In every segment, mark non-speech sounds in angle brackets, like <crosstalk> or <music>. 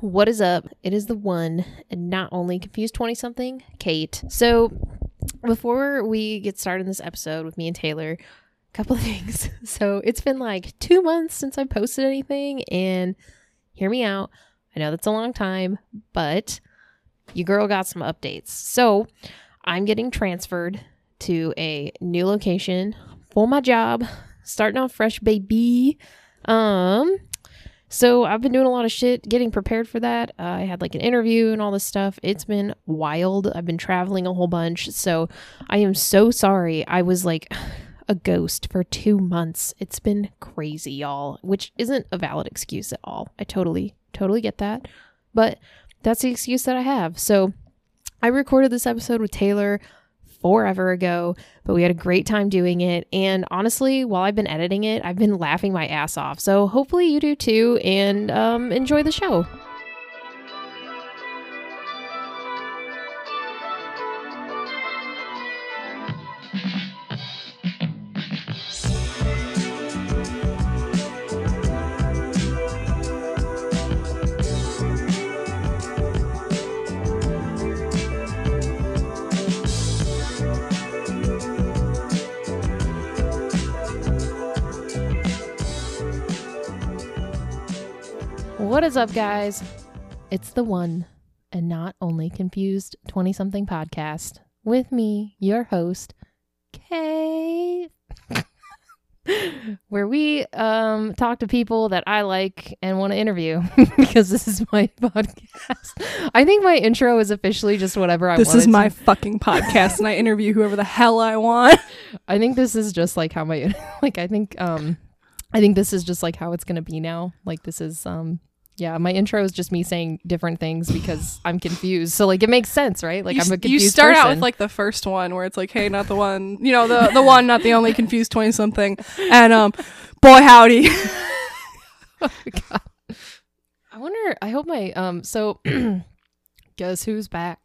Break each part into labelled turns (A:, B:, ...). A: What is up? It is the one and not only confused 20 something, Kate. So, before we get started in this episode with me and Taylor, a couple of <laughs> things. So, it's been like two months since I posted anything, and hear me out. I know that's a long time, but your girl got some updates. So, I'm getting transferred to a new location for my job, starting off fresh, baby. Um, so I've been doing a lot of shit getting prepared for that. I had like an interview and all this stuff. It's been wild. I've been traveling a whole bunch. So I am so sorry. I was like <sighs> a ghost for two months. It's been crazy, y'all, which isn't a valid excuse at all. I totally, totally get that. But that's the excuse that I have. So I recorded this episode with Taylor forever ago, but we had a great time doing it. And honestly, while I've been editing it, I've been laughing my ass off. So hopefully you do too and um, enjoy the show. What is up, guys? It's the one and not only confused 20 something podcast with me, your host, Kay. <laughs> Where we um, talk to people that I like and want to interview <laughs> because this is my <laughs> podcast. I think my intro is officially just whatever I
B: this
A: wanted
B: is my
A: to <laughs>
B: fucking podcast and i interview whoever the hell i want
A: I think this is just like how my <laughs> like I think um I think this is just like how it's gonna be now. Like this is um yeah, my intro is just me saying different things
B: <laughs>
A: because I'm confused. So like it makes sense, right? Like
B: you,
A: I'm a
B: s-
A: confused
B: you start out with
A: person.
B: like the first one where it's like hey not the one you know the the one not the only confused 20 something and um boy howdy
A: I wonder I hope my um so <clears throat> guess who's
B: <laughs>
A: back?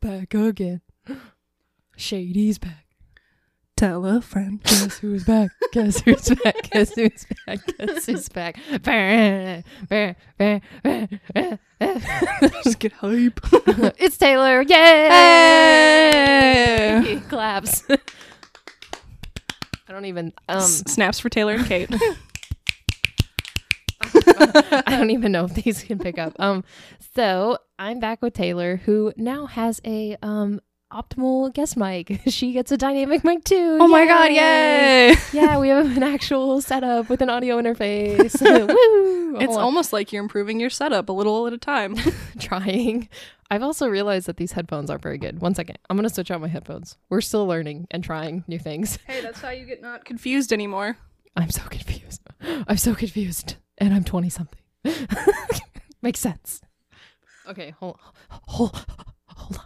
A: Back again. Shady's back.
B: <laughs> tell a friend
A: Guess who's back? Guess who's
B: <laughs>
A: back? Guess who's back? Guess who's back? <laughs>
B: just get hype
A: it's Taylor. Yay!
B: <laughs> hey
A: He claps. <laughs> I don't even um
B: S- snaps for taylor
A: <laughs>
B: and kate
A: I don't even know if these can pick up. Um so I'm back with Taylor who now has a um optimal guest mic. <laughs> She gets a dynamic mic too.
B: oh my god yay
A: Yeah, we have an actual setup with an audio
B: <laughs>
A: interface. <laughs> Woo! Oh,
B: it's
A: Hold on.
B: almost like you're improving your setup a little at a time
A: trying. I've also realized that these headphones aren't very good. One second. I'm going to switch out my headphones. We're still learning and trying new things.
B: hey that's how you get not confused anymore
A: I'm so confused. I'm so confused. And I'm 20 something. <laughs> Makes sense. Okay, hold, hold, hold on.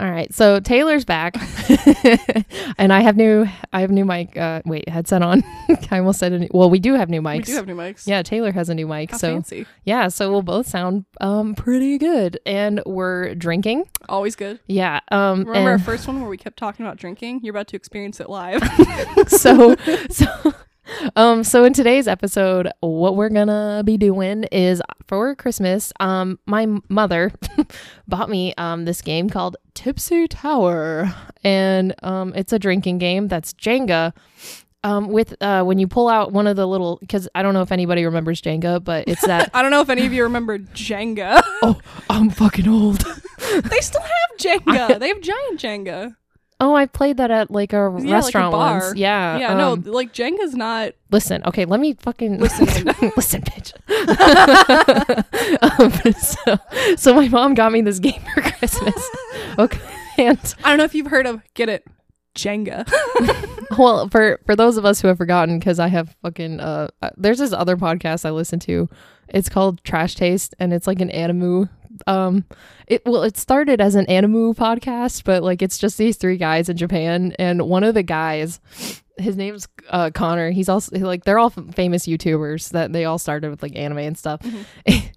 A: All right, so Taylor's back, <laughs> and I have new, I have new mic. Uh, wait, headset on. <laughs> I almost said, a new, well, we do have new mics.
B: we do have new mics
A: yeah, Taylor has a new mic,
B: how
A: so
B: fancy
A: yeah, so we'll both sound um pretty good, and we're drinking.
B: always good
A: Yeah, um,
B: Remember our
A: and-
B: first one where we kept talking about drinking? You're about to experience it live. <laughs>
A: so <laughs> so um so in today's episode what we're gonna be doing is for christmas um my mother <laughs> bought me um this game called tipsy tower and um it's a drinking game that's jenga um with uh when you pull out one of the little because i don't know if anybody remembers jenga but it's
B: <laughs>
A: that
B: I don't know if any of you remember Jenga. <laughs>
A: oh i'm fucking old
B: they still have Jenga. they have giant Jenga.
A: oh i played that at like a
B: like a
A: restaurant
B: bar.
A: once yeah
B: yeah,
A: um,
B: no, like Jenga's not.
A: Listen, okay, let me fucking <laughs> listen, listen, bitch. <laughs> um, so, so my mom got me this game for
B: <laughs>
A: Christmas. Okay, and
B: I don't know if you've heard of. Get it,
A: <laughs>
B: Jenga.
A: well, for for those of us who have forgotten, because I have fucking uh, uh, there's this other podcast I listen to. It's called Trash Taste, and it's like an animu. Um, it well, it started as an animu podcast, but like it's just these three guys in Japan, and one of the guys, his name's uh Connor. He's also like they're all f- famous YouTubers that they all started with like anime and stuff.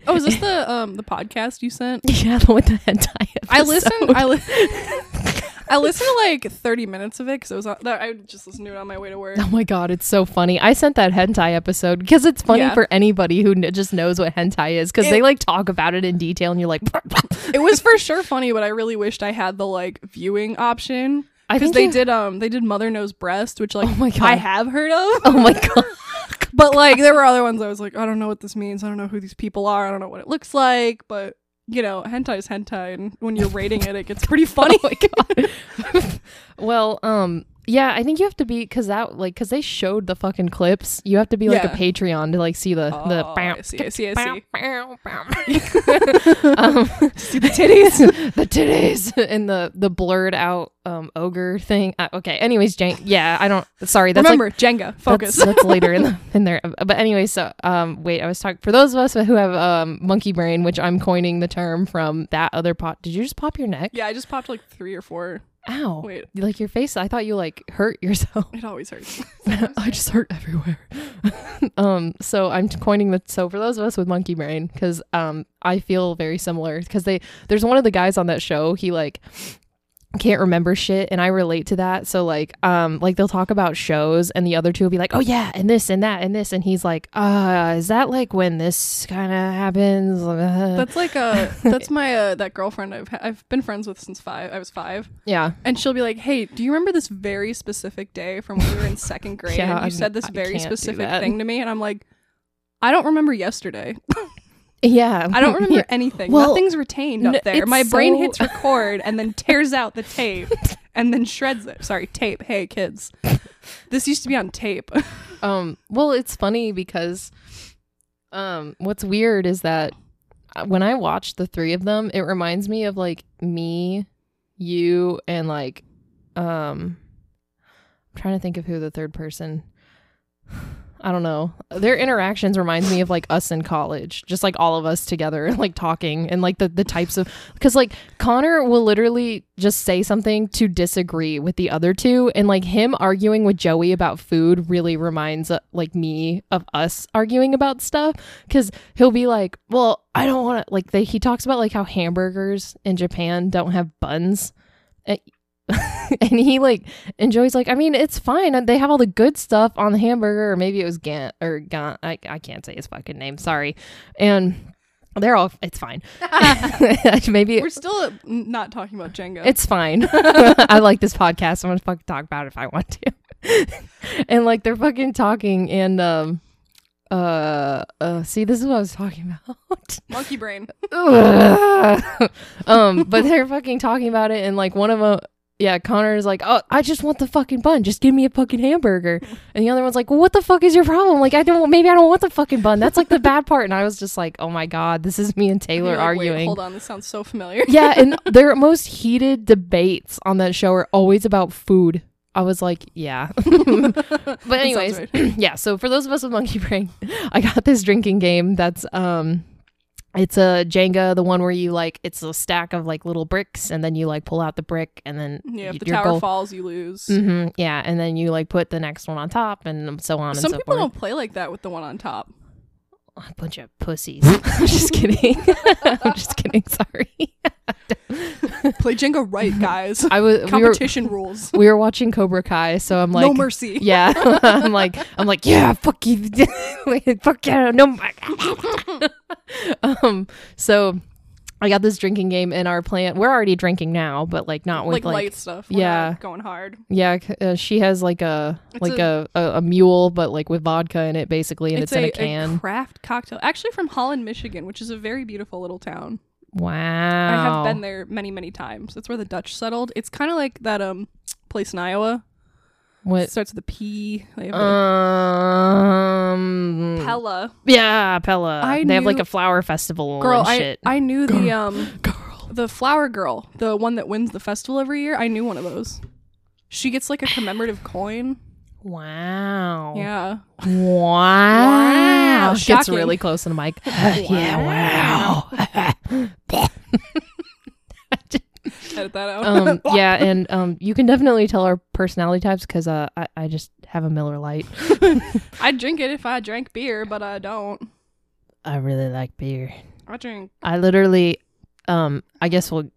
B: Oh, is this
A: <laughs>
B: the um the podcast you sent?
A: yeah, the with the hentai.
B: I listened.
A: episode.
B: I li- <laughs> I listened to like 30 minutes of it because I was on, that, I would just listened to it on my way to
A: <laughs>
B: work.
A: <laughs> Oh my god, it's so funny. I sent that hentai episode because it's funny
B: Yeah.
A: for anybody who kn- just knows what hentai is because they like talk about it in detail and you're like, <laughs>
B: <laughs> it was for sure funny, but I really wished I had the like viewing option.
A: I
B: Because
A: think
B: they
A: you-
B: did um they did Mother Knows Breast, which like
A: Oh my
B: I
A: God.
B: have heard of.
A: <laughs> <laughs> oh my god.
B: <laughs> but like there were other ones I was like, I don't know what this means. I don't know who these people are. I don't know what it looks like, but you know, hentai is hentai and when you're rating it it gets pretty funny.
A: <laughs> Oh my god. well, um, yeah, I think you have to be because that like because they showed the fucking clips. You have to be like
B: Yeah.
A: a Patreon to like see the the.
B: Oh,
A: <laughs>
B: I see, I see, I see. <laughs>
A: um, <laughs>
B: See the titties.
A: the titties and the the blurred out um ogre thing. Uh, okay, anyways, Jane. Yeah, I don't. Sorry, that's like,
B: Remember, Jenga, focus.
A: That's, that's later in, the, in there. But anyway, so um, wait, I was talking for those of us who have um, monkey brain, which I'm coining the term from that other pot. Did you just pop your neck?
B: <laughs> yeah, I just popped like three or four.
A: Ow!
B: Wait.
A: like your face. I thought you like hurt <laughs> yourself.
B: It always hurts.
A: <laughs> I just hurt everywhere. <laughs> um, so I'm coining the so for those of us with monkey brain, because um, I feel very similar. Because they there's one of the guys on that show. He like can't remember shit, and I relate to that. So like um, like they'll talk about shows, and the other two will be like, oh yeah, and this and that and this, and he's like, uh, is that like when this kind of happens? <laughs> Uh,
B: That's like uh
A: <laughs>
B: that's my uh that girlfriend I've ha- I've been friends with since five I was five.
A: yeah,
B: And she'll be like, Hey, do you remember this very specific day from when we were
A: <laughs>
B: in second grade?
A: Yeah,
B: and you
A: I'm-
B: said this
A: I
B: very
A: can't do
B: specific
A: that.
B: thing to me and I'm like, I don't remember yesterday.
A: <laughs> yeah.
B: I don't remember anything.
A: Well,
B: Nothing's retained up
A: n-
B: there.
A: it's
B: My brain
A: so-
B: hits record
A: <laughs>
B: and then tears out the tape and then shreds it. Sorry, tape. Hey, kids. This used to be on tape.
A: um well it's funny because um what's weird is that uh, when i watch the three of them it reminds me of like me you and like um i'm trying to think of who the third person i don't know their interactions reminds me of like us in college just like all of us together <laughs> like talking and like the the types of because like Connor will literally just say something to disagree with the other two, and like him arguing with Joey about food really reminds uh, like me of us arguing about stuff because he'll be like, "Well, I don't want to like." They, he talks about like how hamburgers in Japan don't have buns. And <laughs> and he like and Joey's like, I mean, it's fine. They have all the good stuff on the hamburger, or maybe it was Gant or Gant. I, I can't say his fucking name. Sorry. And they're all it's fine. <laughs> maybe
B: <laughs> We're still uh, n- not talking about Jenga.
A: it's
B: <laughs>
A: fine. <laughs> I like this podcast. I'm gonna fucking talk about it if I want to. <laughs> and like they're fucking talking and um uh uh see this is what I was talking about. <laughs>
B: monkey brain.
A: Ugh. <laughs> um but they're fucking talking about it and like one of them yeah, Connor's like, oh, I just want the fucking bun. Just give me a fucking hamburger. And the other one's like, well, what the fuck is your problem? Like, I don't, maybe I don't want the fucking bun. That's like the bad part. And I was just like, oh my God, this is me and
B: And
A: Taylor
B: you're like, "Wait,
A: arguing
B: hold on, this sounds so familiar. <laughs>
A: yeah, and their most heated debates on that show are always about food. I was like, yeah. <laughs> <laughs> but
B: That sounds
A: anyways,
B: right.
A: yeah, so for those of us with monkey <laughs> brain, I got this drinking game that's um it's a Jenga, the one where you like it's a stack of like little bricks and then you like pull out the brick and then
B: Yeah, if
A: y-
B: the
A: your
B: tower
A: goal-
B: falls, you lose.
A: hmm yeah, and then you like put the next one on top and so on
B: Some
A: and so
B: people
A: forth.
B: don't play like that with the one on top. <laughs>
A: a bunch of pussies. <laughs> I'm just kidding. <laughs> I'm just kidding, sorry.
B: Play Jenga
A: <laughs>
B: right, guys.
A: I was we were
B: <laughs> Competition rules.
A: we were watching Cobra Kai, so I'm <laughs> like
B: no mercy.
A: Yeah, <laughs> I'm like, I'm like, yeah, fuck you, <laughs> Like, fuck yeah, no. <laughs> um, so I got this drinking game in our plant. We're already drinking now, but like not with
B: <laughs> Like,
A: like,
B: light stuff. We're
A: yeah.
B: not going hard.
A: yeah. c- Uh, she has like a
B: It's
A: like a, a, a mule, but like with vodka in it, basically, and it's, in a, can.
B: craft cocktail. Actually, from Holland, Michigan, which is a very beautiful little town.
A: wow,
B: I have been there many, many times. It's where the Dutch settled. It's kind of like that um place in Iowa. It
A: What?
B: starts with a P. They have a
A: Um.
B: Pella.
A: yeah, Pella.
B: I
A: they have like
B: knew-
A: a flower festival
B: Girl,
A: and
B: I,
A: shit.
B: I knew the um the flower girl, the one that wins the festival every year. I knew one of those. She gets like a commemorative coin.
A: wow.
B: Yeah.
A: Wow. She Gets
B: Shocking.
A: really close to the mic. yeah, wow.
B: Edit that out. <laughs>
A: um, yeah, and um, you can definitely tell our personality types because uh, I, I just have a Miller Light.
B: I'd drink it if I drank beer, but I don't.
A: I really like beer.
B: I drink
A: I literally, um, I guess we'll.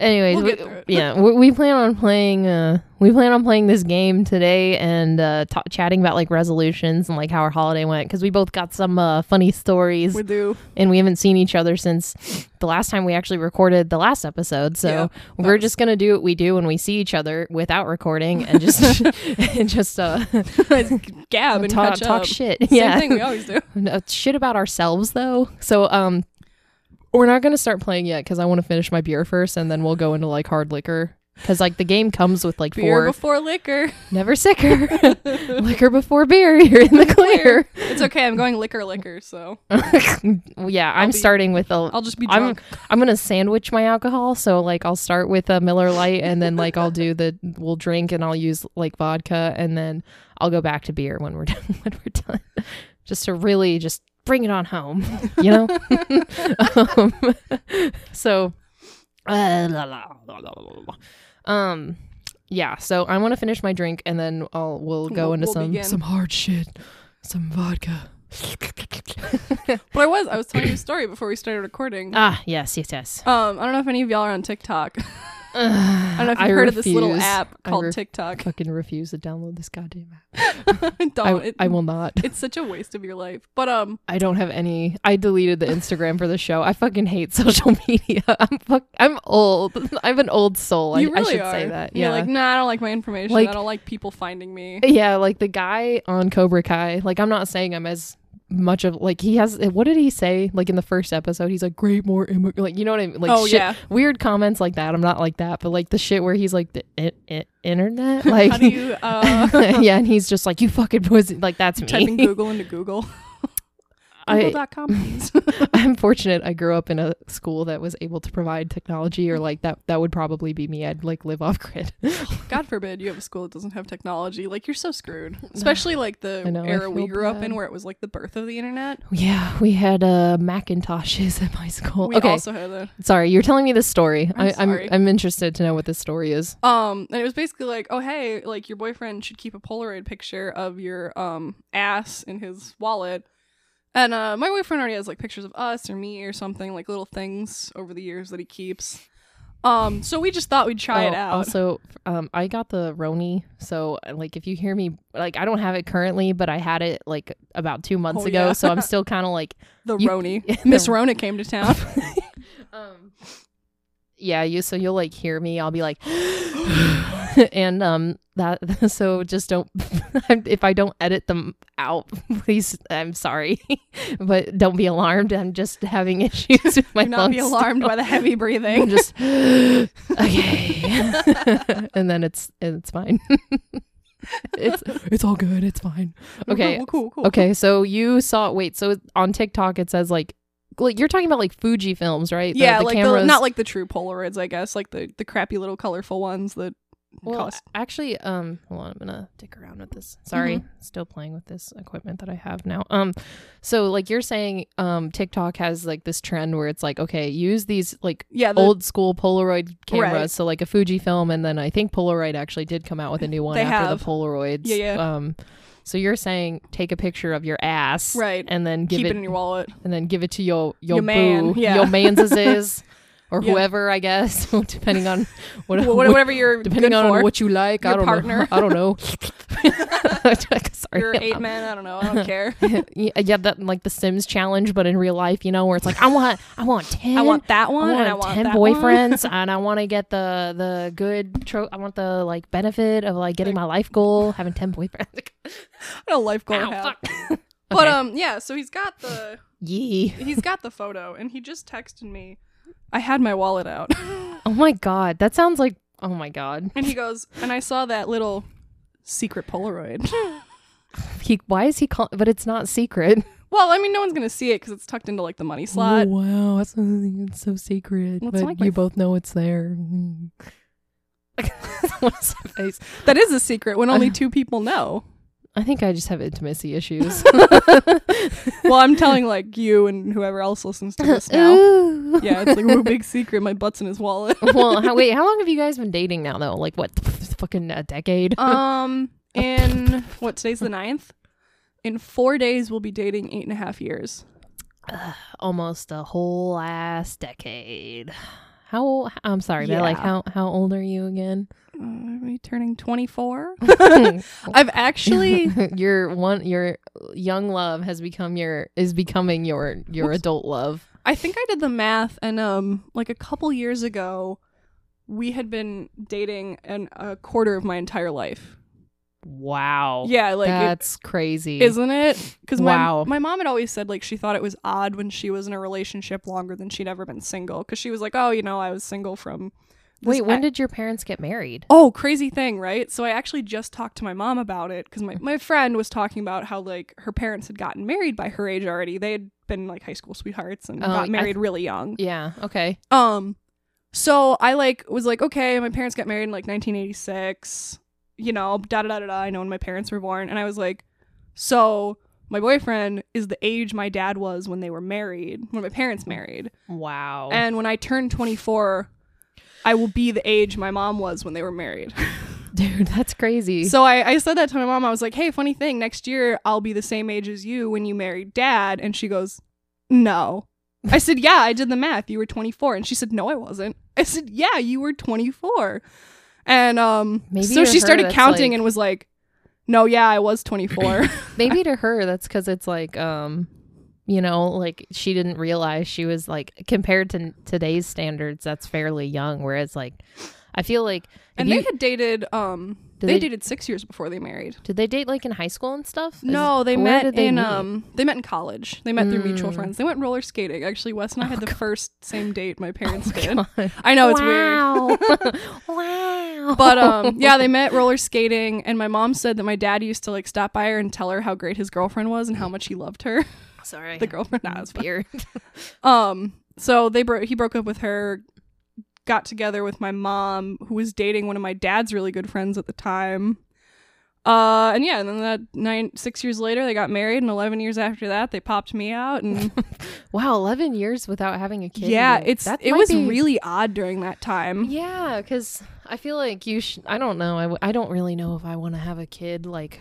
A: Anyways,
B: We'll
A: we-
B: get through it.
A: yeah, we, we plan on playing. Uh, we plan on playing this game today and uh, ta chatting about like resolutions and like how our holiday went because we both got some uh, funny stories
B: We do.
A: and we haven't seen each other since the last time we actually recorded the last episode. So <laughs>
B: Yeah, <laughs>
A: we're
B: was-
A: just gonna do what we do when we see each other without recording and
B: <laughs>
A: just <laughs> and just uh,
B: Gab and
A: talk
B: catch
A: talk
B: up.
A: shit.
B: Same
A: yeah,
B: thing we always do.
A: <laughs> no, shit about ourselves though. So um we're not going to start playing yet cuz I want to finish my beer first and then we'll go into like hard liquor cuz like the game comes with like
B: Beer
A: four
B: before liquor.
A: <laughs> never sicker. <laughs> liquor before beer, <laughs> you're in the clear.
B: It's okay. I'm going liquor, liquor. So
A: Well, yeah, I'm
B: be-
A: starting with a
B: I'll just be
A: I'm
B: drunk.
A: I'm going to sandwich my alcohol, so like I'll start with a Miller Lite and then like I'll do the we'll drink and I'll use like vodka and then I'll go back to beer when we're <laughs> done when we're done. Just to really just bring it on home, you
B: <laughs>
A: know? um, so uh, la, la, la, la, la, la. um yeah, so I want to finish my drink and then I'll we'll go
B: We'll-
A: into
B: we'll
A: some
B: begin.
A: some hard shit, some
B: <laughs>
A: vodka.
B: But I was. I was telling you a story before we started recording.
A: ah, yes, yes, yes.
B: Um, I don't know if any of y'all are on TikTok. I don't know if
A: I
B: you've heard of this little
A: refuse.
B: app
A: I
B: called
A: re- <laughs>
B: TikTok. <laughs>
A: fucking refuse to download this goddamn app.
B: don't.
A: I,
B: it,
A: I will not.
B: It's such a waste of your life. But um,
A: I don't have any. I deleted the Instagram for the show. I fucking hate <laughs> social media. I'm fuck. I'm old. <laughs> I'm an old soul. I,
B: you
A: I
B: really
A: should
B: are.
A: say that. Yeah.
B: You're like, nah, I don't like my information.
A: Like-
B: I don't like people finding me.
A: yeah, like the guy on Cobra Kai. Like I'm not saying I'm as much of like he has. What did he say? Like in the first episode, he's like, "Great, more immi-" like you know what I mean? Like
B: Oh,
A: shit,
B: yeah.
A: weird comments like that. I'm not like that, but like the shit where he's like the i- i- internet, <laughs> <laughs> like
B: How do you
A: <laughs>
B: uh,
A: yeah, and he's just like, "You fucking pussy." Like that's me.
B: typing Google into Google?
A: <laughs> I- <laughs>
B: Google.com, please.
A: I'm fortunate I grew up in a school that was able to provide technology or like that that would probably be me. I'd like live off grid. <laughs>
B: God forbid you have a school that doesn't have technology. Like you're so
A: <sighs>
B: screwed. Especially like the
A: I know, I
B: era we
A: feel
B: grew up
A: bad.
B: in where it was like the birth of the internet.
A: yeah, we had uh Macintoshes at my school.
B: We
A: okay.
B: also had that.
A: sorry, you're telling me this story.
B: I'm
A: I, I'm
B: sorry.
A: I'm interested to know what this story is.
B: Um and it was basically like, oh hey, like your boyfriend should keep a Polaroid picture of your um ass in his wallet. And uh my boyfriend already has like pictures of us or me or something, like little things over the years that he keeps. Um so we just thought we'd try it
A: Oh,
B: out.
A: Also, um, I got the Roni, so uh, like if you hear me, like I don't have it currently, but I had it like about two months
B: Oh,
A: ago, <laughs>
B: yeah.
A: so I'm still kind of like
B: the
A: you-
B: Roni.
A: <laughs> Yeah,
B: Miss
A: the-
B: Rona came to town.
A: um yeah you so you'll like hear me i'll be like <gasps> and um that <laughs> so just don't if i don't edit them out <laughs> please i'm sorry <laughs> but don't be alarmed i'm just having <laughs> issues with <laughs> my
B: Do not be
A: lungs. <laughs>
B: alarmed by the heavy breathing.
A: just <gasps> okay <laughs> and then it's it's fine <laughs> it's it's all good it's fine okay
B: Oh, <laughs> Cool, cool, cool.
A: okay so you saw wait so on tiktok it says like like you're talking about like Fuji films, right? The-
B: yeah,
A: the
B: like
A: cameras-
B: the, not like the true Polaroids, I guess, like the the crappy little colorful ones that
A: Well,
B: cost.
A: a- actually, um, hold on, I'm gonna dick around with this. Sorry,
B: Mm-hmm.
A: still playing with this equipment that I have now. Um, so like you're saying, um, TikTok has like this trend where it's like, okay, use these like
B: Yeah, the,
A: old school Polaroid cameras,
B: Right.
A: so like a Fuji film, and then I think Polaroid actually did come out with a new one
B: They
A: after
B: have.
A: the Polaroids.
B: Yeah, yeah.
A: Um, so you're saying take a picture of your ass,
B: Right.
A: and then give
B: keep
A: it,
B: it, in your wallet.
A: and then give it to your your,
B: Your man,
A: boo,
B: yeah.
A: your
B: <laughs>
A: manses is, or
B: Yeah.
A: whoever, I guess, <laughs> depending
B: <laughs>
A: on <laughs> what,
B: Wh-
A: what
B: whatever
A: <laughs>
B: you're
A: depending
B: good
A: on
B: for.
A: what you like. I
B: Your
A: don't know.
B: partner.
A: I don't
B: <laughs>
A: know. <laughs> Sorry.
B: you're eight men. I don't know.
A: <laughs>
B: I don't care.
A: Yeah, yeah, that like the Sims challenge, but in real life, you know, where it's like I want, I want ten,
B: <laughs> I want that
A: I
B: one,
A: want
B: and I want
A: ten
B: that one. <laughs>
A: boyfriends, and I want to get the the good. Tro- I want the like benefit of like getting my life goal, having ten boyfriends. <laughs>
B: What a life goal to
A: Ow,
B: have. <laughs>
A: fuck. <laughs>
B: But
A: Okay.
B: um, yeah. So he's got the
A: Yee.
B: he's got the photo, and he just texted me. I had my wallet out, <laughs>
A: Oh my god, that sounds like. Oh my god. <laughs>
B: and he goes, and I saw that little secret Polaroid. <laughs>
A: He. Why is he call? But it's not secret.
B: well, I mean, no one's gonna see it because it's tucked into like the money <laughs> slot.
A: Oh, wow, that's something that's so secret.
B: Well, it's
A: but
B: like my
A: you
B: f-
A: both know it's <laughs> there. Mm. What's her face?
B: That is a secret when <laughs> only two people know.
A: I think I just have intimacy
B: <laughs>
A: issues. <laughs>
B: Well, I'm telling like you and whoever else listens to this now. <laughs>
A: Ooh.
B: Yeah, it's like <laughs> a big secret. My butt's in his wallet.
A: well, how, wait, how long have you guys been dating now, though? Like, what, fucking a decade?
B: <laughs> <sighs> Um, in what today's the ninth. In four days, we'll be dating eight and a half years.
A: Almost a whole ass decade. How old? I'm sorry, but like
B: Yeah.
A: how how old are you
B: <laughs>
A: again? <laughs>
B: Uh, are we turning <laughs> 24? I've actually
A: your one your young love has become your is becoming your your
B: Whoops.
A: adult love.
B: I think I did the math, and um, like a couple years ago, we had been dating an, a quarter of my entire life.
A: Wow.
B: Yeah, like it,
A: That's crazy.
B: isn't it? Because
A: Wow.
B: my my mom had always said like she thought it was odd when she was in a relationship longer than she'd ever been single. Because she was like, oh, you know, I was single from. this
A: Wait, when
B: a-
A: did your parents get married?
B: Oh, crazy thing, right? So I actually just talked to my mom about it because my, my friend was talking about how like her parents had gotten married by her age already. They had been like high school sweethearts and
A: Oh, I
B: got
A: th-
B: married really young.
A: Yeah. Okay.
B: Um, so I like was like, okay, my parents got married in like 1986. You know, da da da da. da. I know when my parents were born, and I was like, so my boyfriend is the age my dad was when they were married, when my parents married,
A: Wow.
B: and when I turn 24, I will be the age my mom was when they were married.
A: Dude, that's crazy.
B: So I, I said that to my mom. I was like, hey, funny thing, next year I'll be the same age as you when you married dad. And she goes, no. I said, yeah, I did the math. You were 24. And she said, no, I wasn't. I said, yeah, you were 24. And um,
A: Maybe
B: so
A: to
B: she
A: her
B: started
A: that's
B: counting
A: like-
B: and was like, no, yeah, I
A: <coughs>
B: was 24.
A: <laughs> Maybe to her that's cuz it's like um you know, like she didn't realize she was like compared to today's standards that's fairly young whereas like I feel like if
B: and
A: you-
B: they had dated, um,
A: Did
B: they,
A: they-
B: dated six years before they married.
A: did they date like in high school and stuff? Is-
B: No, they
A: where
B: met
A: did they
B: in
A: meet?
B: um they met in college. They met through mutual
A: Mm. Oh,
B: friends. They went roller skating. Actually, Wes and I had the first same date
A: <laughs>
B: my parents did.
A: God.
B: I know it's weird.
A: wow.
B: <laughs>
A: <laughs> wow. <laughs>
B: But um, yeah, they met roller skating, and my mom said that my dad used to like stop by her and tell her how great his girlfriend was and how much he loved her. <laughs>
A: sorry.
B: The girlfriend, nah, it's fine.
A: beard.
B: Um, so they broke. He broke up with her, got together with my mom, who was dating one of my dad's really good friends at the time. Uh, and yeah, and then that nine six years later, they got married, and eleven years after that, they popped me
A: <laughs>
B: out, and
A: Wow, 11 years without having a kid.
B: yeah,
A: you-
B: it's
A: that
B: it
A: might
B: was
A: be-
B: really odd during that time.
A: Yeah, because I feel like you should. I don't know. I, w- I don't really know if I want to have a kid like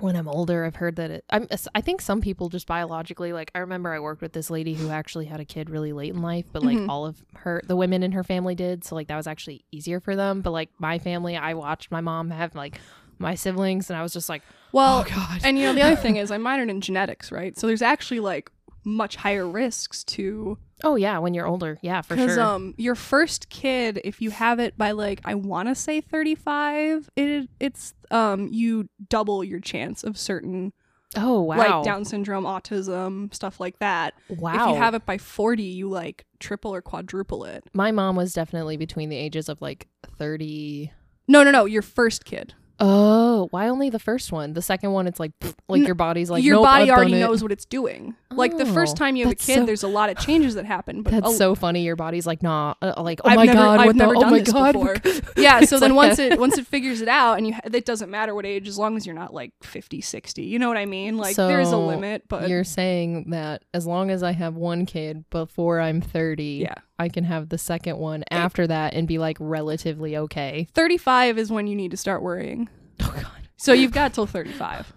A: when I'm older. I've heard that it. I'm, I think some people just biologically, like, I remember I worked with this lady who actually had a kid really late in life, but like
B: Mhm.
A: all of her, the women in her family did. So like that was actually easier for them. But like my family, I watched my mom have like my siblings and I was just like,
B: Well,
A: oh God.
B: And you know, the other thing is I minored in genetics, right? So there's actually like much higher risks to
A: oh, yeah, when you're older. Yeah, for
B: because
A: sure.
B: um your first kid, if you have it by like I want to say 35, it it's um you double your chance of certain
A: oh, wow.
B: like Down syndrome, autism, stuff like that.
A: wow.
B: If you have it by 40, you like triple or quadruple it.
A: my mom was definitely between the ages of like 30
B: No, no, no, your first kid.
A: oh why only the first one the second one it's like pfft, like
B: N-
A: your body's like
B: your <laughs>
A: nope, I've
B: body
A: done
B: already
A: it.
B: knows what it's doing. like the
A: Oh,
B: first time you have a
A: that's
B: kid,
A: so-
B: there's a lot of changes that happen, but
A: that's
B: a,
A: so funny your body's like nah uh, like oh
B: I've
A: my
B: never-
A: god
B: I've
A: what
B: never
A: the oh
B: done
A: my
B: this
A: god
B: before. yeah so
A: It's
B: then
A: like
B: once
A: that.
B: it
A: <laughs>
B: once it figures it out and you ha- it doesn't matter what age as long as you're not like 50 60 you know what i mean like there is a
A: So,
B: limit but
A: you're saying that as long as i have one kid before i'm 30
B: Yeah.
A: i can have the second one after that and be like relatively
B: <laughs>
A: okay
B: 35 is when you need to start worrying
A: oh god
B: so you've got till 35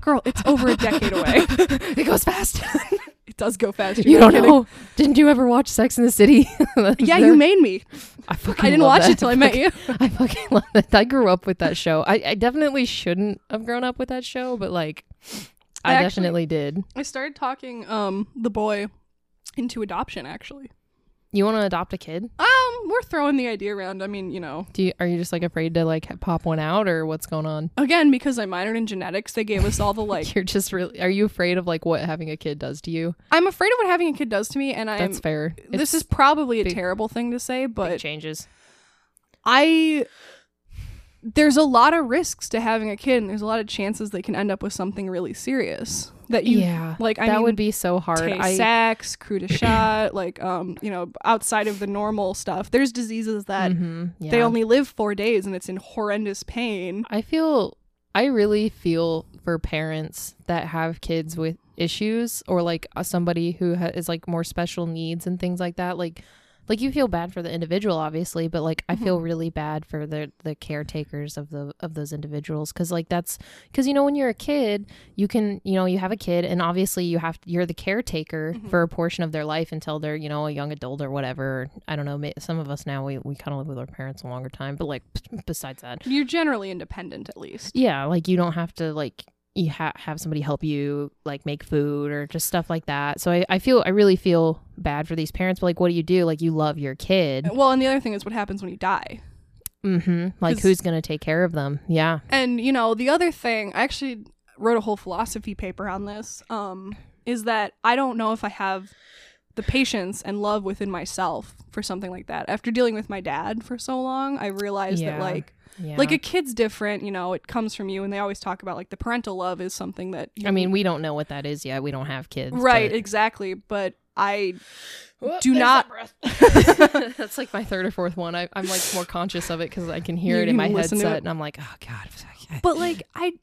B: girl it's over a decade away
A: <laughs> <laughs> it goes
B: <laughs>
A: fast
B: it does go fast
A: you
B: You're not
A: don't
B: kidding.
A: know didn't you ever watch sex in the city <laughs>
B: yeah you made me
A: I fucking
B: i didn't
A: love
B: watch
A: that.
B: it till i met you
A: <laughs> I fucking love it. I grew up with that show. I, I definitely shouldn't have grown up with that show, but like, I,
B: I actually-
A: definitely did.
B: i started talking um the boy into adoption actually
A: You want to adopt a kid?
B: um we're throwing the idea around i mean you know
A: Do you are you just like afraid to like pop one out or what's going on?
B: again because i minored in genetics they gave us all the
A: <laughs>
B: like
A: You're just really are you afraid of like what having a kid does to you?
B: I'm afraid of what having a kid does to me, and I'm.
A: That's fair.
B: this
A: It's
B: is probably a
A: big-
B: terrible thing to say,
A: big
B: but
A: changes.
B: I. There's a lot of risks to having a kid, and there's a lot of chances they can end up with something really serious that you.
A: yeah,
B: Like I
A: that
B: mean,
A: would be so hard. I
B: Tay-Sachs, coup de chat, like um, you know, outside of the normal stuff. There's diseases that
A: Mhm, yeah.
B: they only live four days, and it's in horrendous pain.
A: I feel I really feel for parents that have kids with issues or like uh, somebody who ha- is like more special needs and things like that. Like like you feel bad for the individual obviously but like i feel really bad for the the caretakers of the of those individuals because like that's because you know when you're a kid you can you know you have a kid and obviously you have you're the caretaker
B: Mhm.
A: for a portion of their life until they're you know a young adult or whatever i don't know ma- some of us now we, we kind of live with our parents a longer time but like besides that
B: You're generally independent, at least.
A: yeah like you don't have to like you ha- have somebody help you like make food or just stuff like that so I, I feel i really feel bad for these parents but like what do you do like you love your kid
B: Well, and the other thing is what happens when you die.
A: hmm like
B: 'Cause-
A: who's gonna take care of them yeah
B: And you know, the other thing, I actually wrote a whole philosophy paper on this, um, is that I don't know if I have the patience and love within myself for something like that. After dealing with my dad for so long, I realized
A: Yeah.
B: that like
A: yeah
B: like a kid's different, you know, it comes from you and they always talk about like the parental love is something that you
A: i mean we don't know what that is yet we don't have kids
B: <sighs> Right,
A: but-
B: exactly, but I
C: Whoop,
B: Do
C: there's
B: not-
C: that
A: <laughs>
B: <laughs>
C: breath. That's like my third or fourth one. I, I'm like more conscious of it because I can hear
B: You
C: it
B: can
C: in my
B: listen to
C: headset,
B: it.
C: and I'm like, oh god. fuck, I-
B: but like I <sighs>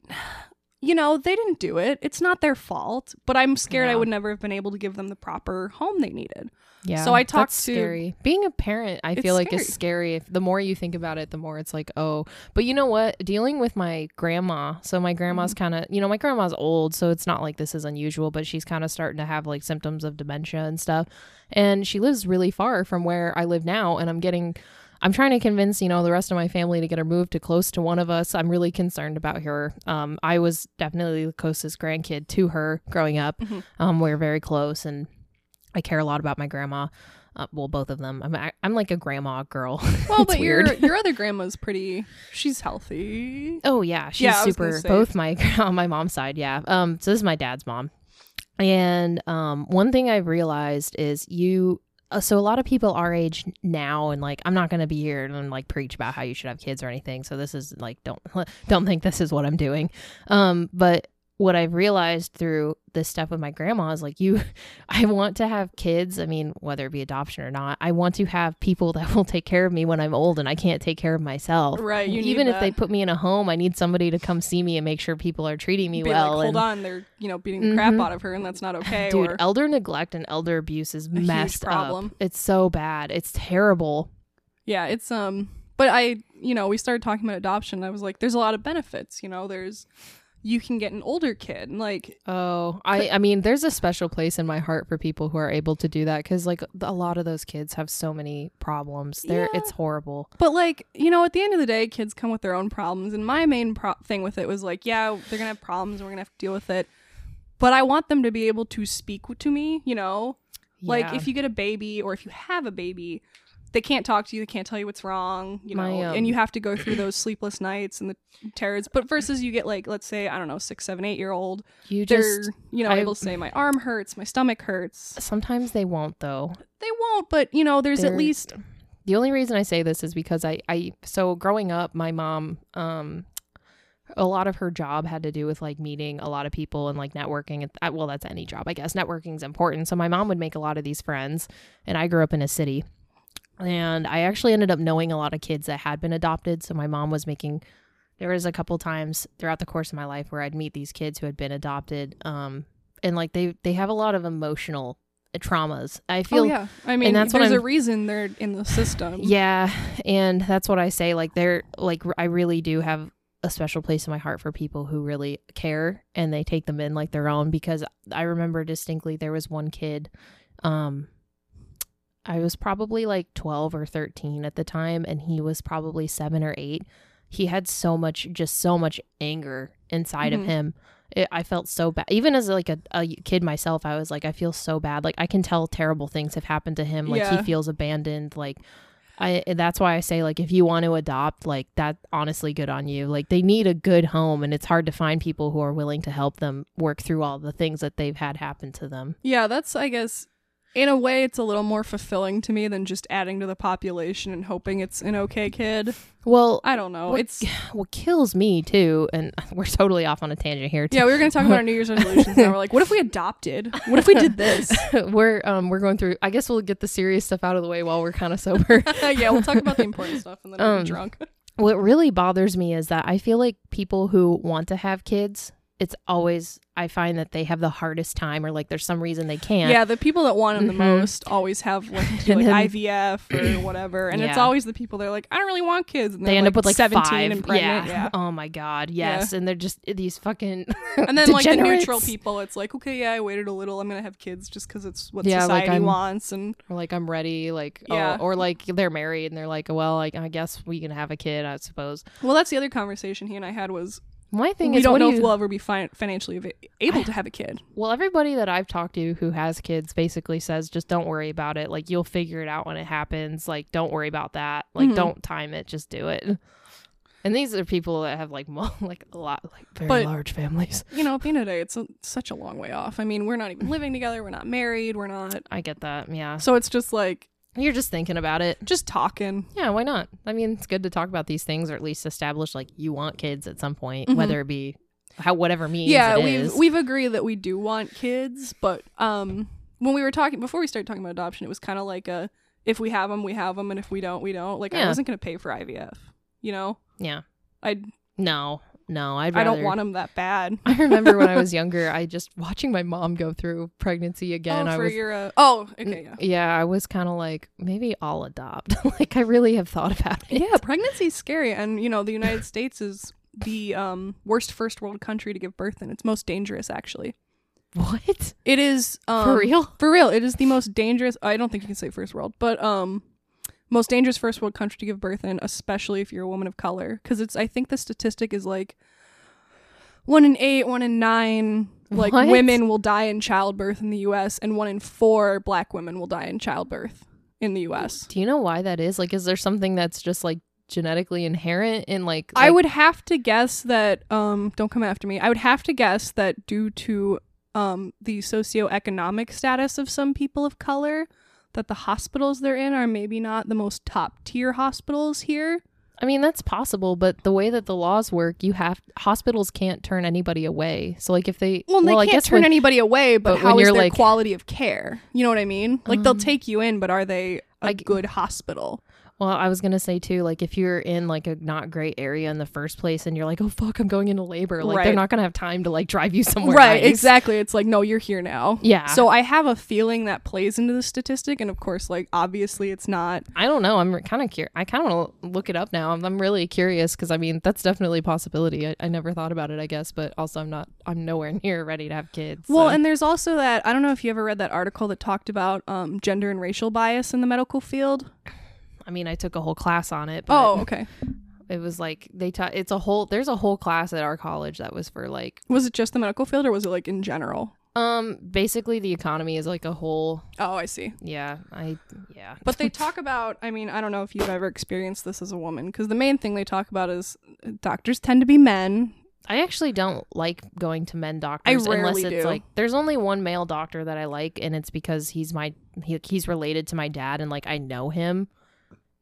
B: you know, they didn't do it. It's not their fault, but I'm scared I
A: Yeah.
B: would never have been able to give them the proper home they needed.
A: yeah
B: So I talked
A: That's
B: to-
A: scary being a parent i
B: It's
A: feel like is scary if the more you think about it the more it's like oh but you know what dealing with my grandma so my grandma's kind of you know my grandma's old so it's not like this is unusual but she's kind of starting to have like symptoms of dementia and stuff and she lives really far from where i live now and i'm getting I'm trying to convince, you know, the rest of my family to get her moved to close to one of us. I'm really concerned about her. Um, I was definitely the closest grandkid to her growing up.
B: Mhm.
A: Um, we are very close, and I care a lot about my grandma. Uh, well, both of them. I'm I, I'm like a grandma girl.
B: Well,
A: It's
B: but your
A: weird.
B: your other grandma's pretty. She's healthy.
A: Oh yeah, she's
B: Yeah, I was
A: super.
B: gonna say.
A: Both my <laughs> on my mom's side, yeah. Um, so this is my dad's mom, and um, one thing I've realized is you. Uh, so a lot of people our age now, and like I'm not gonna be here and like preach about how you should have kids or anything. So this is like don't <laughs> don't think this is what I'm doing. Um, but what I've realized through this stuff with my grandma is like you, <laughs> I want to have kids. I mean, whether it be adoption or not, I want to have people <laughs> that will take care of me when I'm old and I can't take care of myself.
B: Right. You need
A: Even if they
B: that.
A: put me in a home, I need somebody to come see me and make sure people are treating <laughs> me
B: Be
A: well.
B: like, hold
A: and
B: on, they're you know beating the crap
A: Mhm.
B: out of her, and that's not okay.
A: dude,
B: or
A: elder neglect and elder abuse is
B: huge
A: messed
B: problem.
A: up. It's so bad. It's terrible.
B: yeah, it's um. But I, you know, we started talking about adoption. I was like, there's a lot of benefits. You know, there's you can get an older kid, and like
A: Oh,
C: I, I mean, there's a special place in my heart for people who are able to do that because, like, a lot of those kids have so many problems. They're,
B: Yeah.
A: It's horrible.
B: But like, you know, at the end of the day, kids come with their own problems, and my main pro- thing with it was like, yeah, they're gonna have problems, and we're gonna have to deal with it. But I want them to be able to speak to me. You know, like
A: Yeah.
B: if you get a baby or if you have a baby, they can't talk to you, they can't tell you what's wrong. You know,
A: My, um,
B: and you have to go
A: <clears throat>
B: through those sleepless nights and the terrors. But versus you get like, let's say, I don't know, six, seven, eight year old,
A: you
B: they're
A: just
B: you know
A: I-
B: able to say my arm hurts, my stomach hurts.
A: sometimes they won't though.
B: They won't, but you know, there's at
A: They're-
B: least oh,
A: The only reason I say this is because I, I so growing up, my mom, um, a lot of her job had to do with like meeting a lot of people and like networking. And uh, well, that's any job, I guess. Networking's important. So my mom would make a lot of these friends, and I grew up in a city, and I actually ended up knowing a lot of kids that had been adopted. So my mom was making. There was a couple times throughout the course of my life where I'd meet these kids who had been adopted, um, and like they they have a lot of emotional traumas. I feel
B: oh yeah. I mean,
A: that's what
B: there's a
A: I'm-
B: reason they're in the system.
A: yeah, and that's what I say. Like they're like I really do have a special place in my heart for people who really care and they take them in like their own. Because I remember distinctly there was one kid, um, I was probably like twelve or thirteen at the time, and he was probably seven or eight. He had so much, just so much anger inside
B: Mhm.
A: of him. It, I felt so bad. Even as like a, a kid myself, I was like, I feel so bad. Like I can tell terrible things have happened to him. Like
B: Yeah.
A: he feels abandoned. Like I and that's why I say like if you want to adopt, like that honestly good on you. Like they need a good home and it's hard to find people who are willing to help them work through all the things that they've had happen to them.
B: Yeah, that's I guess in a way it's a little more fulfilling to me than just adding to the population and hoping it's an okay kid.
A: Well,
B: I don't know.
A: What-
B: It's
A: what kills me too, and <laughs> we're totally off on a tangent here. Too.
B: yeah, we were gonna talk about our New Year's resolutions and we're like, what <laughs> if we adopted? What if we
A: <laughs>
B: did this?
A: we're um we're going through I guess we'll get the serious stuff out of the way while we're kind of
B: <laughs>
A: sober.
B: <laughs> yeah, we'll talk about the important stuff and then I'm
A: Um,
B: drunk.
A: what really bothers me is that I feel like people who want to have kids
D: it's always I find that they have the hardest time or like there's some reason they can't.
B: Yeah, Mm-hmm. the people that want them
A: Mhm.
B: the most always have <laughs> like, to do,
D: And
B: like
D: then-
B: <clears throat> IVF or whatever, and it's
D: Yeah.
B: always the people that are like, I don't really want kids, and
D: They
B: they're,
D: end up with like
B: seventeen
D: five.
B: and pregnant,
A: <laughs>
B: yeah.
D: Oh my god, yes. And they're just these fucking
B: <laughs> And then like the
D: degenerates.
B: neutral people, it's like, okay, yeah, I waited a little, I'm gonna have kids just because it's what
A: Yeah, like,
B: society
A: I'm-
B: wants, and
A: Or like I'm ready, like
B: Yeah.
A: oh, or like they're married and they're like, well, like I guess we can have a kid, I suppose.
B: well, that's the other conversation he and I had was
A: My thing
B: we
A: is,
B: don't
A: what
B: know
A: do
B: if
A: you-
B: we'll ever be fin- financially av- able to have a kid.
A: Well, everybody that I've talked to who has kids basically says just don't worry about it. Like you'll figure it out when it happens. Like don't worry about that. Like
B: Mhm.
A: don't time it, just do it. And these are people that have like <laughs> mo- like a lot like very
B: But-
A: large families.
B: You know, at the end of the day, it's a, such a long way off. I mean, we're not
A: <laughs>
B: even living together, we're not married, we're not,
A: I get that. Yeah.
B: so it's just like
A: You're just thinking about it.
B: just talking.
A: Yeah, why not? I mean, it's good to talk about these things or at least establish like you want kids at some point,
B: Mhm.
A: whether it be how whatever means
B: yeah
A: it
B: we've
A: is.
B: we've agreed that we do want kids but um when we were talking before we started talking about adoption it was kind of like a if we have them we have them and if we don't we don't like i
A: Yeah.
B: wasn't gonna pay for ivf you know
A: yeah.
B: i
A: No. No, I'd
B: i
A: rather
B: don't want them that bad
A: <laughs> I remember when I was younger, I just watching my mom go through pregnancy again.
B: oh,
A: I
B: for
A: was Mm.
B: your uh, oh okay yeah
A: N- I was kind of like, maybe I'll adopt. <laughs> like, I really have thought about it.
B: yeah pregnancy's scary and you know the united states is the um worst first world country to give birth in it's most dangerous actually
A: <laughs> What?
B: it is
A: <laughs>
B: um,
A: For real?
B: For real, it is the most dangerous. I don't think you can say first world, but um, most dangerous first world country to give birth in, especially if you're a woman of color, because it's. I think the statistic is like one in eight, one in nine, like
A: What?
B: women will die in childbirth in the U.S., and one in four black women will die in childbirth in the U.S.
A: Do you know why that is? Like, is there something that's just like genetically inherent in like,
B: I
A: like-
B: would have to guess that. Um, don't come after me. I would have to guess that due to um the socioeconomic status of some people of color, that the hospitals they're in are maybe not the most top tier hospitals here.
A: I mean, that's possible, but the way that the laws work, you have hospitals can't turn anybody away. So, like, if they
B: Well, they
A: I
B: can't
A: guess
B: turn
A: when-
B: anybody away, but,
A: but
B: how
A: when
B: is
A: you're,
B: their
A: like-
B: quality of care? You know what I mean? Like they'll
A: Um,
B: take you in, but are they a
A: I g-
B: good hospital?
A: Well, I was gonna say too, like, if you're in like a not great area in the first place, and you're like, oh fuck, I'm going into labor, like they're
B: Right.
A: not gonna have time to like drive you somewhere.
B: right,
A: nice.
B: exactly. It's like no, you're here now.
A: Yeah.
B: So I have a feeling that plays into the statistic, and of course, like obviously, it's not
A: I don't know. I'm kind of curious. I kind of want to look it up now. I'm, I'm really curious because I mean that's definitely a possibility. I, I never thought about it, I guess, but also I'm not. I'm nowhere <laughs> near ready to have kids.
B: Well,
A: so-
B: and there's also that I don't know if you ever read that article that talked about um, gender and racial bias in the medical field.
A: I mean, I took a whole class on it. But
B: Oh, okay.
A: it was like they taught. It's a whole. There's a whole class at our college that was for like,
B: Was it just the medical field, or was it like in general?
A: um, basically the economy is like a whole.
B: Oh, I see.
A: Yeah, I yeah.
B: But they talk about. I mean, I don't know if you've ever experienced this as a woman, because the main thing they talk about is uh, doctors tend to be men.
A: I actually don't like going to men
B: I
A: doctors unless
B: rarely
A: it's
B: do.
A: like there's only one male doctor that I like, and it's because he's my he, he's related to my dad, and like I know him,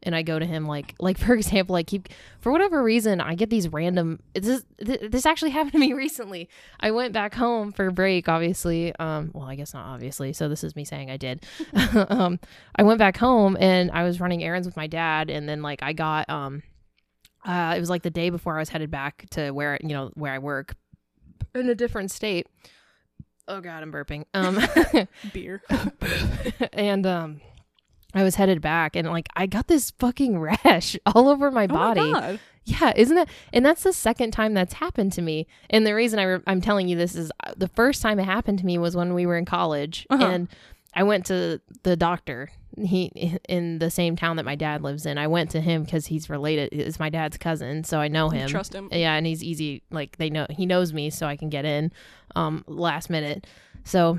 A: and I go to him like like for <laughs> example like he for whatever reason I get these random this th- this actually <laughs> happened to me recently. I went back home for a break, obviously. Um, well, I guess not obviously. So this is me saying I did. <laughs> um, I went back home and I was running errands with my dad, and then like I got um. Uh, it was like the day before I was headed back to where you know where I work, in a different state. Oh god, I'm burping.
B: <laughs>
A: Um <laughs>
B: Beer. <laughs> Oh
A: and um I was headed back and like I got this fucking rash <laughs> all over my body.
B: Oh my God.
A: yeah, isn't that? And that's the second time that's happened to me. And the reason I re- I'm telling you this is uh, the first time it happened to me was when we were in college
B: Uh-huh.
A: and I went to the doctor. He in the same town that my dad lives in. I went to him cuz he's related is my dad's cousin, so I know him.
B: Trust him.
A: Yeah, and he's easy. Like they know he knows me, so I can get in um last minute. So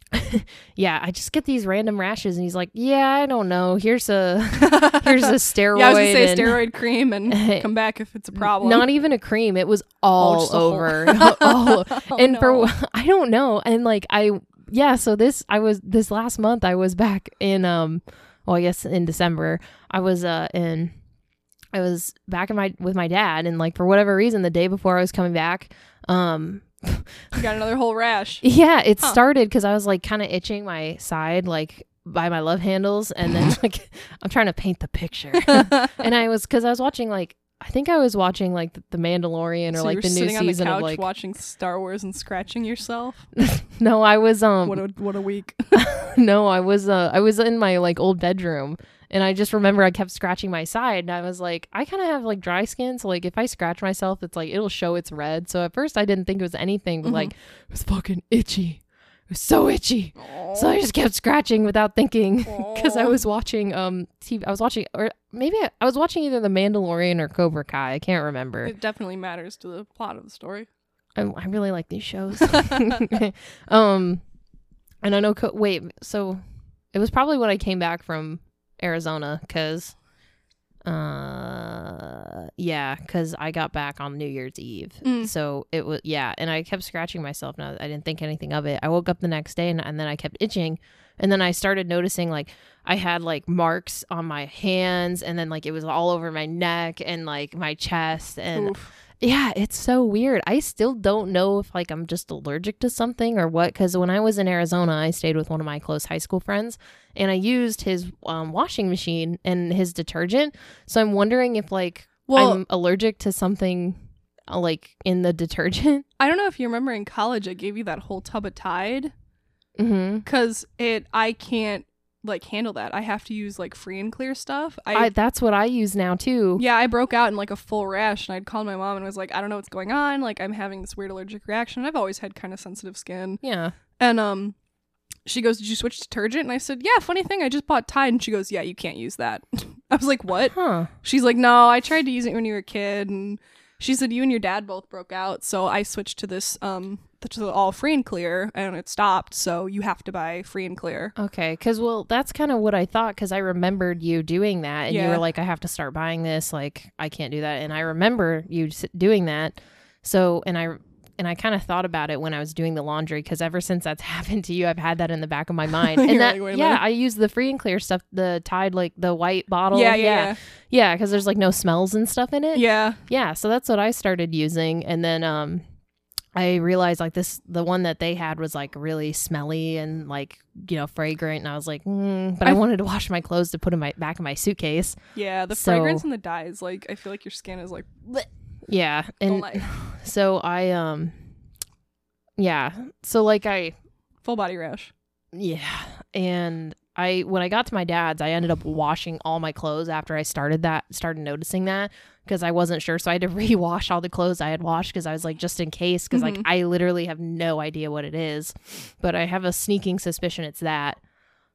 A: <laughs> yeah, I just get these random rashes, and he's like, "Yeah, I don't know. Here's a
B: <laughs>
A: here's a steroid.
B: Yeah, I was gonna say
A: and-
B: steroid
A: <laughs>
B: cream and come back if it's a problem. <laughs>
A: Not even a cream. It was all
B: just a whole-
A: over.
B: <laughs>
A: All-
B: Oh,
A: and
B: no.
A: for <laughs> I don't know. And like I yeah, so this I was this last month I was back in um well I guess in December I was uh in I was back in my with my dad and like for whatever reason the day before I was coming back um <laughs>
B: you got another whole rash.
A: yeah, it
B: Huh.
A: started because I was like kind of itching my side, like by my
B: <laughs>
A: love handles, and then like I'm trying to paint the picture, and I was because I was watching like I think I was watching like The- The Mandalorian or
B: so you
A: like
B: were
A: the new
B: sitting on the
A: season
B: couch
A: of like.
B: watching Star Wars and scratching yourself.
A: <laughs> no, I was um.
B: <laughs> what a what a week.
A: <laughs> no, I was uh, I was in my like old bedroom, and I just remember I kept scratching my side, and I was like, I kind of have like dry skin, so like if I scratch myself, it's like it'll show it's red. So at first I didn't think it was anything, but
B: Mhm.
A: like it was fucking itchy. It was so itchy. <laughs> So I just <laughs> kept scratching without thinking <laughs> because I
B: Aw.
A: was watching um TV. I was watching or maybe I, I was watching either The Mandalorian or Cobra Kai. I can't remember.
B: It definitely matters to the plot of the story.
A: I, Oh, I really like these shows. <laughs> um, and I know. Co- wait, so it was probably when I came back from Arizona because, uh, yeah, because I got back on New Year's Eve.
B: Mm.
A: So it was yeah, and I kept scratching myself. Now I didn't think anything of it. I woke up the next day and, and then I kept itching, and then I started noticing like I had like marks on my hands, and then like it was all over my neck and like my chest and.
B: Oof.
A: Yeah, it's so weird. I still don't know if like I'm just allergic to something or what. Because when I was in Arizona, I stayed with one of my close high school friends, and I used his um, washing machine and his detergent. So I'm wondering if like
B: Well,
A: I'm allergic to something uh, like in the detergent. <laughs>
B: I don't know if you remember in college, I gave you that whole tub of Tide
A: Mm-hmm.
B: because it I can't like handle that. I have to use like free and clear stuff. I,
A: I, that's what I use now too.
B: yeah, I broke out in like a full rash, and I'd called my mom and was like, I don't know what's going on. Like I'm having this weird allergic reaction. and I've always had kind of sensitive skin,
A: Yeah.
B: and um. She goes, Did you switch detergent? And I said, Yeah, funny thing, I just bought Tide. And she goes, Yeah, you can't use that. <laughs> I was like, What?
A: Huh.
B: She's like, no, I tried to use it when you were a kid, and she said you and your dad both broke out, so I switched to this um to the all free and clear, and it stopped. So you have to buy free and clear.
A: Okay, because well, that's kind of what I thought. Because I remembered you doing that, and you
B: Yeah.
A: were like, "I have to start buying this. Like, I can't do that." And I remember you s- doing that. So, and I and I kind of thought about it when I was doing the laundry, because ever since that's <laughs> happened to you, I've had that in the back of my mind.
B: <laughs> You're
A: And that,
B: like, "Wait a
A: yeah,
B: minute."
A: I use the free and clear stuff, the Tide, like the white bottle.
B: yeah, yeah,
A: yeah, because there's like no smells and stuff in
B: yeah,
A: it.
B: yeah.
A: Yeah, so that's what I started using, and then um, I realized like this the one that they had was like really smelly and like you know fragrant, and I was like, mm, but I,
B: I-
A: wanted to wash my clothes to put in my back in my suitcase.
B: Yeah, The
A: So-
B: fragrance and the dyes, like I feel like your skin is like
A: Yeah,
B: full
A: and
B: life.
A: so I um, yeah, so like I
B: full body rash.
A: Yeah. And I when I got to my dad's, I ended up washing all my clothes after I started that started noticing that because I wasn't sure. So I had to <laughs> rewash all the clothes I had washed because I was like just in case because
B: Mhm.
A: like I literally have no idea what it is, but I have a sneaking suspicion it's that.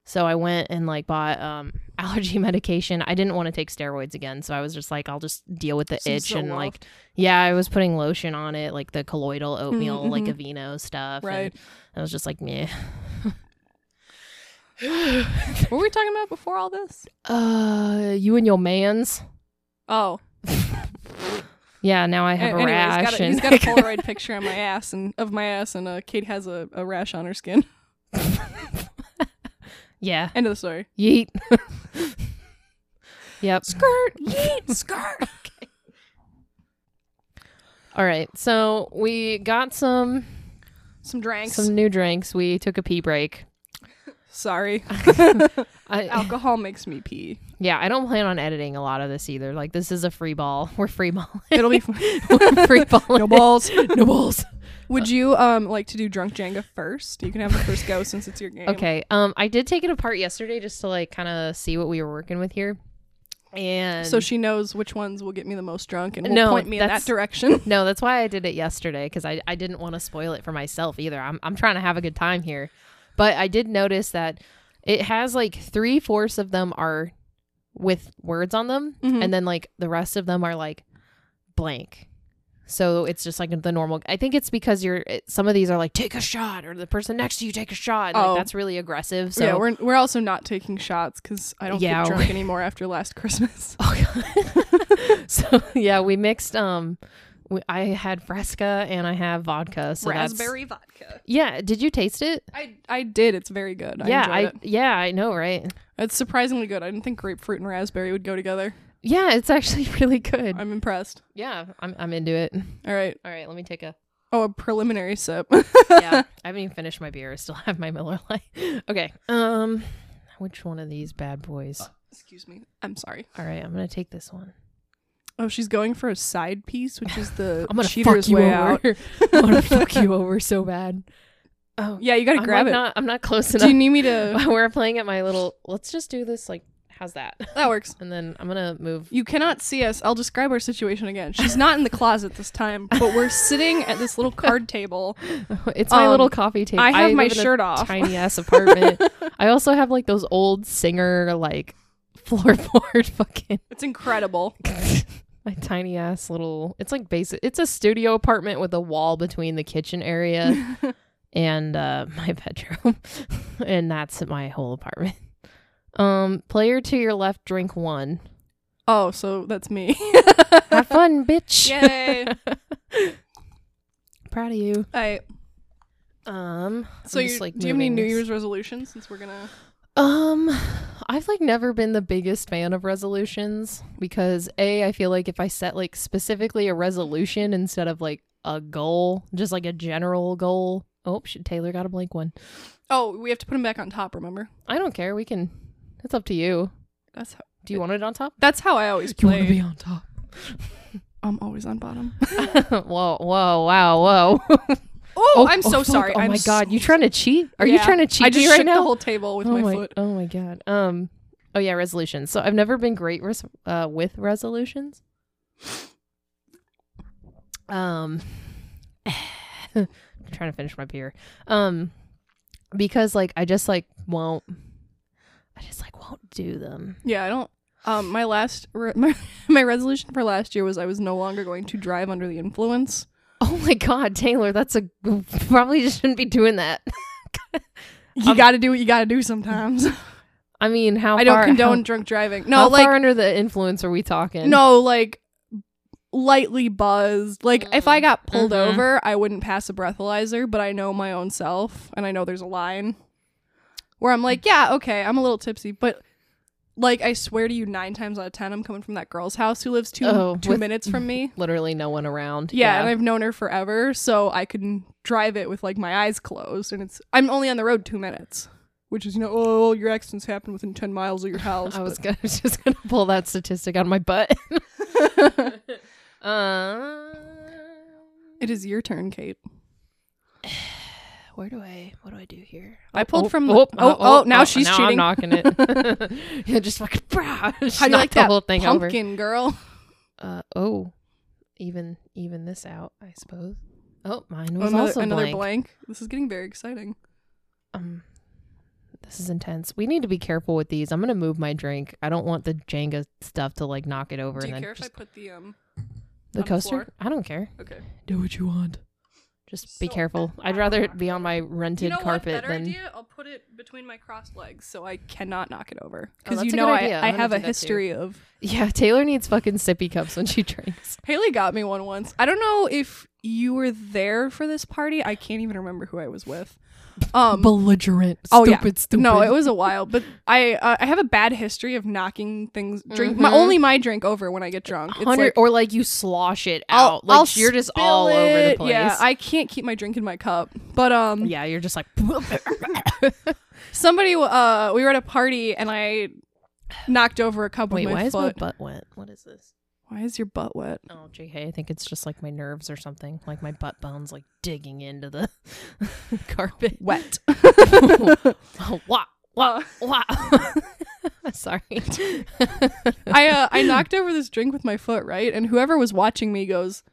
A: So I went and like bought um <laughs> allergy medication. I didn't want to take steroids again, so I was just like I'll just deal with the
B: Some
A: itch and like
B: Zoloft.
A: yeah, I was putting lotion on it, like the colloidal oatmeal, like
B: mhm.
A: Aveeno stuff.
B: Right.
A: And I was just like, meh.
B: what were we talking about before all this?
A: <laughs> Uh, you and your man's.
B: Oh,
A: Yeah, now I have
B: a-
A: a
B: anyway,
A: rash.
B: he's got a,
A: and
B: he's got a Polaroid picture on my ass and of my ass, and uh, Kate has a, a rash on her skin.
A: <laughs>
B: <laughs>
A: yeah,
B: End of the story.
A: yeet. <laughs> yep.
B: Skirt, yeet, skirt.
A: All right. So we got some
B: <laughs> Some drinks.
A: some new drinks. We took a pee break. <laughs>
B: Sorry. <laughs>
A: I,
B: Alcohol makes me pee.
A: yeah, I don't plan on editing a lot of this either. Like this is a free ball. <laughs> We're free ball.
B: It'll be fun.
A: <laughs> We're free ball.
B: no balls.
A: <laughs> No balls.
B: Would you um like to do drunk Jenga first? You can have the first go since it's your game.
A: Okay. Um, I did take it apart yesterday just to like kind of see what we were working with here. And
B: So she knows which ones will get me the most drunk and will
A: No,
B: point me in that
A: that's-
B: direction. <laughs>
A: <laughs> No, that's why I did it yesterday because I, I didn't want to spoil it for myself either. I'm, I'm trying to have a good time here. But I did notice that it has like three fourths of them are with words on them,
B: Mhm.
A: and then like the rest of them are like blank. So it's just like the normal. I think it's because you're it- some of these are like take a shot or the person next to you take a shot. And
B: Oh.
A: Like that's really aggressive. So
B: yeah, we're we're also not taking shots because I don't
A: Yeah,
B: get drunk anymore after
A: <laughs>
B: last <laughs> Christmas.
A: so yeah, we mixed um, we, I had Fresca and I have vodka. So that's-
B: vodka.
A: yeah, did you taste it?
B: I I did. It's very good.
A: yeah,
B: I
A: I
B: enjoyed it.
A: yeah, I know, right?
B: It's surprisingly good. I didn't think grapefruit and raspberry would go together.
A: Yeah, it's actually <laughs> really good.
B: I'm impressed.
A: yeah, I'm I'm into it.
B: All right.
A: All right, let me take a.
B: Oh, a preliminary sip. <laughs>
A: Yeah, I haven't even finished my beer. I still have my Miller Lite. <laughs> Okay. Um, which one of these bad boys?
B: Excuse me. I'm sorry.
A: All right, I'm gonna take this one.
B: Oh, she's going for a side piece, which is the
A: <sighs> I'm gonna
B: cheater's
A: fuck you <laughs>
B: way out.
A: over. I'm gonna fuck
B: <laughs>
A: you over so bad. Oh,
B: Yeah, you gotta
A: I'm
B: grab
A: like
B: it.
A: not. I'm not close
B: Do
A: enough.
B: you need
A: <laughs>
B: me to?
A: We're playing at my little. Let's just do this. Like, how's that?
B: That works.
A: And then I'm gonna move.
B: You cannot see us. I'll describe our situation again. She's not in the closet this
A: <laughs>
B: time, but we're sitting at this little card table.
A: It's my
B: Um,
A: little coffee table.
B: I have my
A: live in a
B: shirt off.
A: Tiny ass apartment. I also have like those old singer like <laughs> floorboard <laughs>
B: <laughs>
A: fucking.
B: <laughs> It's incredible.
A: my tiny ass little. It's like basic. It's a studio apartment with a wall between the kitchen
B: <laughs>
A: area and uh, my bedroom, <laughs> and that's my whole apartment. Um, player to your left, drink one.
B: Oh, so that's me.
A: Have
B: <laughs>
A: fun, bitch.
B: Yay.
A: <laughs> Proud of you.
B: All right.
A: Um,
B: So,
A: I'm
B: you
A: just, like,
B: do you have any
A: moving
B: New
A: this.
B: Year's resolutions since we're gonna.
A: Um, I've like never been the biggest fan of resolutions because a I feel like if I set like specifically a resolution instead of like a goal, just like a general goal. Oh, shit, Taylor got a blank one.
B: Oh, we have to put them back on top. Remember?
A: I don't care. We can. It's up to you.
B: That's how,
A: Do you want it on top? <laughs>
B: that's how I always play.
A: on top?
B: I'm always on
A: <laughs>
B: bottom. <laughs>
A: whoa, whoa, wow, whoa! <laughs>
B: Oh, I'm so
A: fuck.
B: sorry.
A: Oh
B: I'm
A: my god,
B: so
A: you trying to cheat? Are you
B: Yeah.
A: trying to cheat
B: I just
A: me right
B: shook
A: now?
B: the whole table with
A: oh
B: my,
A: my,
B: foot.
A: Oh my god. Um. Oh yeah, resolutions. So I've never been great res- uh, with resolutions. Um, <sighs> I'm trying to finish my beer. Um, because like I just like won't. I just like won't do them. <laughs>
B: Yeah, I don't. Um, my last re- <laughs> my my resolution for last year was I was no longer going to drive under the influence.
A: Oh my god, Taylor, that's a <laughs> probably just shouldn't be doing that. Um,
B: You got to do what you got to do sometimes.
A: I mean, how
B: I don't
A: far,
B: condone
A: How,
B: drunk driving. No,
A: how
B: like
A: far under the influence are we talking?
B: no, like lightly buzzed. Like if I got pulled
A: Mhm.
B: over, I wouldn't pass a breathalyzer, but I know my own self and I know there's a line where I'm like, yeah, okay, I'm a little tipsy, but like I swear to you 9 times out of 10 I'm coming from that girl's house who lives two
A: Oh,
B: 2
A: with-
B: minutes from
A: <laughs>
B: me.
A: literally no one around.
B: Yeah, and I've known her forever, so I can drive it with like my eyes closed, and it's I'm only on the road two minutes, which is you know oh your accidents happen within ten miles of your
A: <sighs>
B: house.
A: I was
B: but-
A: gonna <laughs> just gonna pull that statistic out of my butt. uh,
B: It is your turn, Kate.
A: Um, where do I? What do I do here?
B: I pulled
A: oh,
B: from the-
A: Oh,
B: oh,
A: oh,
B: oh, now she's
A: now I'm
B: cheating.
A: knocking it.
B: <laughs>
A: <laughs> yeah, <laughs> just fucking. How
B: How do you like
A: the
B: that
A: whole thing
B: pumpkin girl?
A: over? Uh, oh, even even this out, I suppose. Oh, mine was
B: Another,
A: also
B: another
A: blank.
B: This is getting very exciting.
A: Um, this is intense. We need to be careful with these. I'm gonna move my drink. I don't want the Jenga stuff to like knock it over
B: Do
A: and
B: you
A: then
B: care if I
A: just-
B: put the um?
A: the
B: on the
A: coaster.
B: floor?
A: I don't care.
B: Okay.
A: Do what you want. Just be
B: So-
A: careful. I'd rather it be on my rented
B: you know what?
A: carpet
B: Better
A: than.
B: idea. I'll put it between my crossed legs so I cannot knock it over
A: Oh,
B: because
A: that's
B: you
A: a
B: know
A: good
B: I,
A: idea. I'm
B: I
A: gonna
B: have
A: do
B: a
A: that too.
B: history of
A: <laughs> Yeah, Taylor needs fucking sippy cups when she <laughs> drinks.
B: Haley got me one once. I don't know if you were there for this party. I can't even remember who I was with. Um,
A: Belligerent.
B: oh yeah, no, it was a while. But I uh, I have a bad history of knocking things drink my
A: Mhm.
B: only my drink over when I get drunk. It's
A: hundred
B: like,
A: or like you slosh it
B: I'll-
A: out. like
B: I'll
A: you're just
B: spill
A: all over the
B: it.
A: place.
B: Yeah, I can't keep my drink in my cup. But um,
A: yeah, you're just like. <laughs>
B: somebody uh, we were at a party and I knocked over a cup
A: Wait,
B: with my
A: why is my
B: foot.
A: butt wet? What is this?
B: why is your butt wet?
A: Oh, JK, I think it's just like my nerves or something. Like my butt bones like digging into the <laughs> carpet.
B: Wet. <laughs>
A: <laughs> Oh, wow, <laughs> wow, wow. <laughs> Sorry.
B: I uh, I knocked over this drink with my foot, right? And whoever was watching me goes,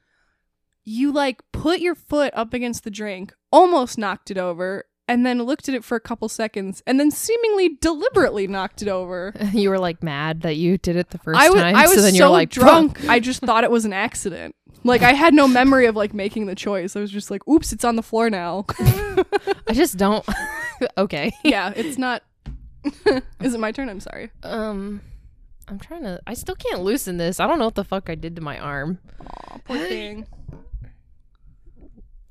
B: "You like put your foot up against the drink, almost knocked it over, and then looked at it for a couple seconds, and then seemingly deliberately knocked it over."
A: <laughs> You were like mad that you did it the first
B: I was
A: time.
B: I was
A: so then you're like
B: drunk. I just thought it was an accident. Like I had no memory of like making the choice. I was just like, "Oops, it's on the floor now."
A: I just <laughs> don't. okay.
B: yeah,
A: <laughs>
B: it's not. Is it my turn? I'm sorry.
A: Um, I'm trying to. I still can't loosen this. I don't know what the fuck I did to my arm.
B: Aw, poor thing.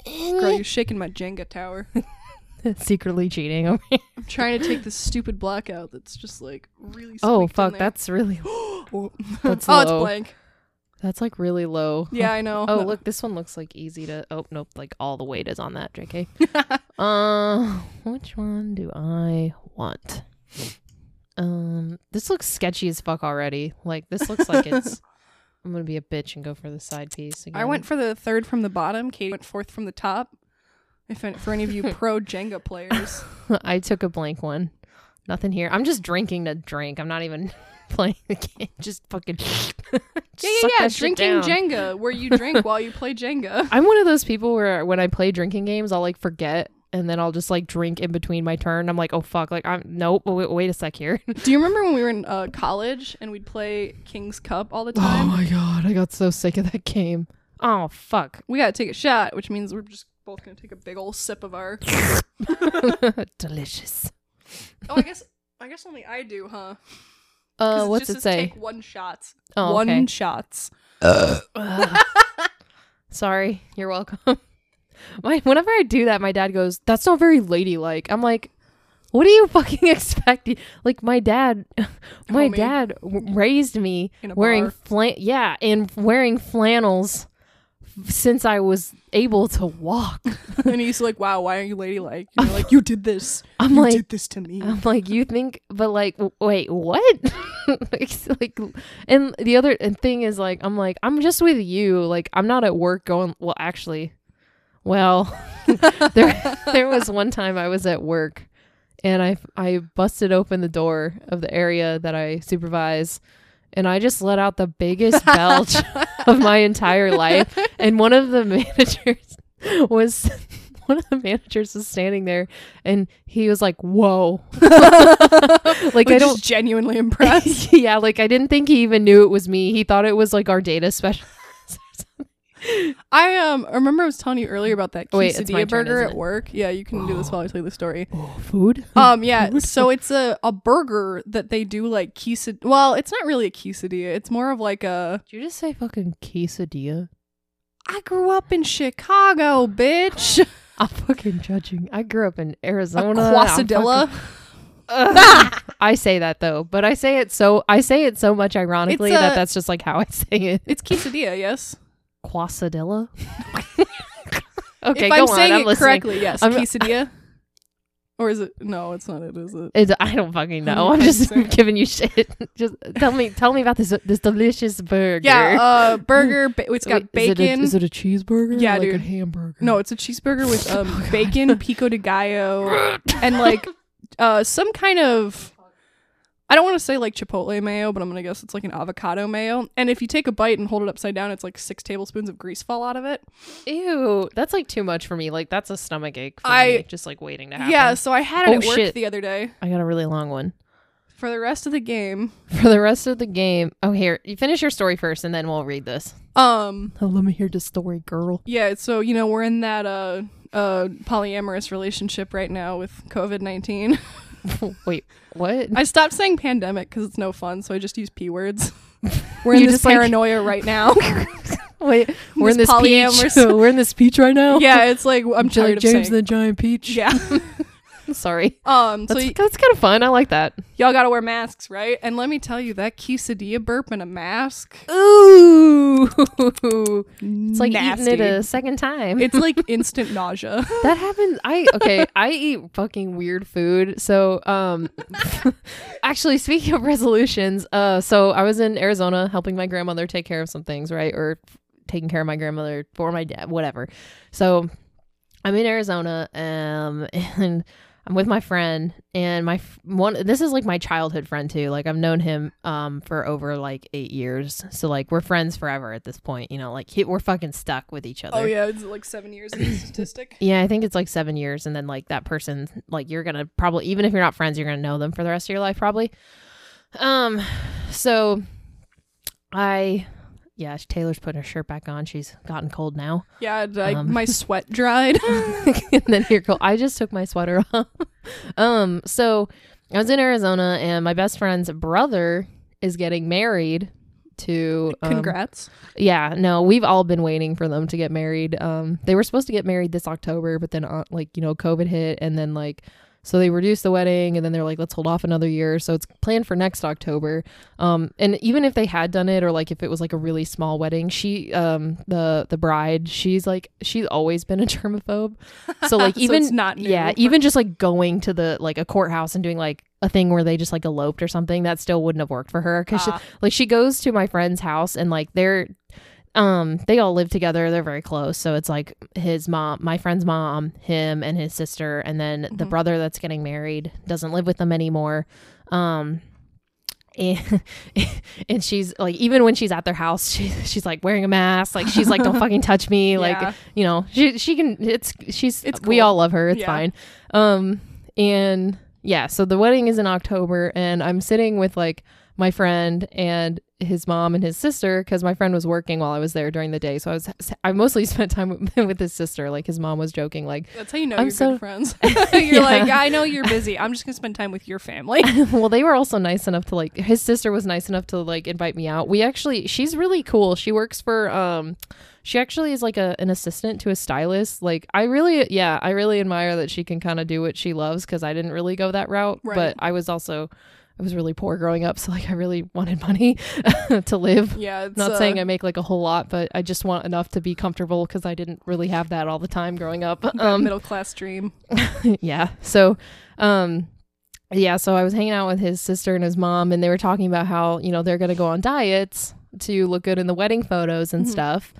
B: Girl, you're shaking my Jenga tower.
A: <laughs> Secretly cheating. over here.
B: I'm trying to take this stupid black out that's just like really.
A: oh <laughs>
B: squeaked in
A: fuck,
B: there.
A: that's <laughs> really.
B: oh,
A: that's
B: oh, it's
A: low.
B: blank.
A: That's like really low.
B: Yeah, I know.
A: Oh look, this one looks like easy to. Oh nope, like all the weight is on that. <laughs> Jk. uh, which one do I want? <laughs> Um, this looks sketchy as fuck already. Like this looks like it's I'm gonna be a bitch and go for the side piece. Again.
B: I went for the third from the bottom. Katie went fourth from the top. If an- for any of you
A: <laughs>
B: pro Jenga players,
A: I took a blank one. Nothing here. I'm just drinking to drink. I'm not even <laughs> playing the game. Just fucking. <laughs> yeah,
B: yeah, yeah, yeah. drinking Jenga, where
A: <laughs>
B: you drink while you play Jenga.
A: I'm one of those people where when I play drinking games, I'll like forget and then I'll just like drink in between my turn. I'm like, oh fuck, like I'm nope. Wait, wait a sec here. <laughs>
B: Do you remember when we were in uh, college and we'd play King's Cup
A: <gasps>
B: all the time?
A: Oh, god, I got so sick of that game. Oh
B: <laughs>
A: fuck, <laughs>
B: We gotta take a shot, which means we're just both gonna take a big old sip of our.
A: delicious.
B: Oh, I guess I guess only I do, huh? 'Cause
A: Uh, what's
B: just
A: it say?
B: Take one shots.
A: Oh,
B: one <laughs>
A: okay.
B: shots.
A: Ugh. Sorry, you're welcome. <laughs> My, whenever I do that, my dad goes, "That's not very ladylike." I'm like, "What do you <laughs> fucking expect?" Like my dad, <laughs> my
B: Homie.
A: dad w- raised me
B: In a
A: wearing
B: bar.
A: flan, yeah, and wearing flannels f- since I was able to
B: <laughs>
A: walk.
B: and he's like, "Wow, why aren't you ladylike?"
A: <laughs>
B: And you're like, "You did this.
A: I'm
B: you
A: like-
B: did this to me."
A: I'm like, you think, but like, w- wait, what? <laughs> It's like, and the other and thing is like, I'm like, I'm just with you. Like, I'm not at work going. Well, actually, well, <laughs> there <laughs> there was one time I was at work, and I I busted open the door of the area that I supervise, and I just let out the biggest <laughs> belch of my entire life. And one of the <laughs> managers was. <laughs> One of the managers was standing there, and he was like, <laughs> "Whoa!" like
B: like
A: I
B: I
A: don't, <laughs>
B: just genuinely impressed.
A: yeah, like I didn't think he even knew it was me. He thought it was like our data special.
B: I um remember I was telling you earlier about that quesadilla
A: Wait, it's my turn,
B: burger
A: isn't
B: at
A: it?
B: work. Yeah, you can do this while I tell you
A: <laughs>
B: the story.
A: Oh, food.
B: Um, yeah. so it's a a burger that they do like quesad. Well, it's not really a quesadilla. It's more of like a.
A: Did you just say fucking quesadilla?
B: I grew up in Chicago, bitch.
A: I'm fucking judging. <laughs> I grew up in
B: A
A: Arizona. I'm
B: quesadilla.
A: fucking- I say that though, but I say it so I say it so much ironically
B: It's a-
A: that that's just like how I say it.
B: It's quesadilla. Yes.
A: Quasadilla. <laughs> okay,
B: if
A: go
B: I'm
A: on.
B: saying
A: I'm
B: it
A: listening.
B: correctly, yes,
A: I'm-
B: quesadilla. or is it? No, it's not. It is it.
A: It's, I don't fucking
B: <laughs>
A: know. I'm
B: I'm
A: just
B: saying-
A: <laughs> giving you shit. Just tell me, tell me about this this delicious <laughs> burger.
B: Yeah, uh, burger. Ba- it's got
A: Wait,
B: bacon.
A: it a cheeseburger?
B: Yeah, dude.
A: hamburger.
B: No, it's a cheeseburger
A: <laughs>
B: with
A: Oh,
B: um, bacon, pico de gallo, and like uh, some kind of. I don't want to say like chipotle mayo, but I'm gonna guess it's like an avocado mayo. And if you take a bite and hold it upside down, it's like six tablespoons of grease fall out of it.
A: Ew, that's like too much for me. Like that's a stomach ache for
B: I-
A: me. Just like waiting to happen.
B: Yeah, so I had it
A: Oh,
B: at work
A: shit.
B: the other day.
A: I got a really long one.
B: For the rest of the game,
A: For the rest of the game. Oh here, you finish your story first and then we'll read this. <laughs>
B: um,
A: Oh, let me hear the story, girl.
B: yeah, so you know we're in that uh, uh, polyamorous relationship right now with COVID nineteen. <laughs>
A: Wait, what?
B: I stopped saying pandemic because it's no fun, so I just use
A: <laughs>
B: p words. We're in
A: You
B: this
A: just, like- <laughs>
B: paranoia right now.
A: Wait, we're in
B: This
A: this peach. <laughs>
B: polyamorous-
A: we're in this peach right now.
B: yeah, it's like I'm
A: Jelly
B: tired of
A: James
B: saying.
A: and the giant peach.
B: yeah.
A: Sorry.
B: <laughs> Um. So
A: That's,
B: y-
A: that's kind of fun. I like that.
B: y'all gotta wear masks, right? And let me tell you, that quesadilla burp and a mask.
A: Ooh. It's
B: It's
A: like eating it a second time.
B: <laughs> it's like instant
A: <laughs>
B: nausea.
A: That happens. I okay. I eat fucking weird food. So, um, <laughs> actually, speaking of resolutions, uh, so I was in Arizona helping my grandmother take care of some things, right, or taking care of my grandmother for my dad, whatever. So, I'm in Arizona, um, <laughs> and I'm with my friend, and my f- one. This is like my childhood friend too. Like I've known him, um, for over like eight years. So like we're friends forever at this point. You know, like he, we're fucking stuck with each other.
B: <laughs> oh yeah, it's like seven
A: <coughs>
B: years in the statistic.
A: Yeah, I think it's like seven years, and then like that person, like you're gonna probably, even if you're not friends, you're gonna know them for the rest of your life, probably. Um, so I, yeah, Taylor's putting her shirt back on. She's gotten cold now. <laughs>
B: Yeah, and I,
A: Um.
B: my sweat dried. <laughs>
A: and then here go I just took my sweater off. Um, so I was in Arizona and my best friend's brother is getting married to um,
B: Congrats.
A: yeah, no, we've all been waiting for them to get married. Um, they were supposed to get married this October, but then uh, like you know, COVID hit, and then like So they reduced the wedding and then they're like, let's hold off another year. So it's planned for next October. Um, and even if they had done it or like if it was like a really small wedding, she, um, the, the bride, she's like, she's always been a <laughs> germaphobe. So like
B: <laughs> So
A: even,
B: it's not new
A: yeah,
B: for-
A: even just like going to the, like a courthouse and doing like a thing where they just like eloped or something that still wouldn't have worked for her. Cause she,
B: Ah.
A: like she goes to my friend's house and like they're um they all live together they're very close so it's like his mom my friend's mom him and his sister and then the
B: Mhm.
A: brother that's getting married doesn't live with them anymore um and, <laughs> and she's like even when she's at their house she, she's like wearing a mask like she's like don't fucking touch me
B: Yeah.
A: like you know she she can it's she's
B: It's
A: we
B: cool.
A: all love her it's
B: Yeah.
A: fine um and yeah so the wedding is in october and i'm sitting with like my friend and his mom and his sister because my friend was working while i was there during the day so i was i mostly <laughs> spent time with, with his sister like his mom was joking like
B: That's how you know
A: I'm
B: you're
A: so- <laughs>
B: good friends. you're like, I know you're busy. I'm just gonna spend time with
A: <laughs>
B: your family.
A: well they were also nice enough to like his sister was nice enough to like invite me out we actually she's really cool she works for um she actually is like a, an assistant to a stylist like i really yeah i really admire that she can kind of do what she loves because i didn't really go that route
B: Right.
A: but i was also i was really poor growing up <laughs> so like i really wanted money <laughs> to live
B: Yeah, it's
A: not
B: uh,
A: saying i make like a whole lot but i just want enough to be comfortable because i didn't really have that all the time growing up um
B: middle class dream.
A: yeah. So, um, yeah. So I was hanging out with his sister and his mom, and they were talking about how you know they're gonna go on diets to look good in the wedding photos and
B: Mhm.
A: stuff.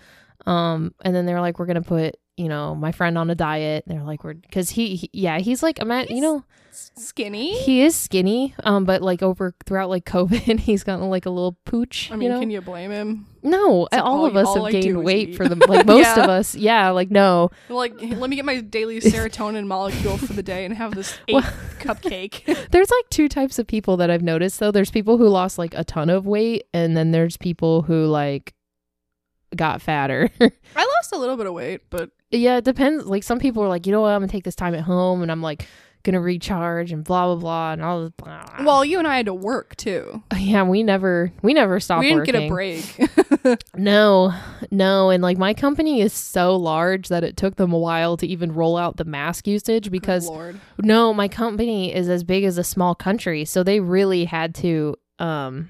A: Um, and then they were like, we're gonna put you know my friend on a diet. They're like, we're because he, he- yeah he's like I'm at you
B: He's-
A: know
B: S- Skinny.
A: he is skinny um but like over throughout like COVID <laughs> he's gotten like a little pooch.
B: I mean,
A: you know?
B: can you blame him?
A: no,
B: like
A: all,
B: all
A: of
B: you-
A: us
B: all
A: have
B: I do
A: gained
B: is
A: weight
B: eat.
A: for the like most
B: <laughs> Yeah.
A: of us. Yeah, like no.
B: Like, let me get my
A: <laughs>
B: daily serotonin molecule for the day and have this eighth
A: Well- <laughs>
B: cupcake.
A: There's like two types of people that I've noticed though. There's people who lost like a ton of weight, and then there's people who like got fatter. <laughs>
B: I lost a little bit of weight, but
A: yeah, it depends. Like some people are like, you know what, I'm gonna take this time at home, and I'm like gonna recharge and blah blah blah and all. this Blah, blah.
B: well, you and I had to work too.
A: <sighs> yeah, we never we never stopped.
B: we didn't
A: working.
B: get a break.
A: No, no, and like my company is so large that it took them a while to even roll out the mask usage <laughs> because <laughs>
B: <laughs> Lord,
A: No, my company is as big as a small country, so they really had to um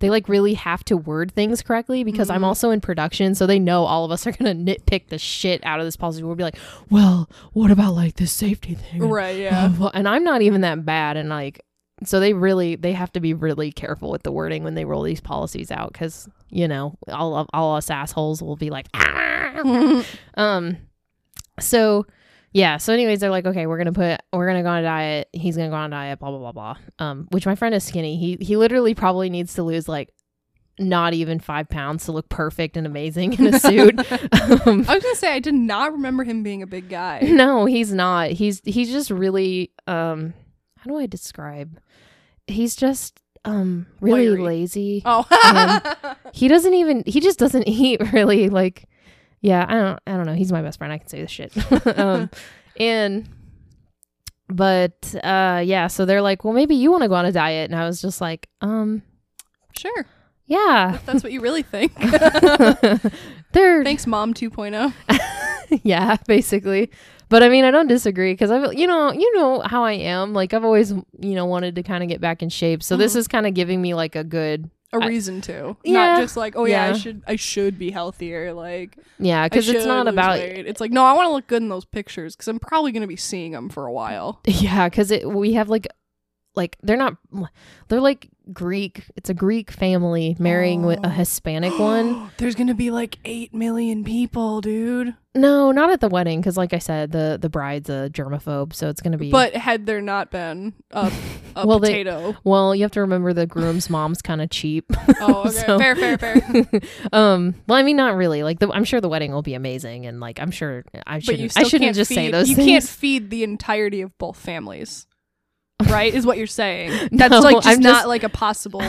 A: they like really have to word things correctly because I'm
B: Mhm.
A: also in production, so they know all of us are gonna nitpick the shit out of this policy. We'll be like, "Well, what about like this safety thing?" Oh,
B: right?
A: <laughs>
B: Yeah,
A: Well, and I'm not even that bad, and like, so they really they have to be really careful with the wording when they roll these policies out because you know all of all us assholes will be like, "Ah, um, so yeah. So, anyways, they're like, okay, we're gonna put, we're gonna go on a diet. He's gonna go on a diet. Blah blah blah blah. Um, which my friend is skinny. He he literally probably needs to lose like not even five pounds to look perfect and amazing
B: <laughs>
A: in a suit. um,
B: I was gonna say I did not remember him being a big guy.
A: <laughs> no, he's not. He's he's just really um, how do I describe? He's just um really
B: Wiry.
A: lazy.
B: Oh,
A: He doesn't even. He just doesn't <laughs> eat really. Like, yeah, I don't. I don't know. He's my best friend. I can say this shit. <laughs> um, and, but uh, yeah. So they're like, well, maybe you want to go on a diet, and I was just like, um,
B: <laughs> sure.
A: yeah. <laughs>
B: If that's what you really think.
A: they're
B: <laughs> Thanks, Mom oh. 2.0.
A: <laughs> yeah, basically. But I mean, I don't disagree because I've you know you know how I am. Like I've always you know wanted to kind of get back in shape. So this
B: Mhm.
A: is kind of giving me like a good
B: A
A: I-
B: reason to,
A: Yeah.
B: not just like, oh yeah,
A: Yeah.
B: I should, I should be healthier. Like,
A: yeah
B: I
A: because it's
B: should
A: not
B: lose
A: about
B: weight. It's like, no, I want to look good in those pictures because I'm probably gonna be seeing them for a while.
A: Yeah, because it we have like like they're not they're like Greek. It's a Greek family marrying with a
B: Oh.
A: Hispanic
B: <gasps>
A: one.
B: There's gonna be like eight million people, dude.
A: No, not at the wedding because like I said, the the bride's a germaphobe, so it's gonna be.
B: But had there not been a,
A: <laughs>
B: a
A: Well, they- <laughs>
B: potato,
A: well, you have to remember the
B: <laughs>
A: groom's mom's kind of cheap.
B: oh, okay,
A: So-
B: fair, fair, fair.
A: um, well, I mean, not really. Like, the, I'm sure the wedding will be amazing, and like, I'm sure I
B: But you
A: shouldn't. I
B: still
A: shouldn't
B: can't
A: just say
B: feed-
A: those
B: You
A: things.
B: can't feed the entirety of
A: <laughs>
B: both families. Right is what you're saying. That's
A: No,
B: like just
A: I'm
B: not
A: just-
B: like a possible.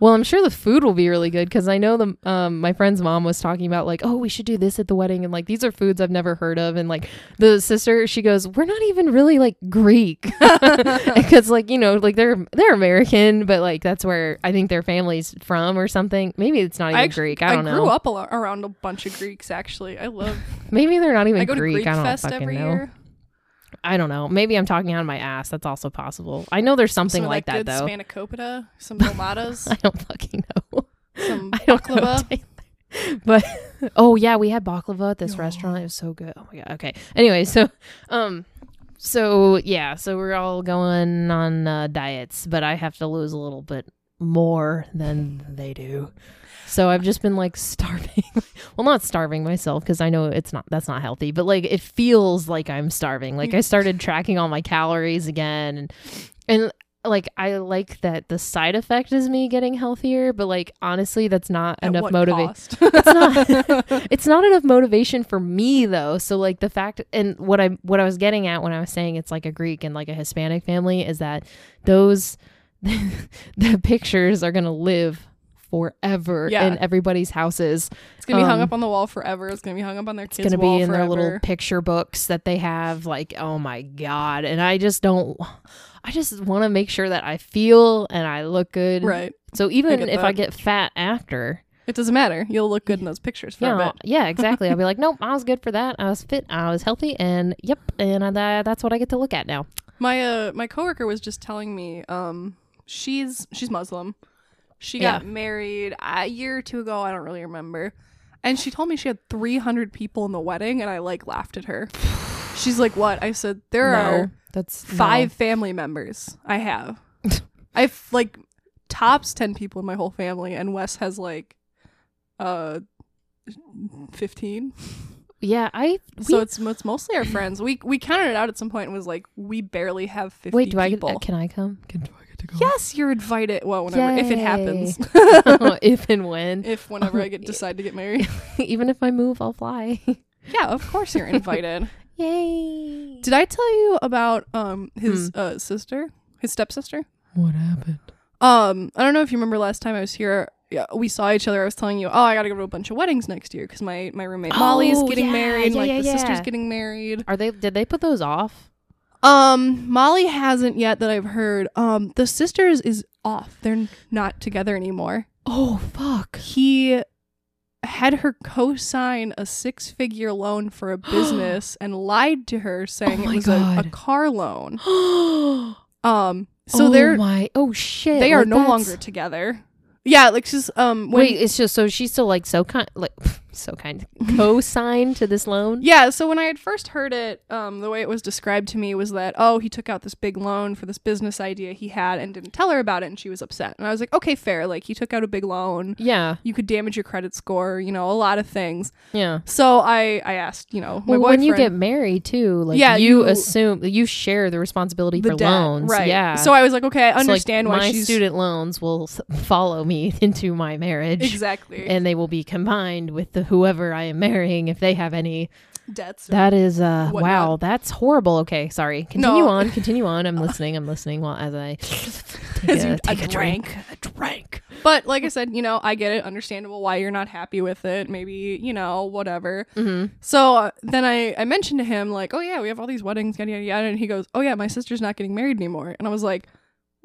A: Well, I'm sure the food will be really good because I know the um, my friend's mom was talking about like, oh, we should do this at the wedding, and like these are foods I've never heard of, and like the sister she goes, we're not even really like
B: <laughs>
A: Greek <laughs> because like you know like they're they're American, but like that's where I think their family's from or something. Maybe it's not even
B: actu-
A: Greek. I don't
B: I
A: know.
B: grew up a lo- around a bunch of Greeks. Actually, I love.
A: Maybe they're not even
B: I go to
A: Greek.
B: Greek
A: I don't
B: Fest
A: fucking
B: every
A: know.
B: year.
A: I don't know. Maybe I'm talking out of my ass. That's also possible. I know there's something
B: Some of
A: like that,
B: good
A: though.
B: Spanakopita, some
A: <laughs>
B: Dolmatas,
A: I don't fucking know.
B: some
A: <laughs> I don't know,
B: baklava.
A: Taylor. But <laughs> oh yeah, we had baklava at this
B: Yeah.
A: restaurant. It was so good. Oh my god. Okay. Anyway, so um so yeah, so we're all going on uh, diets, but I have to lose a little bit more than they do. So I've just been like <laughs> starving. well, not starving myself because I know it's not that's not healthy, but like it feels like I'm starving.
B: <laughs>
A: Like I started tracking all my calories again and and like I like that the side effect is me getting healthier, but like honestly, that's not
B: At
A: enough
B: what
A: motivation.
B: cost?
A: <laughs> It's It's not enough motivation for me though. So like the fact and what I what I was getting at when I was saying it's like a Greek and like a Hispanic family is that those <laughs> the pictures are gonna live forever
B: Yeah.
A: in everybody's houses.
B: <laughs> It's gonna be hung
A: Um,
B: up on the wall forever. It's gonna be hung up on their
A: It's
B: kids'
A: gonna
B: wall
A: be in
B: forever.
A: their little picture books that they have. Like oh my god! And I just don't. I just want to make sure that I feel and I look good.
B: right.
A: So even
B: get
A: if I
B: that.
A: get fat after,
B: It doesn't matter. You'll look good in those pictures for
A: yeah,
B: a bit.
A: yeah, exactly. I'll be
B: <laughs>
A: like, nope, I was good for that. I was fit. I was healthy, and yep, and I, that- that's what I get to look at now.
B: My uh my coworker was just telling me um she's she's Muslim. She
A: Yeah.
B: got married a year or two ago, I don't really remember. And she told me she had 300 people in the wedding and I like laughed at
A: <sighs>
B: her. She's like, "What?" I said, "There are
A: that's no.
B: five family members I
A: <laughs>
B: have. I've like tops 10 people in my whole family and Wes has like uh 15.
A: Yeah, I
B: so
A: we-
B: it's it's mostly our friends. We we counted it out at some point and was like, we barely have fifty
A: wait. Do I get?
B: people.
A: Can I
B: <laughs>
A: come? <laughs> Can, do I get to go?
B: yes, you're invited. Well, whenever if it
A: Yay.
B: happens,
A: if and when,
B: <laughs> if whenever
A: <laughs>
B: I get decide to get married,
A: even if I move, I'll
B: <laughs>
A: fly.
B: yeah, of course you're
A: <laughs>
B: invited.
A: Yay!
B: Did I tell you about um his
A: Hmm.
B: uh sister, his stepsister?
C: What happened?
B: Um, I don't know if you remember last time I was here. Yeah, we saw each other. I was telling you, oh, I got to go to a bunch of weddings next year because my my roommate Molly is
A: Oh,
B: getting
A: yeah,
B: married,
A: yeah,
B: like
A: yeah,
B: the sister's
A: yeah.
B: getting married.
A: Are they? Did they put those off?
B: Um, Molly hasn't yet that I've heard. Um, the sisters is off. They're n- not together anymore.
A: Oh
B: <gasps>
A: fuck!
B: He had her co-sign a six-figure loan for
A: <gasps>
B: a business and lied to her saying
A: Oh my
B: it was a, a
A: God.
B: car loan.
A: so
B: Um, so they're
A: my oh shit.
B: they
A: like,
B: are no
A: that's-
B: longer together. Yeah, like she's um when-
A: Wait, it's just so she's still like so kind, like <laughs> so
B: <laughs>
A: kind, co-signed to this loan.
B: Yeah, so when I had first heard it, um, the way it was described to me was that, oh, he took out this big loan for this business idea he had and didn't tell her about it, and she was upset. And I was like, okay, fair. Like, he took out a big loan.
A: Yeah,
B: You could damage your credit score, you know, a lot of things.
A: yeah.
B: So I, I asked, you know, my
A: well,
B: boyfriend.
A: when you get married too, like
B: Yeah,
A: you,
B: you-
A: assume you share the responsibility
B: the
A: for
B: debt,
A: loans,
B: right?
A: Yeah.
B: So I was like, okay, I
A: So, like,
B: understand why
A: my
B: she's <laughs>
A: student loans will s- follow me <laughs> into my marriage,
B: exactly
A: and they will be combined with the whoever I am marrying if they have any.
B: debts.
A: That is, uh,
B: What
A: wow,
B: not?
A: that's horrible. Okay, sorry. Continue
B: No. <laughs>
A: on, continue on. I'm listening. I'm listening. While as I take
B: As
A: a,
B: you- a
A: take a drink,
B: drink.
A: a drink.
B: <laughs> But like I said, you know, I get it, understandable why you're not happy with it. Maybe you know, whatever.
A: hmm
B: So uh, then I, I mentioned to him, like, oh, yeah, we have all these weddings, yada, yada, yada. And he goes, oh, yeah, my sister's not getting married anymore. And I was like,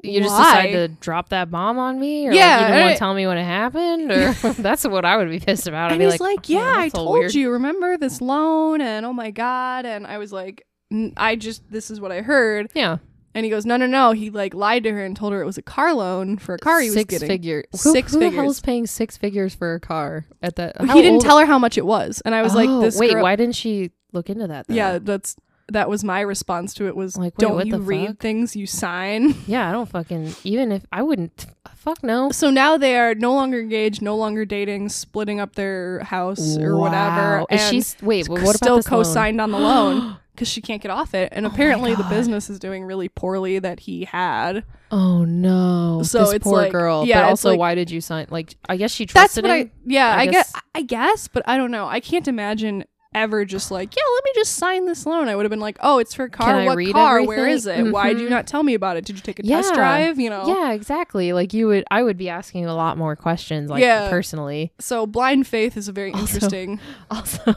A: You just
B: Why?
A: decided to drop that bomb on me, or
B: Yeah, eh.
A: like, you didn't want
B: I-
A: to tell me what happened,
B: <laughs>
A: or <laughs> that's what I would be pissed about. I'd
B: and
A: be
B: he's like,
A: "Oh,
B: yeah, I
A: that's a
B: told
A: weird
B: you, remember this loan? And oh, my God. And I was like, "N- I just, this is what I heard.
A: Yeah,
B: And he goes, no, no, no. He like lied to her and told her it was a car loan for a car he was
C: six
B: getting.
C: figure. Who,
B: Six
C: who the
B: figures.
C: hell's paying six figures for a car at that?
B: But
C: how
B: he didn't
C: old-
B: tell her how much it was. And I was
A: Oh,
B: like, this
A: wait,
B: girl-
A: why didn't she look into that? Though?
B: Yeah, that's, that was my response to it was,
A: Like, wait,
B: don't
A: what
B: you
A: the
B: read
A: fuck?
B: things you sign? <laughs>
A: yeah. I don't fucking even if I wouldn't. <laughs> Fuck no.
B: So now they are no longer engaged, no longer dating, splitting up their house or whatever.
A: Wow. Is
B: and
A: she s- wait? What about
B: still
A: this loan?
B: co-signed on
A: <gasps>
B: the loan because she can't get off it. And
A: Oh my
B: apparently the
A: God.
B: business is doing really poorly that he had.
A: Oh no.
B: So
C: this
B: it's
C: poor
B: like-
C: girl.
B: yeah,
C: but
B: it's
C: also,
B: like-
C: why did you sign? Like, I guess she
B: That's
C: trusted
B: what I
C: him.
B: yeah,
A: I
B: I guess
A: guess.
B: I guess, but I don't know. I can't imagine ever just like, yeah, let me just sign this loan. I would have been like, "Oh, it's for a car.
A: Can I
B: what
A: read
B: car? Where
A: everything?
B: is it? Why do you
A: Mhm.
B: not tell me about it? Did you take a test
A: Yeah.
B: drive, you know?"
A: Yeah, exactly. Like you would, I would be asking a lot more questions. Like
B: Yeah.
A: personally. <laughs>
B: So blind faith is a very
A: Also-
B: interesting.
A: Also,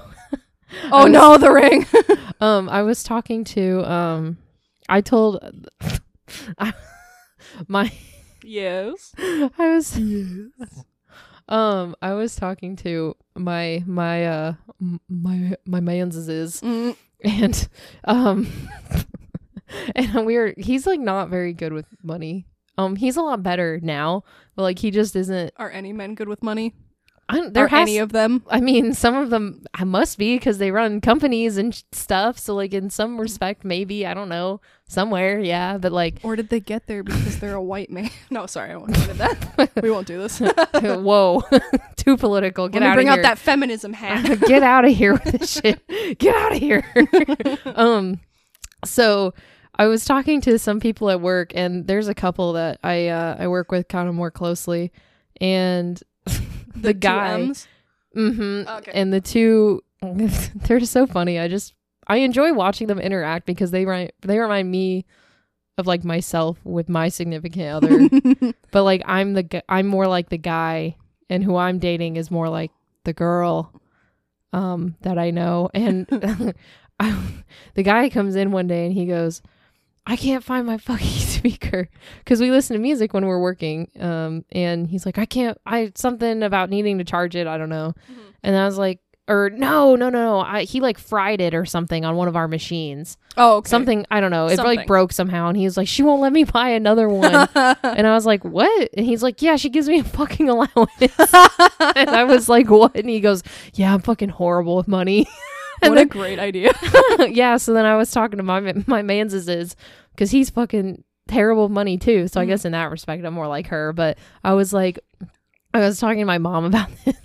B: Oh
A: was-
B: no, the ring. <laughs>
A: um, I was talking to um, I told, <laughs> I, my
B: yes.
A: I was um I was talking to my my uh m- my my manses
B: Mm,
A: and um <laughs> and we're he's like not very good with money um he's a lot better now but like he just isn't
B: Are any men good with money?
A: I don't, there
B: Are
A: has
B: any of them?
A: i mean some of them i must be because they run companies and sh- stuff so like in some respect maybe i don't know somewhere yeah but
B: <laughs>
A: like <laughs>
B: Or did they get there because they're a white man? <laughs> No, sorry, I won't go into that. we won't do <laughs> this.
A: whoa <laughs> too political get
B: Let me
A: out
B: bring
A: of
B: out
A: here
B: that feminism <laughs>
A: <laughs>
B: hat.
A: get out of here with this shit. Get out of here. <laughs> um, so I was talking to some people at work, and there's a couple that I uh, I work with kind of more closely, and <laughs> the,
B: two
A: guy,
B: M's.
A: hmm
B: Okay.
A: and the two, <laughs> they're so funny. I just I enjoy watching them interact because they remind they remind me of like myself with my significant other but like I'm the gu- I'm more like the guy, and who I'm dating is more like the girl, um, that I know. And <laughs> I, the guy comes in one day and he goes, "I can't find my fucking <laughs> speaker," because we listen to music when we're working. Um, and he's like, "I can't. I something about needing to charge it. I don't know."
B: Mhm.
A: And I was like. Or no, no, no, no. I, he like fried it or something on one of our machines.
B: oh, okay. <laughs>
A: Something I don't know. It
B: Something.
A: like broke somehow, and he was like, "She won't let me buy another
B: <laughs>
A: one." And I was like, "What?" And he's like, "Yeah, she gives me a fucking <laughs> allowance."
B: <laughs>
A: and I was like, "What?" And he goes, "Yeah, I'm fucking horrible with money."
B: what
A: and
B: a great <laughs> idea.
A: then, <laughs> yeah, so then I was talking to my ma- my manses is because he's fucking terrible with money too. So I
B: Mhm.
A: guess in that respect, I'm more like her. But I was like, I was talking to my mom <laughs> about this,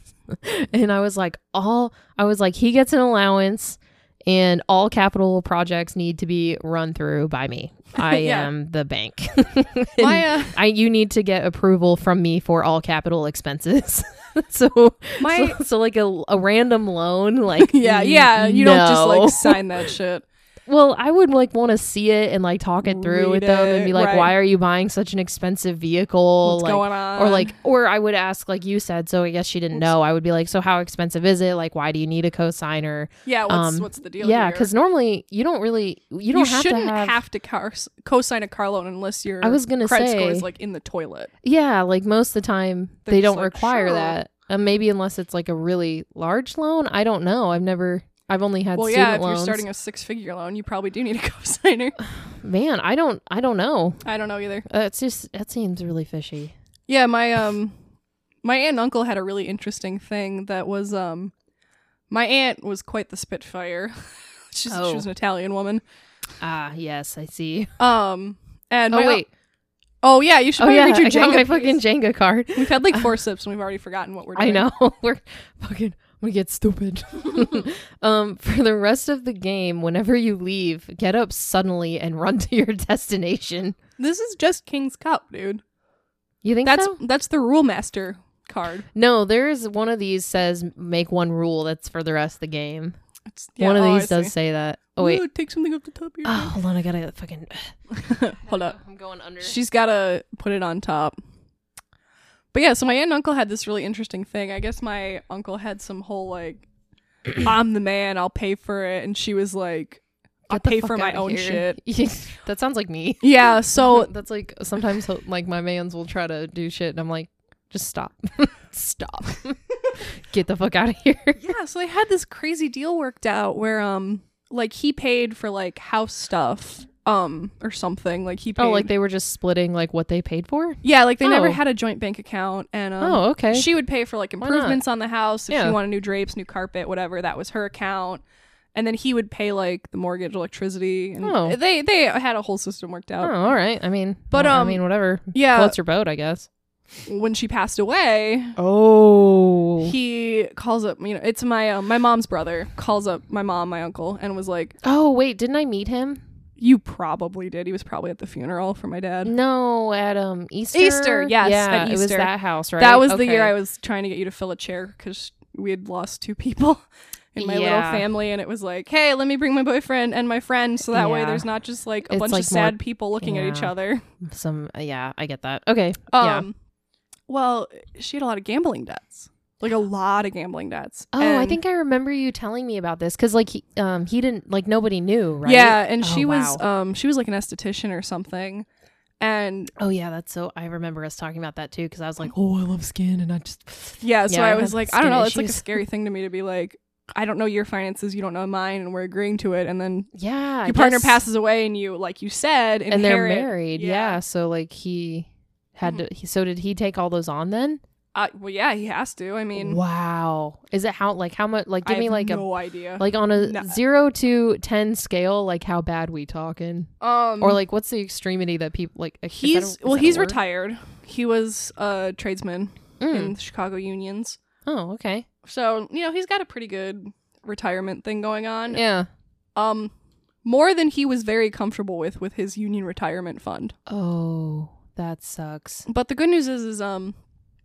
A: and I was like, all I was like, he gets an allowance. And all capital projects need to be run through by
B: <laughs>
A: me. I
B: Yeah.
A: am the bank. <laughs>
B: my uh,
A: I you need to get approval from me for all capital expenses. <laughs> so,
B: my
A: so so like a, a random loan like
B: <laughs> yeah yeah. You don't just
A: Mm, no.
B: like
A: <laughs>
B: sign that shit.
A: Well, I would like want to see it and like talk it through
B: Read
A: with them and
B: it,
A: be like
B: right.
A: why are you buying such an expensive vehicle
B: What's
A: like
B: going on?
A: or like or I would ask like you said so I guess she didn't know. I would be like so how expensive is it? Like why do you need a cosigner?
B: yeah. What's
A: um,
B: what's the deal?
A: Yeah,
B: here?
A: cuz normally you don't really you don't have to
B: shouldn't
A: have,
B: to car- co-sign a car loan unless your
A: I was gonna
B: credit score
A: say-
B: is like in the toilet.
A: Yeah, like most of the time
B: They're
A: they
B: just
A: don't
B: like,
A: require
B: sure.
A: that. Uh, maybe unless it's like a really large loan. I don't know. I've never. I've only had
B: well,
A: student
B: yeah, if
A: loans.
B: you're starting a six-figure loan, you probably do need a <laughs> co-signer.
A: Man, I don't. I don't know.
B: I don't know either.
A: Uh, it's just that seems really fishy.
B: Yeah, my um my aunt and uncle had a really interesting thing that was um my aunt was quite the spitfire. <laughs> She's,
A: Oh.
B: She was an Italian woman.
A: Ah, yes, I see.
B: Um and
A: Oh
B: my-
A: wait.
B: Oh yeah, you should
A: Oh
B: probably
A: yeah,
B: read your
A: I got
B: Jenga.
A: my
B: <laughs>
A: fucking Jenga card. <laughs>
B: We've had like four sips and we've already forgotten what we're doing.
A: I know. <laughs> We're fucking. I'm gonna get stupid. <laughs> um, for the rest of the game, whenever you leave, get up suddenly and run <laughs> to your destination.
B: This is just King's Cup, dude.
A: You think
B: That's
A: so?
B: that's the rule master card.
A: No, there is one of these says make one rule that's for the rest of the game.
B: It's, yeah,
A: one of
B: oh, I
A: these does
B: see.
A: say that. Oh wait.
B: <laughs> Ooh, take something off the top of your
A: Oh, hold on, I gotta fucking
B: head. <laughs> Hold up.
A: I'm going under.
B: She's got to put it on top. But yeah, so my aunt and uncle had this really interesting thing. I guess my uncle had some whole like,
A: <clears throat>
B: I'm the man, I'll pay for it. And she was like, I'll
A: Get the
B: pay
A: fuck
B: for my
A: outta
B: own
A: here. <laughs>
B: shit. Oh.
A: that sounds like me.
B: Yeah, so
A: <laughs> that's like sometimes he'll- like my man's will try to do shit, and I'm like, just stop, <laughs> stop, <laughs> get the fuck out of here.
B: yeah, so they had this crazy deal worked out where um like he paid for like house stuff um or something. Like he paid
A: Oh, like they were just splitting like what they paid for.
B: Yeah, like they never
A: Oh.
B: had a joint bank account and um
A: oh, okay.
B: She would pay for like
A: Why not?
B: improvements on the house. If
A: Yeah.
B: she wanted new drapes, new carpet, whatever, that was her account. And then he would pay like the mortgage, electricity, and
A: Oh.
B: they they had a whole system worked
A: oh,
B: out.
A: all right. I mean,
B: But,
A: well,
B: um,
A: I mean, whatever.
B: Yeah,
A: Floats your boat, I guess.
B: when she passed away,
A: Oh.
B: he calls up. You know, it's my um, my mom's brother calls up my mom, my uncle, and was like,
A: oh wait, didn't I meet him?
B: "You probably did. He was probably at the funeral for my dad.
A: No, at um Easter.
B: Easter, yes,
A: yeah,
B: at
A: it was
B: Easter.
A: that house, right?
B: That was the
A: Okay.
B: year I was trying to get you to fill a chair because we had lost two people <laughs> in my
A: Yeah.
B: little family, and it was like, hey, let me bring my boyfriend and my friend, so that way
A: Yeah.
B: there's not just like a
A: It's,
B: bunch
A: like,
B: of sad people looking at each
A: yeah.
B: other.
A: Some uh, yeah, I get that. Okay,
B: Um,
A: yeah.
B: well, she had a lot of gambling debts, like a lot of gambling debts.
A: Oh, I
B: And-
A: think I remember you telling me about this because like he um he didn't like nobody knew right.
B: yeah, and
A: Oh,
B: she was
A: wow.
B: um she was like an esthetician or something, and
A: Oh yeah, that's so. I remember us talking about that too because I was like, oh, I love skin, and I just
B: Yeah, so
A: Yeah, I
B: I
A: had
B: was like, I don't
A: skin
B: know, it's like a
A: issues.
B: scary thing to me to be like, I don't know your finances, you don't know mine, and we're agreeing to it, and then
A: Yeah. I
B: your partner
A: guess-
B: passes away, and you, like you said,
A: and they're
B: inherit-
A: married. Yeah.
B: Yeah.
A: So like he had
B: Mhm.
A: to. He, so did he take all those on then?
B: Uh, well, yeah, he has to. I mean,
A: wow. Is it how like how much like
B: I
A: give me
B: have
A: like
B: no idea.
A: a like on a
B: No.
A: zero to ten scale like how bad we talking
B: um,
A: or like what's the extremity that people like is that a-
B: he's
A: is
B: well,
A: that a
B: he's
A: word?
B: retired. He was a tradesman
A: Mm.
B: in the Chicago unions,
A: Oh okay.
B: so you know he's got a pretty good retirement thing going on.
A: Yeah.
B: Um, more than he was very comfortable with with his union retirement fund.
A: Oh, that sucks.
B: But the good news is, is um,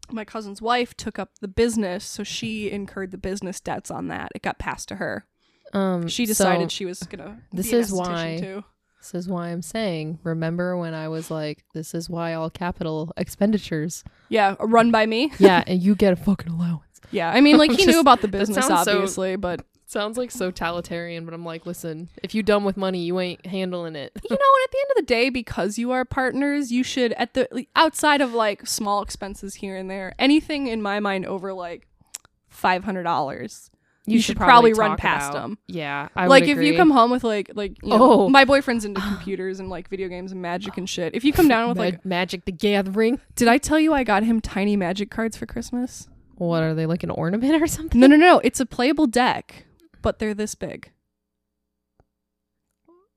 B: my cousin's wife took up the business, so she incurred the business debts on that. It got passed to her.
A: Um,
B: She
A: so
B: decided she was gonna.
A: this
B: be an
A: is
B: esthetician,
A: why-
B: Too.
A: this is why I'm saying. Remember when I was like, "This is why all capital expenditures."
B: Yeah, run by me.
A: yeah, and you get a fucking allowance.
B: Yeah,
A: <laughs>
B: I mean, like he
A: Just-
B: knew about the
A: that
B: business,
A: sounds so-
B: obviously, but
A: Sounds like so totalitarian, but I'm like, listen, if you dumb with money, you ain't handling it.
B: you know, and at the end of the day, because you are partners, you should at the like, outside of like small expenses here and there, anything in my mind over like five hundred dollars, you, should, probably, run
A: talk
B: past
A: about-
B: them.
A: Yeah, I
B: like
A: would
B: if you
A: agree.
B: come home with like like you know,
A: Oh.
B: my
A: <sighs>
B: boyfriend's into computers and like video games and magic and shit. If you come down with
A: Mag-
B: like,
A: Magic the Gathering.
B: did I tell you I got him tiny magic cards for Christmas?
A: What are they like an ornament or something?
B: No, no, no. It's a playable deck, but they're this big.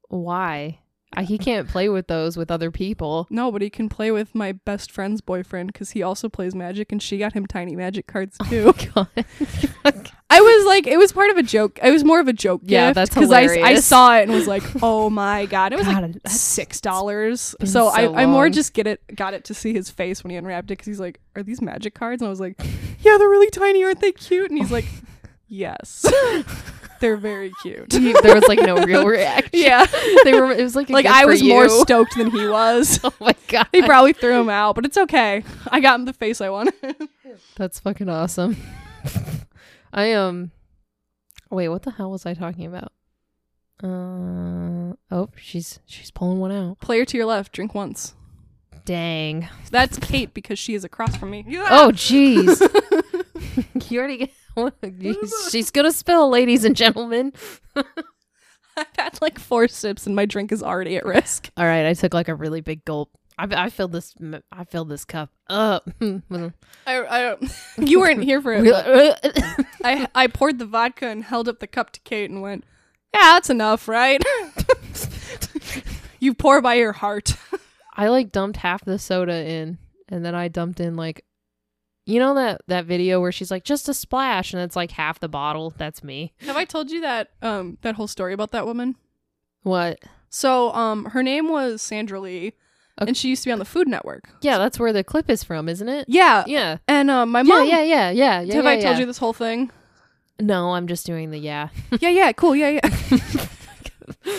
A: Why? Uh, he can't play with those with other
B: <laughs>
A: people. <laughs>
B: No, but he can play with my best friend's boyfriend because he also plays magic, and she got him tiny
A: <laughs>
B: magic cards too.
A: God.
B: I was like, it was part of a joke. It was more of a joke.
A: Yeah,
B: gift
A: that's
B: 'cause I, I
A: hilarious.
B: saw it and
A: <laughs>
B: was like, oh my god, it was like
A: God, that's-
B: six dollars. So,
A: been so
B: I, I more
A: long.
B: just get it, got it to see his face when he unwrapped it because he's like, are these magic cards? And I was like, yeah, they're really tiny, aren't they cute? And
A: <laughs>
B: he's like, yes, they're very cute.
A: He- there was like no real reaction.
B: <laughs> yeah,
A: they were. It was like a
B: like
A: gift
B: I
A: for
B: was more
A: you.
B: stoked
A: <laughs>
B: than he was.
A: oh my god,
B: They probably threw him out, but it's okay. I got him the face I wanted.
A: that's fucking <laughs> awesome. I um, wait, what the hell was I talking about? Uh oh, she's she's pulling one out.
B: Player to your left, drink once.
A: Dang.
B: That's Kate because she is across from me.
A: <laughs> Oh jeez. <laughs> you already. Get, <laughs> Jeez, she's gonna spill, ladies and gentlemen.
B: <laughs> I've had like four sips and my drink is already at risk.
A: All right, I took like a really big gulp. I, I filled this. m- I filled this cup up. <laughs>
B: I, I don't. <laughs> You weren't here for it. but I I poured the vodka and held up the cup to Kate and went, "Yeah, that's enough, right?" <laughs> you pour by your heart.
A: I like dumped half the soda in, and then I dumped in like, you know that that video where she's like just a splash, and it's like half the bottle. That's me.
B: Have I told you that um that whole story about that woman?
A: What?
B: So um her name was Sandra Lee,
A: Okay.
B: and she used to be on the Food Network.
A: Yeah, that's where the clip is from, isn't it?
B: Yeah,
A: Yeah.
B: and uh, my
A: Yeah,
B: mom.
A: yeah, yeah, yeah, yeah.
B: have
A: yeah,
B: I told
A: yeah.
B: you this whole thing?
A: No, I'm just doing the yeah.
B: yeah, yeah, cool, yeah, yeah.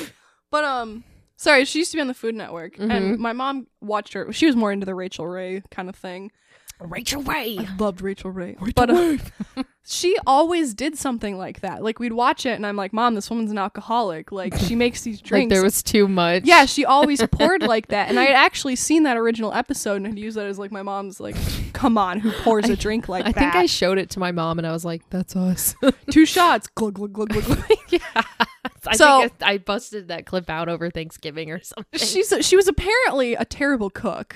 B: but um, sorry, she used to be on the Food Network,
A: Mhm.
B: and my mom watched her. She was more into the Rachel Ray kind of thing.
A: Rachel Way.
B: I loved Rachel Ray, but uh, <laughs> she always did something like that. Like we'd watch it, and I'm like, "Mom, this woman's an alcoholic. Like
A: <laughs>
B: she makes these
A: Like
B: drinks."
A: there was too much.
B: yeah, she always poured like that,
A: <laughs>
B: and I had actually seen that original episode and had used that as like my mom's like, "Come on, who pours a drink like
A: I
B: that?"
A: think I showed it to my mom, and I was like, <laughs> "That's us."
B: two shots, glug glug glug glug. glug.
A: I
B: So-
A: think I, I busted that clip out over Thanksgiving or something.
B: <laughs> She's she was apparently a terrible cook,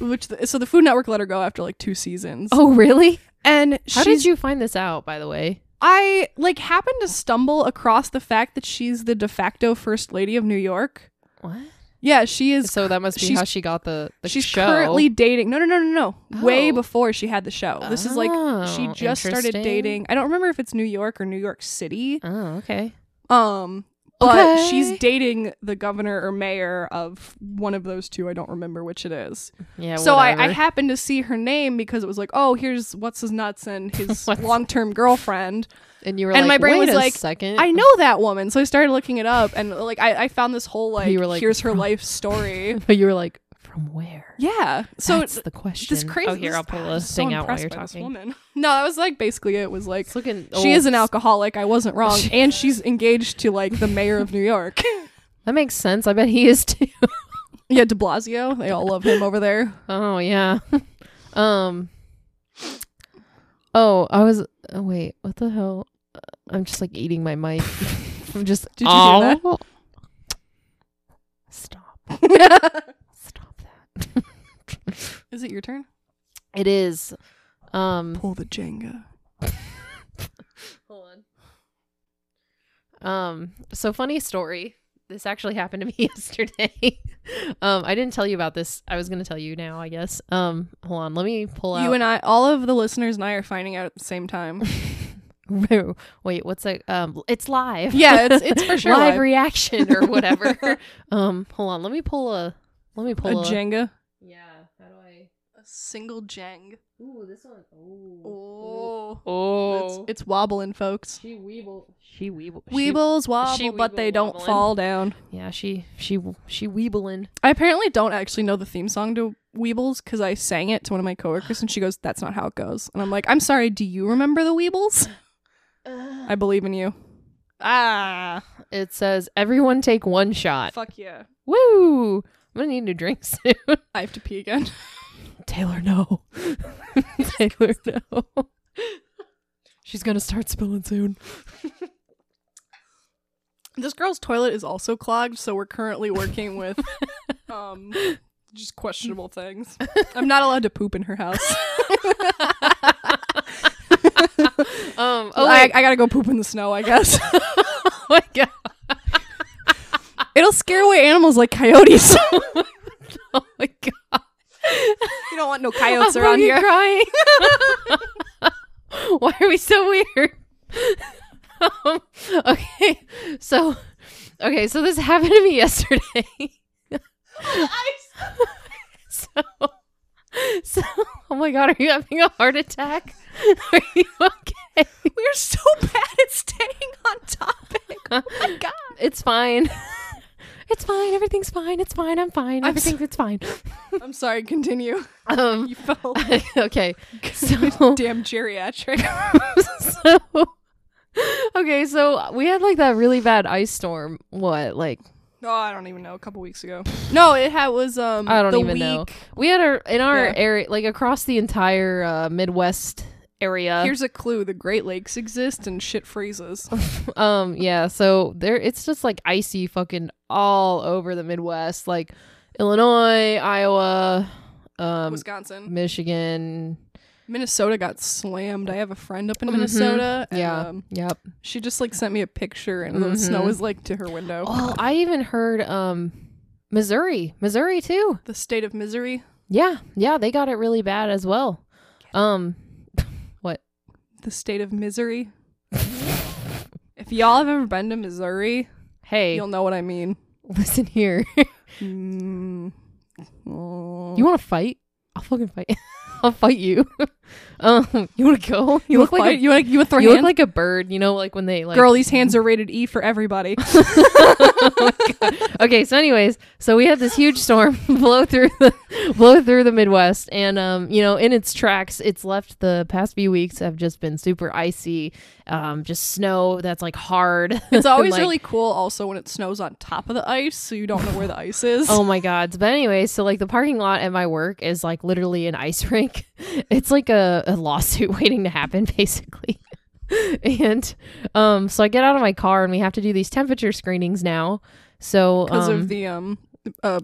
B: which the, so the Food Network let her go after like two seasons.
A: oh, really?
B: and
A: How
B: she's,
A: did you find this out, by the way?
B: I like happened to stumble across the fact that she's the de facto first lady of New York.
A: What?
B: Yeah, she is.
A: So that must be
B: she's-
A: how she got the, the
B: she's
A: show.
B: currently dating. No, no, no, no, no. Way
A: Oh.
B: before she had the show. This is like she
A: Oh,
B: just started
A: interesting.
B: dating. I don't remember if it's New York or New York City.
A: Oh, okay.
B: Um, but
A: Okay.
B: she's dating the governor or mayor of one of those two. I don't remember which it is.
A: Yeah.
B: so I, I
A: whatever.
B: happened to see her name because it was like, oh, here's what's his
A: <laughs>
B: nuts and his
A: What's-
B: long term girlfriend.
A: and you were
B: and
A: like,
B: my brain
A: Wait
B: was
A: a
B: like,
A: second.
B: I know that woman, so I started looking it up, and like I, I found this whole like,
A: You were like,
B: here's her
A: <laughs>
B: life story.
A: <laughs> But you were like, from where?
B: yeah, <laughs> so
A: That's the question.
B: this crazy.
A: Oh, here
B: this-
A: I'll pull
B: I'm
A: a
B: so
A: thing out while
B: impressed
A: you're
B: by this
A: talking. oh.
B: Woman. <laughs> No, that was like basically it was like
A: It's looking.
B: she is an
A: old.
B: alcoholic. I
A: <laughs>
B: wasn't wrong, and she's engaged to like the mayor of New York. <laughs>
A: That makes sense. I bet he is too. <laughs>
B: yeah, De Blasio. They all love him over there.
A: Oh yeah. <laughs> um. Oh, I was. Oh, wait, what the hell? I'm just like eating my mic. <laughs> I'm just
B: Did you hear that?
A: Ow.
B: <laughs>
A: Stop. Stop that.
B: Is it your turn?
A: it is um
B: Pull the Jenga.
E: Hold on.
A: Um, so funny story. This actually happened to me <laughs> yesterday. um, I didn't tell you about this. I was gonna tell you now, I guess. Um, hold on, let me pull out.
B: You and I, all of the listeners and I are finding out at the same time.
A: <laughs> Wait, what's it? Um, it's live.
B: Yeah, it's- it's
A: <laughs>
B: for sure
A: live,
B: live.
A: reaction
B: <laughs>
A: or whatever. um, hold on, let me pull a. Let me <laughs>
B: a
A: pull a.
B: Jenga.
E: Yeah. How do I?
B: A single Jeng.
E: Ooh, this one. Ooh.
B: Oh.
A: Oh,
B: It's, it's wobbling, folks.
E: She weeble. She weeble.
B: Weebles wobble,
E: she
B: but they
E: weeble
B: don't
E: wobbling.
B: fall down.
A: yeah. She she she weebling.
B: I apparently don't actually know the theme song to Weebles because I sang it to one of my coworkers and she goes, That's not how it goes. And I'm like, I'm sorry, do you remember the Weebles? I believe in you. Ah.
A: It says everyone take one shot.
B: Fuck yeah.
A: Woo! I'm gonna need a drink <laughs> soon.
B: I have to pee again. <laughs>
A: Taylor, no. Taylor, no. She's gonna start spilling soon.
B: this girl's toilet is also clogged, so we're currently working with um just questionable things. I'm not allowed to poop in her house.
A: Um.
B: Oh,
A: Oh
B: I,
A: wait.
B: I gotta go poop in the snow, I guess.
A: oh my god.
B: It'll scare away animals like <laughs> coyotes.
A: Oh my god.
B: you don't want no coyotes
A: I'm
B: around
A: fucking
B: here. <laughs>
A: Crying. Why are we so weird? <laughs> um, okay. So. Okay. So this happened to me yesterday. <laughs> so. So. Oh my god. Are you having a heart attack? <laughs> Are you okay?
B: We're so bad at staying on topic. Oh
A: <laughs>
B: God.
A: It's fine. <laughs> it's fine. Everything's fine. It's fine. I'm fine.
B: I'm
A: Everything's it's
B: <laughs>
A: fine.
B: I'm sorry, continue.
A: Um <laughs>
B: You <laughs> fell.
A: okay. So
B: <laughs> Damn <laughs> geriatric.
A: so <laughs> Okay, so we had like that really bad ice storm. What? Like
B: No, I don't even know. A couple weeks ago. No, it had was um.
A: I don't
B: the
A: even
B: week-
A: know. We had our in our
B: Yeah.
A: area like across the entire uh Midwest area.
B: Here's a clue: the Great Lakes exist and shit freezes.
A: <laughs> um yeah so there it's just like icy fucking all over the midwest like illinois iowa um
B: Wisconsin,
A: michigan
B: Minnesota got slammed. I have a friend up in
A: Mhm.
B: Minnesota. And,
A: yeah
B: um,
A: yep
B: she just like sent me a picture, and the
A: Mhm.
B: snow was like to her window.
A: oh i even heard um missouri missouri too
B: The state of misery.
A: yeah yeah they got it really bad as well um <laughs>
B: The state of misery. if y'all have ever been to Missouri,
A: hey
B: you'll know what I mean.
A: listen <laughs> here
B: Mm. Oh.
A: you want to fight i'll fucking fight <laughs> i'll fight you <laughs> um you want to go you, look
B: wanna
A: like
B: fight?
A: a,
B: you want you want to throw
A: you look
B: hands?
A: like a bird you know like when they like
B: Girl, these hands are rated E for everybody.
A: okay, so anyways, so we had this huge storm <laughs> blow through the blow through the Midwest, and um, you know, in its tracks, it's left the past few weeks have just been super icy, um, just snow that's like hard.
B: <laughs>
A: <laughs>
B: It's always
A: Like-
B: really cool also when it snows on top of the ice, so you don't know where the ice
A: <laughs>
B: is.
A: Oh my god. But anyways, so like the parking lot at my work is like literally an ice <laughs> rink. It's like a, a lawsuit <laughs> waiting to happen, basically. and um, so I get out of my car and we have to do these temperature screenings now. So
B: Because
A: um,
B: of the um uh,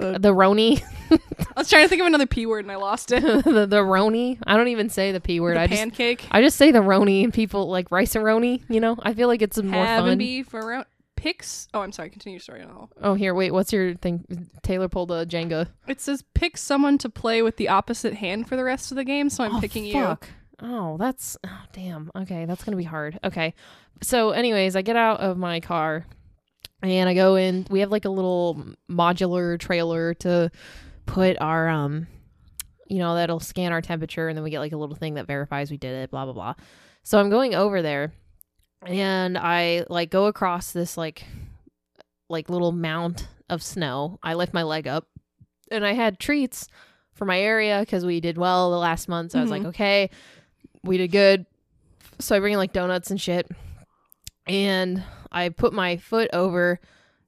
B: uh,
A: the Roni. <laughs>
B: I was trying to think of another P word and I lost it.
A: the, the Roni. I don't even say the P word.
B: The <laughs>
A: I just
B: pancake.
A: I just say the Roni and people like rice and Roni, you know? I feel like it's more
B: Have
A: fun.
B: and be for round picks. Oh, I'm sorry. Continue your story. and I'll-
A: oh, here, wait, what's your thing? Taylor pulled a Jenga.
B: It says pick someone to play with the opposite hand for the rest of the game. So I'm
A: oh,
B: picking
A: fuck. Oh, that's oh, damn. Okay, that's gonna be hard. Okay, so anyways, I get out of my car and I go in. We have like a little modular trailer to put our um, you know, that'll scan our temperature, and then we get like a little thing that verifies we did it. Blah blah blah. So I'm going over there, and I like go across this like like little mound of snow. I lift my leg up, and I had treats for my area because we did well the last month. So I was like,
B: Mhm.
A: okay, we did good. So I bring in like donuts and shit, and I put my foot over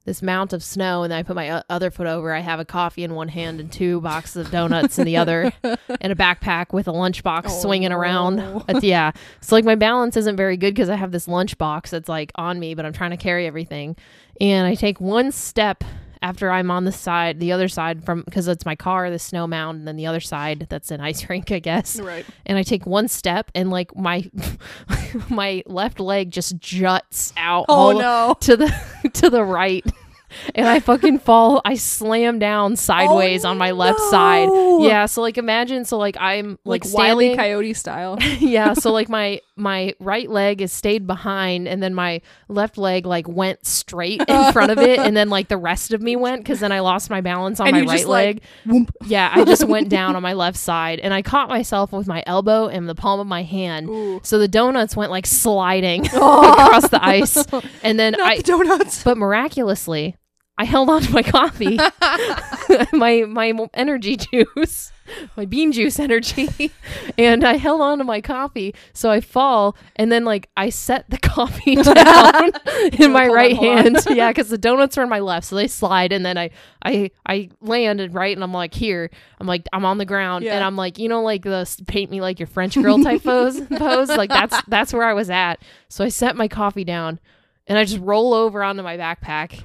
A: this mount of snow, and then I put my o- other foot over. I have a coffee in one hand and two boxes of donuts in the
B: <laughs>
A: other, and a backpack with a lunchbox
B: Oh,
A: swinging
B: <laughs>
A: around.
B: no.
A: It's- yeah, so like my balance isn't very good because I have this lunchbox that's like on me, but I'm trying to carry everything, and I take one step after I'm on the side, the other side from because it's my car, the snow mound, and then the other side that's an ice <laughs> rink, I guess
B: Right.
A: and I take one step and like my <laughs> my left leg just juts out
B: Oh
A: all
B: no.
A: to the <laughs> to the right. And I fucking fall. I slam down sideways on my left side.
B: Oh, no.
A: Yeah. So like imagine. So like I'm like,
B: Like, Wiley
A: standing- <laughs>
B: Coyote style.
A: yeah. So like my my right leg is stayed behind, and then my left leg like went straight in front of it, and then like the rest of me went because then I lost my balance on
B: And
A: my
B: you
A: right
B: just, like,
A: leg.
B: Whoomp.
A: Yeah, I
B: <laughs>
A: just went down on my left side and I caught myself with my elbow and the palm of my hand.
B: Ooh.
A: So the donuts went like
B: <laughs>
A: sliding <laughs> across the ice. And then
B: Not
A: I
B: the donuts.
A: but miraculously, I held on to my
B: <laughs>
A: coffee. <laughs> my my mo- energy juice, my bean juice energy, <laughs> and I held on to my coffee. So I fall, and then like I set the <laughs> coffee
B: <laughs>
A: down in my
B: hold on,
A: right
B: hold on.
A: hand. <laughs> Yeah, because the donuts are in my left, so they slide, and then I I I land and right, and I'm like here. I'm like I'm on the ground,
B: Yeah.
A: and I'm like you know like the s- paint me like your French girl
B: <laughs>
A: type pose pose. Like that's that's where I was at. So I set my coffee down. And I just roll over onto my
B: <laughs>
A: backpack,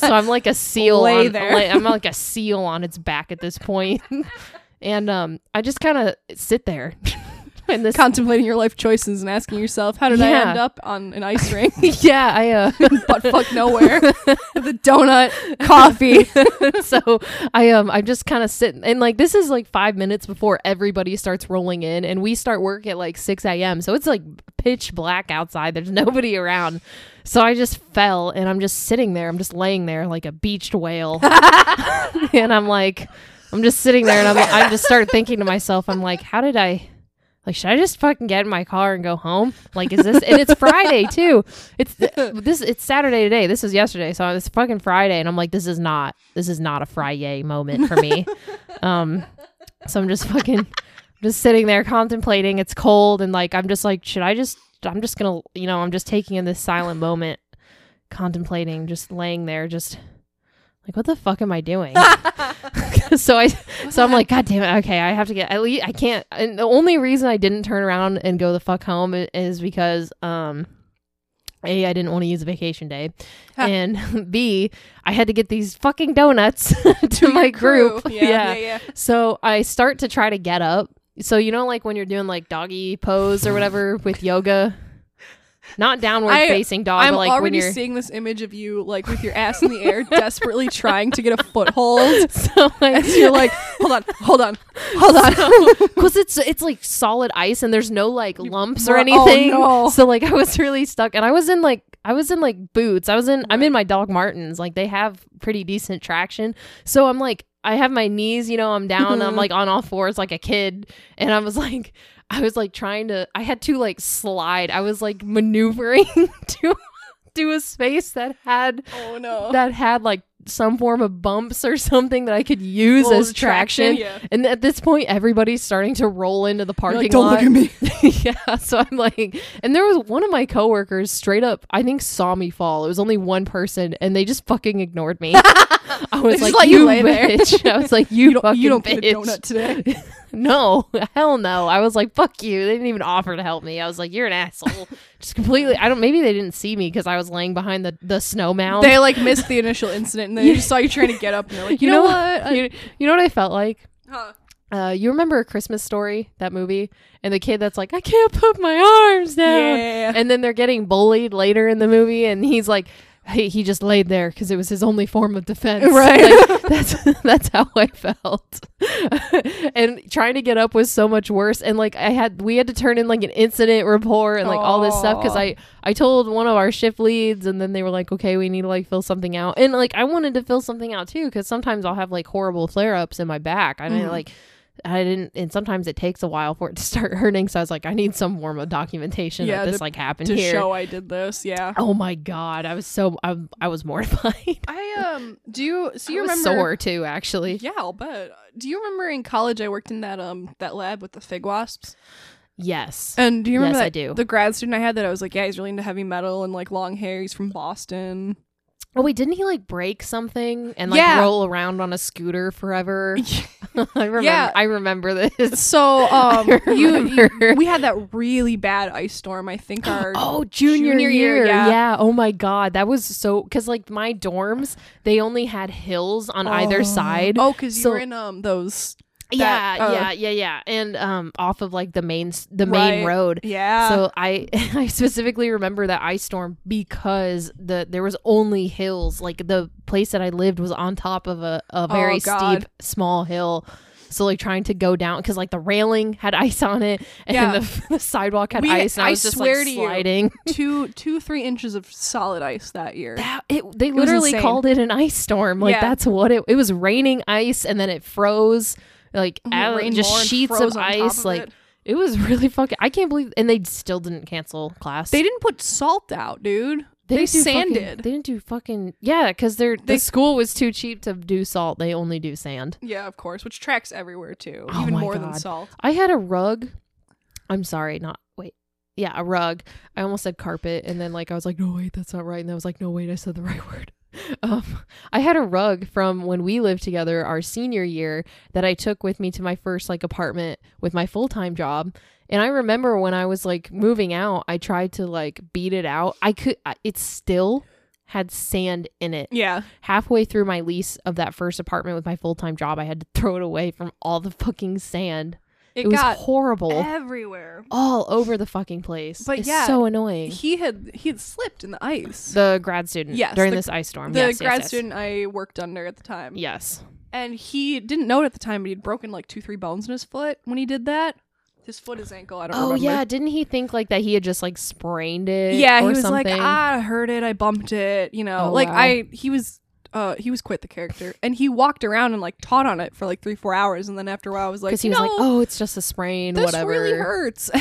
A: so I'm like a seal.
B: Lay
A: on,
B: there.
A: like- I'm like a seal on its back at this
B: <laughs>
A: point, and um, I just kind of sit there. <laughs> and this,
B: <laughs> Contemplating your life choices and asking yourself, how did I
A: Yeah.
B: end up on
A: <laughs>
B: an ice rink? <laughs>
A: yeah, I uh,
B: but
A: <laughs>
B: fuck nowhere. the donut, coffee.
A: so I um I'm just kind of sitting and like this is like five minutes before everybody starts rolling in and we start work at like six a.m. So it's like pitch black outside. There's nobody around. So I just fell and I'm just sitting there. I'm just laying there like a beached whale, and I'm like I'm just sitting there and I'm I just start thinking to myself I'm like how did I. Like, should I just fucking get in my car and go home? Like, is this? And it's Friday too. It's this. It's Saturday today. This was yesterday, so it's fucking Friday, and I'm like, this is not. This is not a Friday moment for me. um, so I'm just fucking, just sitting there contemplating. It's cold, and like, I'm just like, should I just? I'm just gonna, you know, I'm just taking in this silent moment, contemplating, just laying there, just like, what the fuck am I doing? <laughs> so I <laughs> so
B: <laughs>
A: I'm like, God damn it. Okay, I have to get at least I can't. And the only reason I didn't turn around and go the fuck home i- is because um, a I didn't want to use a vacation day,
B: Huh.
A: and <laughs> b I had to get these fucking donuts <laughs> to, my group.
B: Crew. Yeah, yeah, yeah.
A: So I start to try to get up. So you know, like when you're doing like doggy pose or whatever with yoga, not downward
B: I-
A: facing dog,
B: I'm
A: but like when
B: already
A: you're
B: seeing this image of you, like with your ass in the air, desperately trying to get a foothold.
A: <laughs> <laughs> so I,
B: <laughs> And you're like, hold on, hold on, hold
A: <laughs>
B: on.
A: because it's it's like solid ice and there's no like lumps or
B: bro- oh,
A: anything. <laughs>
B: no.
A: So like I was really stuck, and I was in like I was in like boots. I was in I'm in my dog Martens. Like they have pretty decent traction. So I'm like I have my knees. You know I'm down.
B: Mm-hmm.
A: I'm like on all fours like a kid, and I was <laughs> like. I was like trying to I had to like slide. I was like maneuvering <laughs> to to a space that had
B: oh <laughs> no.
A: that had like some form of bumps or something that I could use
B: Well,
A: as traction.
B: yeah.
A: And at this point, everybody's starting to roll into the
B: You're
A: parking
B: like, don't
A: lot.
B: look at me.
A: <laughs> yeah, so I'm like, and there was one of my coworkers straight up, I think, saw me fall. It was only one person, and they just fucking ignored
B: <laughs>
A: me. I was
B: just
A: like,
B: let you
A: you,
B: lay there."
A: bitch. I was like, you,
B: You don't,
A: fucking
B: you don't
A: bitch.
B: get a donut today.
A: <laughs> No, hell no. I was like, fuck you. They didn't even offer to help me. I was like, you're an asshole. just completely. I don't. Maybe they didn't see me because I was laying behind the the snow mound.
B: They like missed the initial incident, and then they just saw you trying to get up, and they're like, you, know, what?
A: Um, You, you know what I felt like?
B: Huh.
A: Uh, you remember a Christmas story, that movie, and the kid that's like, I can't put my arms down.
B: Yeah.
A: And then they're getting bullied later in the movie, and he's like, he, he just laid there because it was his only form of defense.
B: <laughs> Right.
A: Like, that's <laughs> that's how I felt. <laughs> and trying to get up was so much worse. And like I had, we had to turn in like an incident report and like all this stuff because
B: Aw.
A: I I told one of our shift leads, and then they were like, okay, we need to like fill something out. And like I wanted to fill something out too because sometimes I'll have like horrible flare ups in my back. I mean,
B: Mhm.
A: like. I didn't, and sometimes it takes a while for it to start <laughs> hurting. So I was like, I need some form of documentation
B: Yeah,
A: that this
B: the-
A: like happened
B: to
A: here.
B: show I did this. Yeah.
A: Oh my god, I was so I, I was mortified.
B: I um. <laughs> Do you? So
A: I
B: you
A: was
B: remember?
A: sore too, actually.
B: Yeah, I'll bet. Do you remember in college I worked in that um that lab with the fig wasps?
A: Yes.
B: And do you remember
A: Yes,
B: that
A: I do.
B: the grad student I had that I was like, yeah, he's really into heavy metal and like long hair. He's from Boston.
A: Oh wait, didn't he like break something and like
B: Yeah.
A: roll around on a scooter forever? <laughs> I remember.
B: Yeah.
A: I remember
B: <laughs>
A: this.
B: So um,
A: <laughs> I
B: you, you-
A: remember.
B: we had that really bad ice storm.
A: <gasps>
B: I think our
A: Oh, junior,
B: Junior
A: year.
B: year,
A: yeah.
B: yeah.
A: Oh my god, that was so because like my dorms, they only had hills on either side.
B: Oh, because
A: So-
B: you were in um those.
A: yeah,
B: that, uh,
A: yeah, yeah, yeah, and um, off of like the main s- the main
B: Right.
A: road.
B: Yeah.
A: So I <laughs> I specifically remember that ice storm because the there was only hills. Like the place that I lived was on top of a, a
B: Oh,
A: very
B: God.
A: steep small hill. So like trying to go down because like the railing had <laughs> ice on it and
B: Yeah.
A: the, <laughs> the sidewalk had
B: We-
A: ice. And I,
B: I
A: was just
B: swear
A: like
B: to you.
A: sliding.
B: two, two, three inches of solid ice that
A: <laughs>
B: year.
A: That it they
B: was
A: literally
B: insane.
A: called it an ice storm. Like
B: Yeah.
A: that's what it it was raining ice and then it froze like
B: It
A: out,
B: Mm-hmm. rained more
A: just
B: and
A: sheets
B: froze
A: of
B: on top
A: ice.
B: of
A: like
B: it.
A: it was really fucking. I can't believe and they still didn't cancel class.
B: they didn't put salt out, dude. They
A: didn't do
B: sanded.
A: fucking- they didn't do fucking yeah, because their the
B: They-
A: school was too cheap to do salt. They only do sand.
B: Yeah, of course, which tracks everywhere too,
A: Oh
B: even
A: my
B: more than
A: God.
B: salt.
A: I had a rug. I'm sorry, not wait. Yeah, a rug. I almost said carpet, and then like I was like, no wait, that's not right, and I was like, no wait, I said the <laughs> right word. Um, I had a rug from when we lived together our senior year that I took with me to my first like apartment with my full time job. And I remember when I was like moving out, I tried to like beat it out. I could. I, it still had sand in it.
B: Yeah,
A: halfway through my lease of that first apartment with my full time job, I had to <laughs> throw it away from all the fucking sand. It,
B: it,
A: was
B: got
A: horrible.
B: everywhere.
A: all over the fucking place.
B: But
A: it's
B: yeah,
A: so annoying.
B: He had he had slipped in the ice.
A: the grad student
B: Yes,
A: during
B: the-
A: this ice storm.
B: the
A: yes, yes,
B: grad
A: yes.
B: student I worked under at the time.
A: Yes.
B: And he didn't know it at the time, but he'd broken like two, three bones in his foot when he did that. His foot, his ankle. I don't
A: Oh
B: remember.
A: yeah, didn't he think like that he had just like sprained it?
B: yeah. He
A: or
B: was
A: something?
B: like, "Ah, I heard it. I bumped it. You know,
A: Oh,
B: like
A: wow.
B: I. He was. Uh, he was quite the character, and he walked around and like taught on it for like three, four hours, and then after a while, I was like,
A: because he was like,
B: "No,
A: oh, it's just a sprain,
B: this
A: whatever.
B: really hurts." <laughs>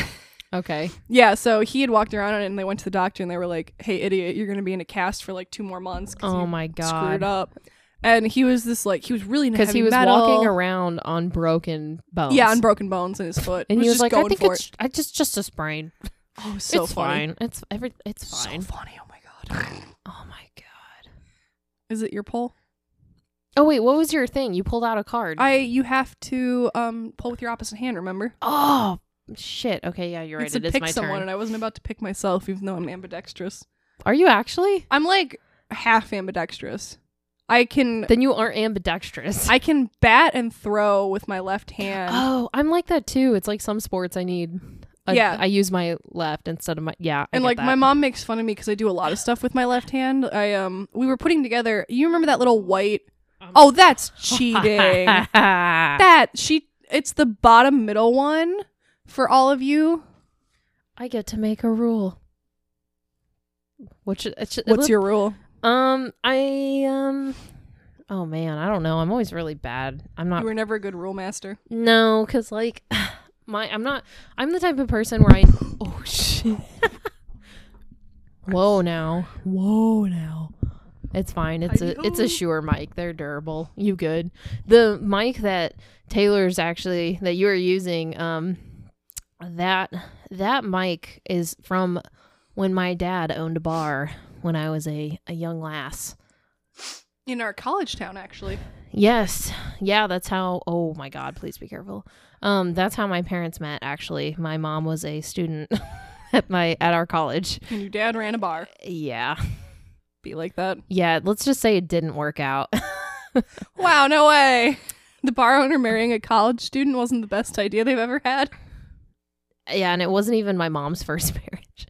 A: Okay.
B: yeah, so he had walked around on it, and they went to the doctor, and they were like, "Hey, idiot, you're gonna be in a cast for like two more months." 'cause
A: Oh
B: you
A: my
B: screwed
A: god.
B: up. And he was this like he was really into
A: Because he
B: heavy
A: was
B: metal.
A: walking around on broken bones.
B: Yeah, on broken bones in his foot.
A: and he was
B: just
A: like,
B: going
A: I think
B: for
A: it's
B: it.
A: I just just a sprain.
B: Oh, so
A: it's
B: funny.
A: fine. It's every. It's fine.
B: So funny. Oh my god.
A: oh my god.
B: Is it your pull?
A: Oh wait, what was your thing? You pulled out a card.
B: I you have to um pull with your opposite hand. Remember?
A: oh shit. Okay, yeah, you're right.
B: it's to
A: It is
B: pick
A: my
B: someone,
A: turn.
B: and I wasn't about to pick myself, even though I'm ambidextrous.
A: Are you actually?
B: I'm like half ambidextrous. I can
A: Then you aren't ambidextrous.
B: I can bat and throw with my left hand.
A: <laughs> oh, I'm like that too. It's like some sports I need. I,
B: Yeah.
A: I use my left instead of my yeah. I
B: and
A: get
B: like
A: that. <laughs>
B: my mom makes fun of me because I do a lot of stuff with my left hand. I um we were putting together. You remember that little white?
A: Um,
B: Oh, that's
A: <laughs>
B: cheating.
A: I
B: that she. It's the bottom middle one for all of you.
A: get to make a rule. What should, it should, it
B: What's
A: look-
B: your rule?
A: um? I um. Oh man, I don't know. I'm always really bad. I'm not
B: You were never a good rule master.
A: No, because like <sighs> my I'm not I'm the type of person where I oh shit. Whoa now. Whoa now. It's fine. It's a it's a
B: Hi-yo.
A: sure mic. They're durable. You good. The mic that Taylor's actually that you're using, um that that mic is from when my dad owned a bar when I was a, a young lass.
B: In our college town, actually.
A: Yes. Yeah, that's how oh my god, please be careful. Um that's how my parents met actually. My mom was a student <laughs> at my at our college.
B: And your dad ran a bar. <laughs>
A: Yeah.
B: Be like that.
A: Yeah, let's just say it didn't work out. <laughs>
B: Wow, no way. The bar owner marrying a college student wasn't the best idea they've ever had.
A: yeah, and it wasn't even my mom's <laughs> first marriage.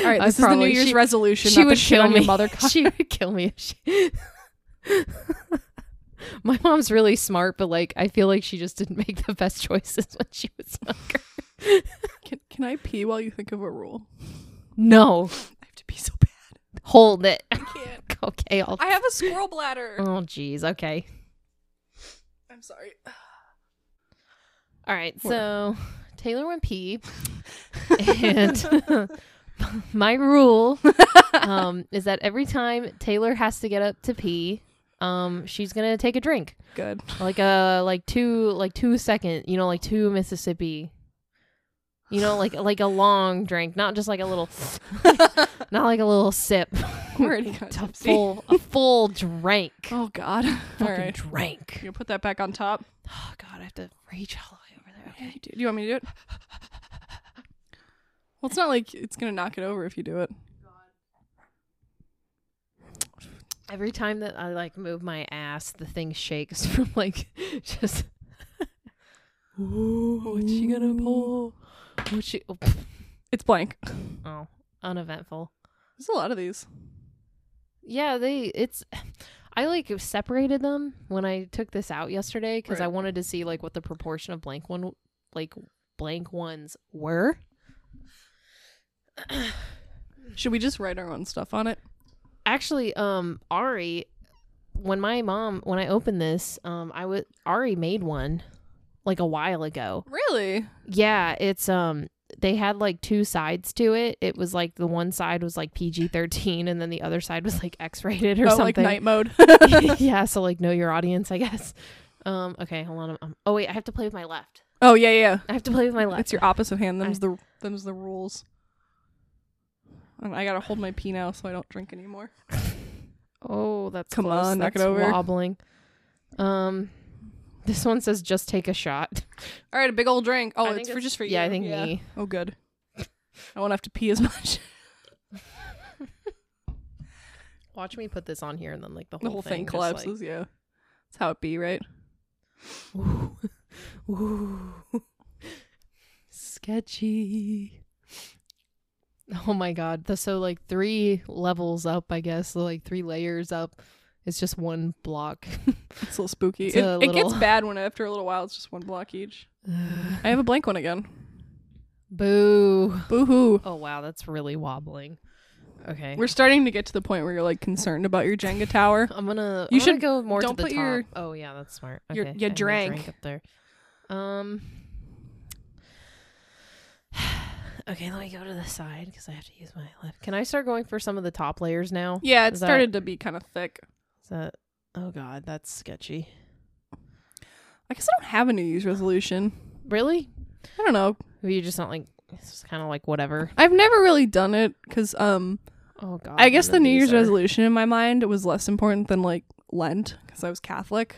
B: All right,
A: I
B: this is the
A: probably-
B: New Year's
A: she-
B: resolution.
A: she
B: not
A: would
B: to shit
A: kill
B: on
A: me. <laughs>
B: Your <laughs> mother.
A: she would kill me if she <laughs> My mom's really smart, but like I feel like she just didn't <laughs> make the best choices when she was <laughs> younger.
B: Can, can I pee while you think of a rule?
A: No.
B: I have to pee so bad.
A: Hold it. <laughs>
B: I can't.
A: okay, I'll
B: I have a squirrel bladder.
A: Oh jeez, okay.
B: I'm sorry.
A: All right,
B: What?
A: so <laughs> Taylor went pee,
B: <laughs>
A: and <laughs> my rule um, is that every time Taylor has to get up to pee, um, she's gonna take a drink,
B: <laughs>
A: uh,
B: Good.
A: like a like two like two second, you know, like two Mississippi. You know, like like a long drink, not just like a little, not like a little
B: <laughs>
A: sip.
B: already got
A: It's a
B: tipsy.
A: full, a full drink.
B: Oh God. All
A: Fucking
B: right.
A: drink.
B: You gonna put that back on top?
A: Oh God, I have to reach all the way over there.
B: Yeah,
A: Okay.
B: you do. Do you want me to do it? Well, it's not like it's gonna knock it over if you do it.
A: Every time that I like move my ass, the thing shakes <laughs> from like just.
B: What she gonna pull?
A: What she? Oh,
B: It's blank.
A: oh, uneventful.
B: There's a lot of these.
A: Yeah, they. It's. <sighs> I like separated them when I took this out yesterday because I
B: Right.
A: wanted to see like what the proportion of blank one, like blank ones were.
B: Should we just write our own stuff on it?
A: actually um ari when my mom when i opened this um i was ari made one like a while ago
B: Really?
A: yeah it's um they had like two sides to it it was like the one side was like pg-13 and then the other side was like x-rated or
B: oh, like
A: something
B: night <laughs> mode.
A: <laughs> yeah so like know your audience i guess um okay hold on um, oh wait i have to play with my left
B: oh yeah, yeah.
A: i have to play with my left
B: It's your opposite hand. Them's the them's the rules. And I gotta hold my pee now so I don't drink anymore.
A: Oh, that's
B: Come
A: close.
B: on, knock it
A: That's
B: over.
A: Wobbling. Um, this one says just take a shot.
B: All right, a big old drink. Oh,
A: I think
B: it's for
A: it's-
B: just for you.
A: yeah, I think me. <laughs>
B: Oh, good. I won't have to pee as much. <laughs>
A: Watch me put this on here and then like the whole,
B: the whole thing,
A: just, like-
B: collapses. Yeah, that's how it be, right?
A: Ooh. <laughs> Ooh. Sketchy. Oh my god. The, so like three levels up, I guess, so, like three layers up. It's just one block. <sighs>
B: It's a little spooky.
A: It's
B: It,
A: a
B: it gets
A: little-
B: bad when after a little while it's just one block each. I have a blank one again.
A: Boo.
B: Boo hoo.
A: Oh wow, that's really wobbling. Okay.
B: We're starting to get to the point where you're like concerned about your Jenga tower.
A: I'm gonna. I'm
B: You
A: gonna
B: should-
A: go more to
B: don't
A: the
B: put
A: top.
B: your-
A: oh yeah, that's smart. Okay,
B: your-
A: I
B: your
A: have a
B: drank.
A: up there. Um. <sighs> okay, let me go to the side because I have to use my left. Can I start going for some of the top layers now?
B: Yeah, it
A: Is that-
B: started to be kind of thick.
A: Is that? Oh god, that's sketchy.
B: I guess I don't have a New Year's resolution.
A: Really?
B: I don't know.
A: Are you just not like? It's just kind of like whatever.
B: I've never really done it because um,
A: Oh god.
B: I guess
A: none
B: the
A: of
B: New
A: these
B: Year's
A: are
B: resolution in my mind was less important than like Lent because I was Catholic.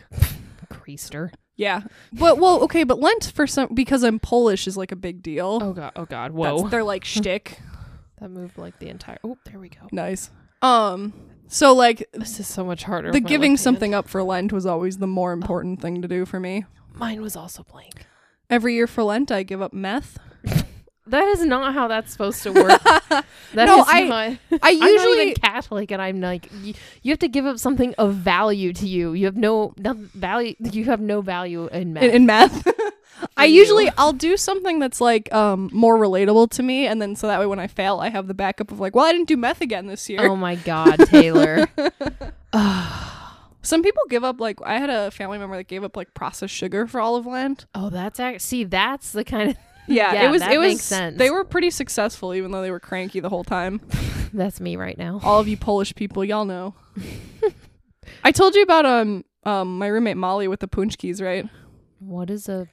A: Creaster.
B: Yeah, but well, okay, but Lent for some because I'm Polish is like a big deal.
A: Oh god. Oh god.
B: That's
A: Whoa. <laughs>
B: their like shtick.
A: that moved like the entire. Oh, there we go.
B: Nice. Um, so like
A: This is so much harder.
B: the
A: with my
B: giving
A: left hand.
B: something up for Lent was always the more important thing to do for me.
A: Mine was also blank.
B: Every year for Lent, I give
A: <laughs>
B: up meth.
A: That is not how that's supposed to
B: <laughs>
A: work. That
B: No,
A: is
B: I-
A: not.
B: I
A: I'm not even
B: usually
A: Catholic, and I'm like, you, you have to give up something of value to you. You have no, no value. You have no value in math.
B: in, in math. <laughs> I
A: you.
B: usually I'll do something that's like um more relatable to me, and then so that way when I fail, I have the backup of like, well, I didn't do meth again this year.
A: oh my God, Taylor. <laughs>
B: Some people give up like I had a family member that gave up like processed sugar for all of Lent.
A: oh, that's ac see, that's the kind of <laughs>
B: Yeah,
A: Yeah,
B: it was
A: that
B: it was
A: makes sense.
B: they were pretty successful even though they were cranky the whole time.
A: that's me right now.
B: all of you Polish people,
A: <laughs>
B: y'all know. I told you about um um my roommate Molly with the punchkis, right?
A: What is a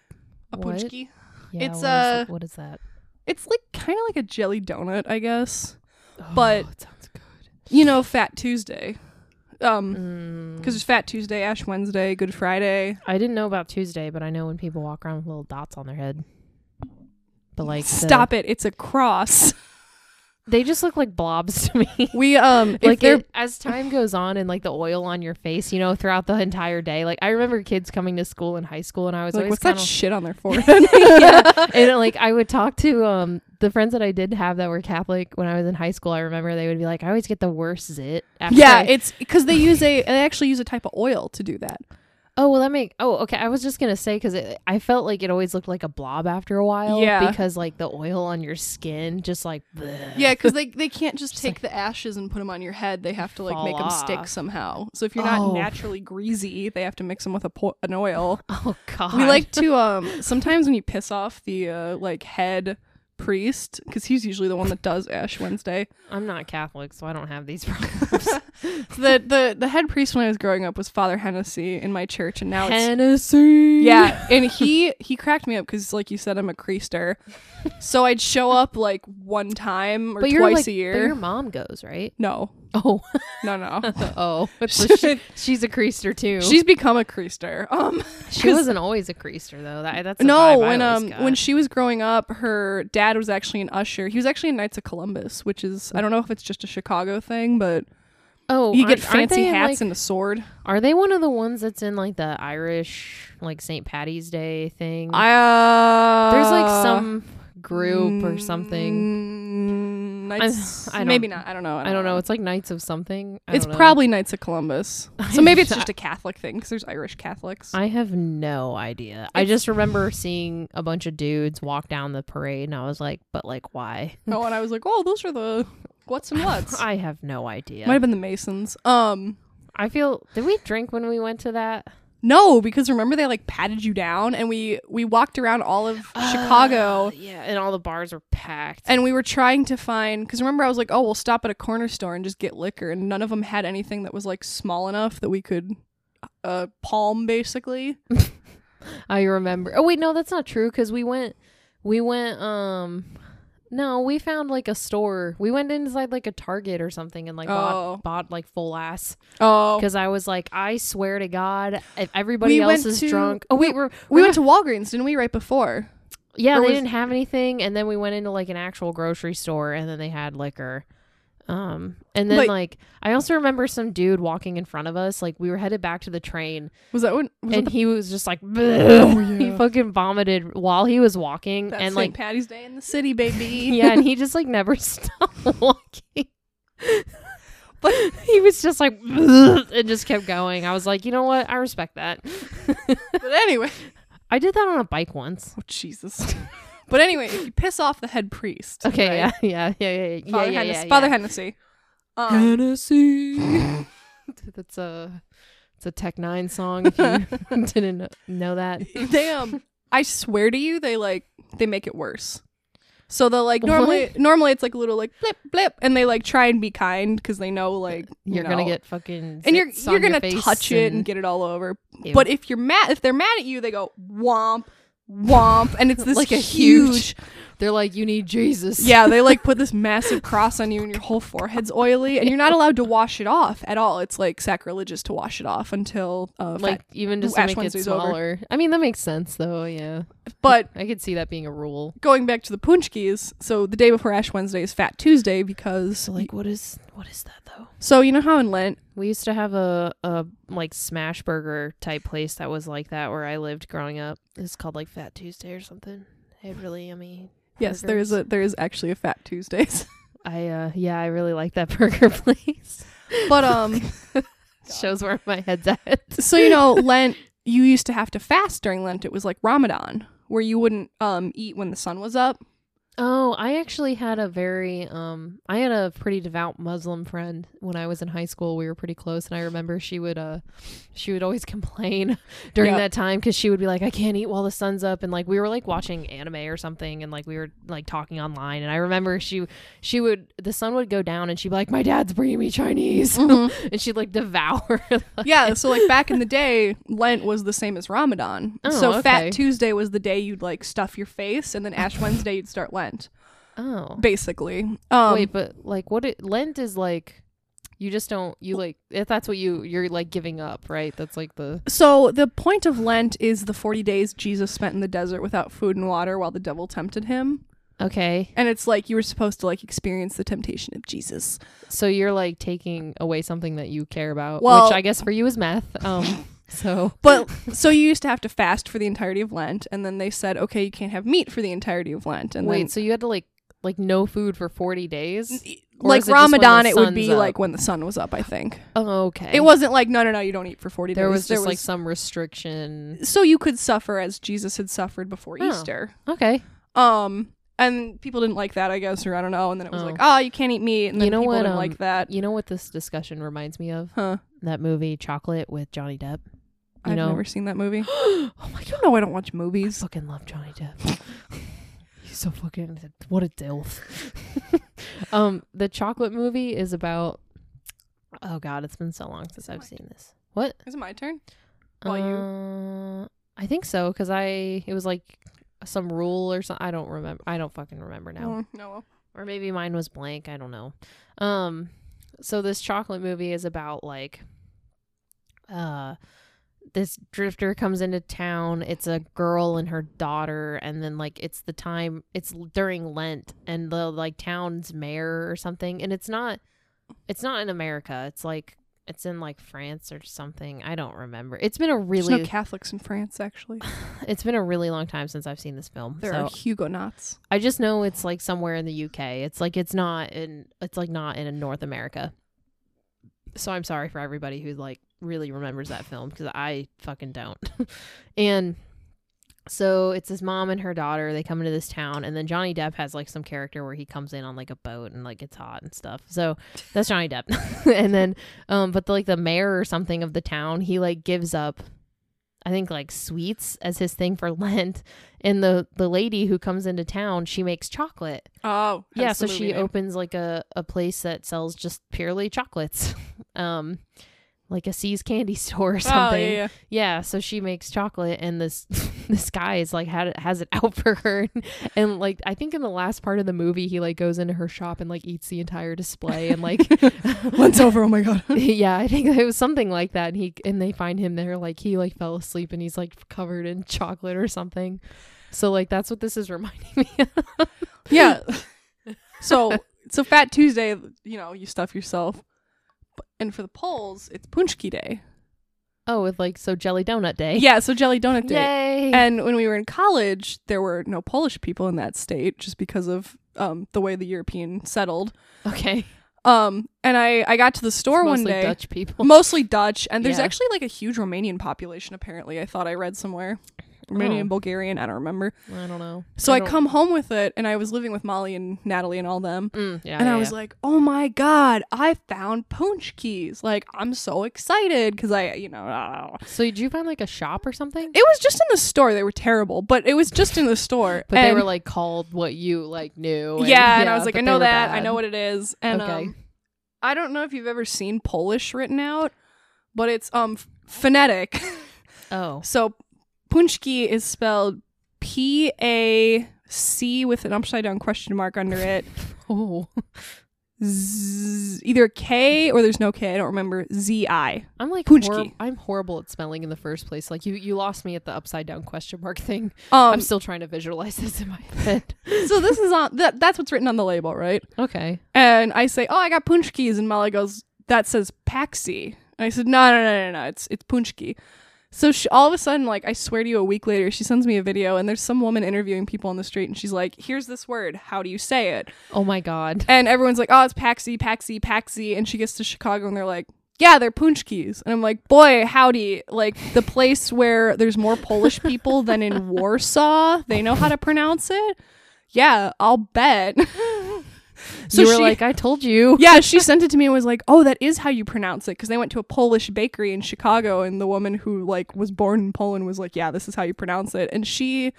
B: A
A: What?
B: punchki.
A: yeah,
B: It's,
A: what is
B: uh,
A: it- what is that?
B: It's like kind of like a jelly donut, I guess.
A: Oh,
B: but-
A: it sounds good.
B: You know, Fat Tuesday. Um
A: Mm,
B: because there's Fat Tuesday, Ash Wednesday, Good Friday.
A: I didn't know about Tuesday, but I know when people walk around with little dots on their head. But like, the-
B: Stop it. It's a cross.
A: they just look like blobs to me. <laughs>
B: We um if
A: like
B: they're
A: it- as time goes on and like the oil on your face you know throughout the entire day like i remember kids coming to school in high school and i was
B: like
A: always
B: what's that
A: kinda- <laughs>
B: shit on their forehead? <laughs>
A: yeah and like i would talk to um the friends that i did have that were catholic when i was in high school i remember they would be like i always get the worst zit after
B: yeah,
A: I-
B: it's because they use a they actually use a type of oil to do that.
A: oh well that make oh okay i was just gonna say because i felt like it always looked like a blob after a while
B: Yeah.
A: because like the oil on your skin just like bleh.
B: Yeah, because they, they can't just take the ashes and put them on your head. They have to like
A: Fall
B: make them stick
A: off.
B: somehow. So if you're not
A: Oh.
B: naturally greasy, they have to mix them with a po- an oil.
A: <laughs> oh god
B: We like to um sometimes when you piss off the uh, like head priest because he's usually the one that does Ash Wednesday.
A: I'm not Catholic, so I don't have
B: <laughs>
A: these problems.
B: So the the the head priest when I was growing up was Father Hennessy in my church, and now it's
A: Tennessee.
B: Yeah, and he he cracked me up because, like you said, I'm a creaster, so I'd show up like one time or
A: but
B: twice
A: you're like,
B: a
A: But your
B: year.
A: mom goes right.
B: No,
A: <laughs> Oh,
B: no, no.
A: oh,
B: <laughs>
A: she, she's a creaster too.
B: She's become a creaster. Um,
A: she wasn't always a creaster though. That, that's a
B: no,
A: vibe I
B: when
A: always
B: um
A: got.
B: when she was growing up, her dad was actually an usher. He was actually in Knights of Columbus, which is I don't know if it's just a Chicago thing, but
A: oh,
B: you
A: aren't-
B: get
A: aren't
B: fancy
A: they in,
B: hats
A: like-
B: and a sword.
A: Are they one of the ones that's in like the Irish like St. Patty's Day thing?
B: I uh,
A: There's like some group or something.
B: Mm, Knights,
A: I don't-
B: maybe not. I don't know.
A: I don't know. It's like Knights of something. I
B: It's
A: don't know.
B: probably Knights of Columbus.
A: <laughs>
B: So maybe it's just a Catholic thing because there's Irish Catholics.
A: I have no idea. I just remember seeing a bunch of dudes walk down the parade, and I was like, "But like, why?"
B: oh, and I was like, oh, those are the
A: <laughs>
B: what's and what's.
A: I have no idea.
B: Might have been the Masons. Um,
A: I feel. Did we drink when we went to that?
B: no, because remember they like patted you down, and we we walked around all of
A: Uh,
B: Chicago,
A: yeah, and all the bars were packed.
B: and we were trying to find. Because remember, I was like, oh, we'll stop at a corner store and just get liquor, and none of them had anything that was like small enough that we could uh palm basically.
A: I remember. Oh wait, no, that's not true because we went, we went. Um, no, we found like a store. We went inside like a Target or something and like
B: Oh.
A: bought, bought like full ass
B: Oh,
A: because I was like, I swear to God, if everybody
B: We
A: else
B: went
A: is
B: to-
A: drunk. Oh wait, we're,
B: we went to Walgreens, didn't we? Right before.
A: yeah,
B: or
A: they
B: was-
A: didn't have anything, and then we went into like an actual grocery store, and then they had liquor. Um, and then
B: Like-
A: like I also remember some dude walking in front of us. Like we were headed back to the train,
B: Was that when? Was
A: and
B: it
A: he was just like, <laughs> he
B: yeah.
A: fucking vomited while he was walking,
B: the, that
A: and
B: St.
A: like,
B: Patty's Day in the city, baby?
A: <laughs> yeah, and he just like never <laughs> stopped walking. But he was just like, and just kept going. I was like, you know what? I respect that.
B: <laughs> But anyway,
A: <laughs> I did that on a bike once.
B: oh Jesus. but anyway, if you piss off the head priest,
A: Okay,
B: right?
A: yeah, <laughs> yeah, yeah, yeah, yeah,
B: Father
A: yeah,
B: Hennessy,
A: yeah,
B: Father
A: yeah.
B: Hennessy.
A: <laughs>
B: Um,
A: Hennessy. <laughs> That's a it's a Tech Nine song. If
B: <laughs>
A: you <laughs> didn't know that,
B: they um, I swear to you, they like they make it worse. So they'll like normally normally it's like a little like blip blip, and they like try and be kind because they know like you
A: you're gonna
B: know,
A: get fucking
B: and you're
A: zits
B: you're
A: on your
B: gonna
A: face
B: touch it and get it all over.
A: Ew.
B: But if you're mad, if they're mad at you, they go womp womp, and it's
A: <laughs>
B: this
A: Like a huge-
B: huge
A: They're like, you need <laughs> Jesus.
B: <laughs> Yeah, they like put this massive cross on you and your whole forehead's oily and you're not allowed to wash it off at all. It's like sacrilegious to wash it off until uh
A: like
B: like
A: even just
B: Ash
A: to make it
B: Wednesday's over.
A: smaller. I mean, that makes sense though. Yeah,
B: but
A: I could see that being a rule.
B: going back to the punchkis, so the day before Ash Wednesday is Fat Tuesday because
A: So like, what is what is that though?
B: so you know how in Lent
A: We used to have a a like smash burger type place that was like that where I lived growing up. It's called like Fat Tuesday or something. It had really yummy.
B: Yes, there is
A: burgers.
B: a there is actually a Fat
A: <laughs>
B: Tuesdays.
A: I uh yeah, I really like that <laughs> burger place.
B: but um
A: Shows where my head's at.
B: so you know, Lent you used to have to fast during Lent. It was like Ramadan, where you wouldn't um eat when the sun was up.
A: Oh, I actually had a very um I had a pretty devout Muslim friend when I was in high school. We were pretty close and I remember she would uh she would always <laughs> complain during
B: Yeah.
A: that time cuz she would be like I can't eat while the sun's up and like we were like watching anime or something and like we were like talking online and I remember she she would the sun would go down and she'd be like my dad's bringing me <laughs> Chinese and she'd like devour <laughs> like,
B: <laughs> yeah, so like back in the day, Lent was the same as Ramadan.
A: Oh,
B: so
A: okay.
B: Fat Tuesday was the day you'd like stuff your face, and then Ash Wednesday you'd start Lent,
A: oh.
B: basically. Um,
A: Wait, but like what it, Lent is like you just don't you like if that's what you you're like giving up, right? That's like the
B: so the point of Lent is the 40 days Jesus spent in the desert without food and water while the devil tempted him.
A: Okay.
B: And it's like you were supposed to like experience the temptation of Jesus.
A: So you're like taking away something that you care about,
B: Well-
A: which I guess for you is meth. <laughs> Um so <laughs>
B: But so you used to have to fast for the entirety of Lent, and then they said, okay, you can't have meat for the entirety of Lent. And
A: wait,
B: then,
A: so you had to like like no food for 40 days? or
B: like
A: is it just when the
B: Ramadan, it would
A: sun's
B: be
A: up?
B: like when the sun was up, I think.
A: Oh, okay.
B: It wasn't like no, no, no, you don't eat for forty
A: there
B: days.
A: was just like some restriction.
B: so you could suffer as Jesus had suffered before
A: Oh.
B: Easter.
A: <laughs> Okay.
B: Um, and people didn't like that, I guess, or I don't know. And then it was
A: Oh.
B: like, oh, you can't eat meat, and then
A: You know
B: people
A: what,
B: didn't
A: um,
B: like that.
A: You know what this discussion reminds me of?
B: Huh?
A: That movie Chocolate with Johnny Depp. You
B: I've
A: know.
B: never seen that movie.
A: <gasps> oh my god.
B: No, I don't watch
A: I
B: movies.
A: fucking love Johnny Depp. <laughs> He's so fucking what a dilf. <laughs>
C: um, the chocolate movie is about.
A: oh god, it's been so long since I've
B: Right.
A: seen this. What?
B: Is it my turn? While
A: Uh, I think so because I it was like some rule or something. I don't remember. I don't fucking remember now.
B: Mm, no. well.
A: or maybe mine was blank i don't know um so this chocolate movie is about like uh this drifter comes into town it's a girl and her daughter and then like it's the time it's l- during lent and the like town's mayor or something and it's not it's not in america it's like it's in like france or something i don't remember it's been a
B: There's
A: really
B: no Catholics in France, actually.
A: <sighs> it's been a really long time since i've seen this film
B: There
A: so
B: are Huguenots.
A: I just know it's like somewhere in the UK. It's like it's not in it's like not in North America. So I'm sorry for everybody who like really remembers that film because I fucking don't. <laughs> and so it's his mom and her daughter. They come into this town, and then Johnny Depp has like some character where he comes in on like a boat and like it's hot and stuff. So that's Johnny Depp. <laughs> and then, um, but the, like the mayor or something of the town, he like gives up, I think like sweets as his thing for <laughs> Lent. And the the lady who comes into town, she makes chocolate.
B: Oh,
A: yeah,
B: hence
A: so
B: the
A: she
B: movie name.
A: opens like a a place that sells just purely chocolates, <laughs> um, like a C's candy <laughs> store or
B: Oh,
A: something.
B: yeah, yeah.
A: Yeah, so she makes chocolate, and this <laughs> this guy is like had it, has it out <laughs> for her, and, and like I think in the last part of the movie, he like goes into her shop and like eats the entire display, and
B: <laughs>
A: like <laughs>
B: Lent's over. Oh my god.
A: yeah, I think it was something like that. And he and they find him there, like he like fell asleep, and he's like covered in <laughs> chocolate or something. So like that's what this is <laughs> reminding me. of.
B: yeah.
A: <laughs>
B: So so Fat Tuesday, you know, you stuff yourself. But- And for the Poles, it's Punchki Day.
A: Oh, with like so jelly donut day.
B: Yeah, so Jelly Donut Day.
A: Yay!
B: And when we were in college, there were no Polish people in that state just because of um, the way the European settled.
A: <laughs> okay.
B: Um, and I, I got to the store one
A: Mostly
B: day,
A: Dutch people. <laughs>
B: mostly Dutch, and there's
A: Yeah.
B: actually like a huge Romanian population. Apparently, I thought I read somewhere Romanian,
A: Oh.
B: Bulgarian, I don't remember.
A: I don't know.
B: So I,
A: don't-
B: come home with it, and I was living with Molly and Natalie and all them.
A: Mm, yeah,
B: And
A: yeah,
B: I was like, "Oh my god, I found punch keys! Like I'm so excited because I, you know, ah."
A: yeah. so did you find like a shop or something?
B: it was just in the store. They were terrible, but it was just in the store.
A: But they
B: And-
A: were like called what you like knew.
B: yeah,
A: and-
B: and I was like,
A: but
B: I
A: they
B: know
A: were
B: that, I
A: bad.
B: know what it is, and
A: Okay.
B: um, I don't know if you've ever seen Polish written out, but it's um f- phonetic. <laughs>
A: Oh,
B: so punchki is spelled P A C with an upside down question mark under it.
A: <laughs> oh,
B: Z- either K or there's no K. I don't remember. Z I.
A: I'm like
B: Punchki.
A: horrib- I'm horrible at spelling in the first place. Like you, you lost me at the upside down question mark <laughs> thing.
B: Um.
A: I'm still trying to visualize this in my head.
B: so this is on that. That's what's written on the label, right?
A: okay.
B: And I say, "Oh, I got punch keys," and Molly goes, "That says Paxi." And I said, "No, no, no, no, no. It's it's punch key." So she, all of a sudden, like I swear to you, a week later, she sends me a video, and there's some woman interviewing people on the street, and she's like, "Here's this word. How do you say it?"
A: Oh my god.
B: And everyone's like, "Oh, it's Paxi, Paxi, Paxi." And she gets to Chicago, and they're like. Yeah, they're punch keys. And I'm like, boy, howdy. Like, the place where there's more Polish people than
A: <laughs>
B: in Warsaw, they know how to pronounce it. Yeah, I'll bet. <laughs>
A: you were like, I told you.
B: yeah, she sent it to me and was like, "Oh, that is how you pronounce it," because they went to a Polish bakery in Chicago, and the woman who like was born in Poland was like, "Yeah, this is how you pronounce it," and she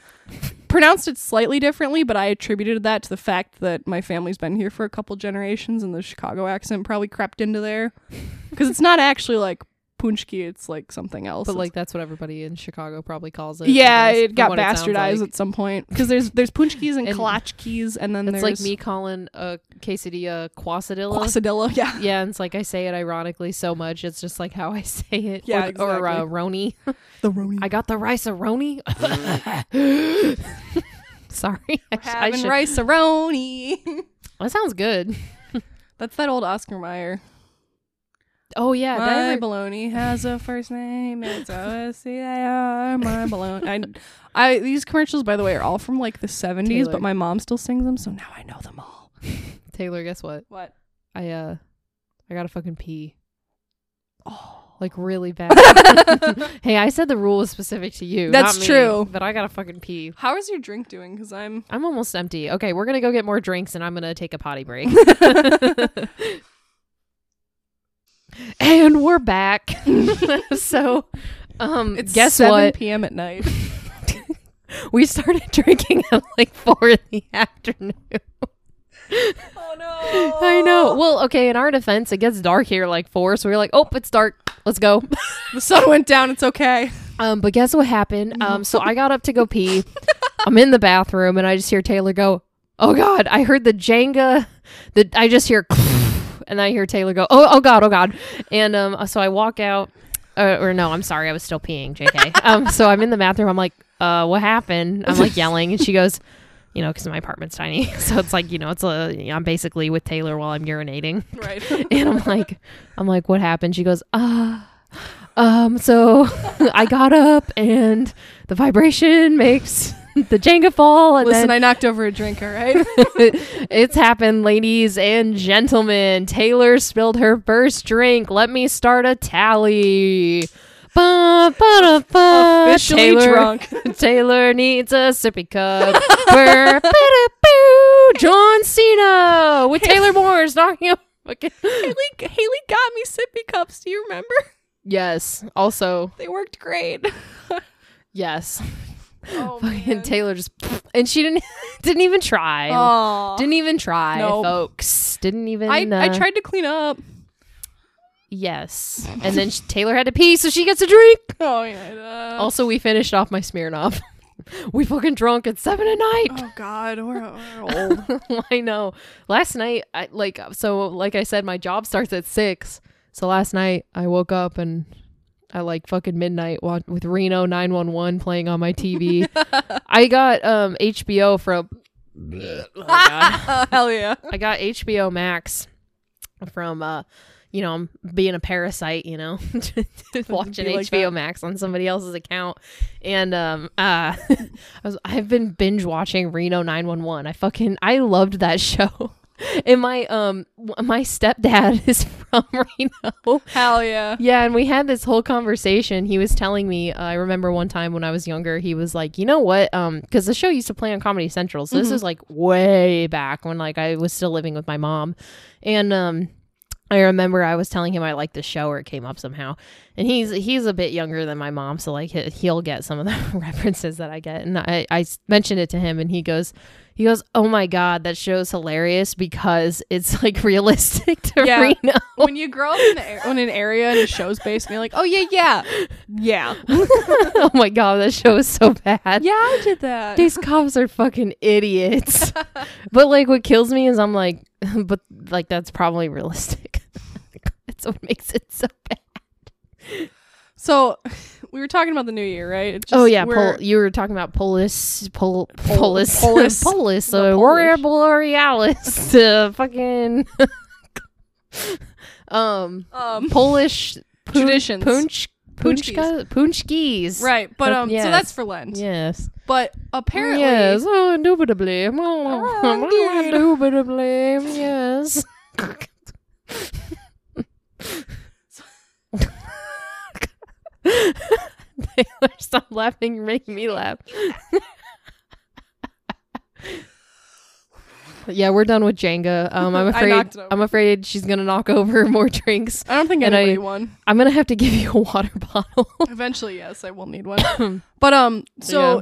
B: pronounced it slightly differently, but I attributed that to the fact that my family's been here for a couple generations, and the Chicago accent probably crept into there because it's not actually like punchki; it's like something else.
C: But
B: It's-
C: like that's what everybody in Chicago probably calls it. I
B: yeah,
C: guess,
B: it
C: from
B: got
C: what sounds
B: bastardized
C: like.
B: at some point because there's there's punchkis and,
A: And-
B: kalachkis, and then
A: It's
B: there's
A: like me calling a quesadilla quasadilla.
B: Quasadilla, <laughs> yeah.
A: <laughs> yeah, and it's like I say it ironically so much. It's just like how I <laughs> say it.
B: Yeah,
A: or, or uh,
B: exactly.
A: roni.
B: The Roni.
A: I got the rice a roni. <laughs> Sorry, I, sh- I
B: having
A: should-
B: <laughs> rice-a-roni.
A: That sounds good.
B: That's that old Oscar Mayer.
A: Oh yeah, did I
B: my
A: ever-
B: baloney has a first
A: <laughs>
B: name. It's O C A R. My baloney. I, I these commercials, by the way, are all from like the seventies,
A: Taylor.
B: but my mom still sings them, so now I know them all.
A: <laughs> Taylor, guess what?
B: What?
A: I uh, I gotta fucking pee.
B: Oh,
A: like really bad. <laughs> hey, I said the rule was specific to you.
B: That's
A: not me,
B: true.
A: But I gotta fucking pee.
B: how is your drink doing?
A: <laughs>
B: Because I'm. <laughs>
A: I'm almost empty. Okay, we're gonna go get more drinks and I'm gonna take a potty
B: <laughs>
A: break. and we're back. <laughs> so um
B: It's
A: guess
B: seven
A: what? <laughs>
B: p.m. at night.
A: we started <laughs> drinking at like four in the afternoon.
B: Oh no.
A: I know. Well, okay, in our defense, it gets dark here like four, so we were like, oh, it's dark. Let's go. <laughs>
B: The sun went down. It's okay.
A: Um, but guess what happened? Um, so I got up to go pee. I'm
B: <laughs>
A: in the bathroom and I just hear Taylor go, Oh God, I heard the Jenga the I just hear <laughs> and I hear Taylor go, Oh oh god, oh god. And um so I walk out uh, or no, I'm sorry, I was still peeing, JK. Um so I'm in the bathroom, I'm like, uh, what happened? I'm like yelling and she goes, you know, because my apartment's tiny. <laughs> So it's like, you know, it's a, I'm basically with Taylor while I'm urinating.
B: Right.
A: And I'm like, I'm like, what happened? She goes, ah, um, so <laughs> I got up and the vibration makes <laughs> the Jenga fall. And
B: Listen,
A: then
B: I knocked over a drink. All
A: <laughs>
B: right.
A: it's happened, ladies and gentlemen. Taylor spilled her first drink. Let me start a tally. Ba, ba, da, ba.
B: Officially
A: Taylor,
B: drunk.
A: <laughs>
B: <laughs>
A: Taylor needs a sippy cup. Brr, ba, da, boo. John Cena with Taylor Moore's knocking him. <laughs> Okay.
B: Haley, Haley got me sippy cups. Do you remember?
A: Yes. Also,
B: They worked great.
A: yes. <laughs>
B: Oh
A: And Taylor just <laughs> and she didn't didn't even try.
B: Aw.
A: Didn't even try,
B: No.
A: folks. Didn't even.
B: I, I
A: uh,
B: tried to clean up.
A: Yes. And then she- Taylor had to pee, so she gets a drink.
B: Oh yeah. uh,
A: Also, we finished off my Smirnoff. <laughs> we fucking drunk at seven at night.
B: oh God, we're,
A: <laughs>
B: we're old.
A: I know. Last night, I like so like I said, my job starts at six. So last night, I woke up and I like fucking midnight wa- with Reno nine one one playing on my
B: <laughs>
A: TV. I got um HBO from. Oh, God.
B: Hell yeah.
A: I got HBO Max from uh you know, I'm being a parasite, you know, <laughs> watching
B: Be like
A: HBO
B: that.
A: Max on somebody else's account. And um uh <laughs> I was I've been binge watching Reno 911. I fucking I loved that <laughs> show. And my um w- my stepdad <laughs> is from Reno.
B: Hell yeah.
A: Yeah, and we had this whole conversation. He was telling me, uh, I remember one time when I was younger, he was like, "You know what? Um cuz the show used to play on Comedy Central. So
B: Mm-hmm.
A: this is like way back when like I was still living with my mom. And um I remember I was telling him I liked the show or it came up somehow. And he's he's a bit younger than my mom, so like he- he'll get some of the <laughs> references that I get. And I I s- mentioned it to him and he goes he goes, "Oh my god, that show's hilarious because it's like <laughs> realistic to
B: Yeah.
A: Reno."
B: When you grow up in, the, ar- in an area and a show's based, and you're like, oh yeah, yeah, yeah,
A: <laughs> oh my god, that show is so bad.
B: yeah, I did that.
A: These cops are fucking idiots. but like what kills me is I'm like <laughs> but like that's probably realistic. <laughs> that's what makes it so bad.
B: So, <laughs> we were talking about the new year, right? It's
A: oh yeah,
B: we're-
A: pol- you were talking about Polis Pol-
B: Pol-
A: Polis <laughs>
B: Polis.
A: Polis
B: The
A: uh, Warrior
B: Polish.
A: Borealis <laughs> uh, fucking <laughs> um
B: um,
A: Polish pun-
B: Traditions.
A: punch
B: Punchkis.
A: punchka punchkis.
B: <laughs> right, but
A: But-
B: um,
A: yes.
B: so that's for Lent.
A: Yes.
B: But apparently,
A: Yes, oh, indubitably. <laughs>
B: Oh, indeed.
A: indubitably,
B: <laughs>
A: yes. Taylor, stop laughing. You're making me laugh. <laughs> yeah, we're done with Jenga. Um, I'm
B: <laughs> I
A: afraid.
B: knocked it over.
A: I'm afraid she's gonna knock over <laughs> more drinks.
B: I don't think
A: And I-
B: anybody
A: <laughs>
B: won.
A: I'm gonna have to give you a water <laughs> bottle.
B: Eventually, yes, I will need
A: <coughs>
B: one. but um, so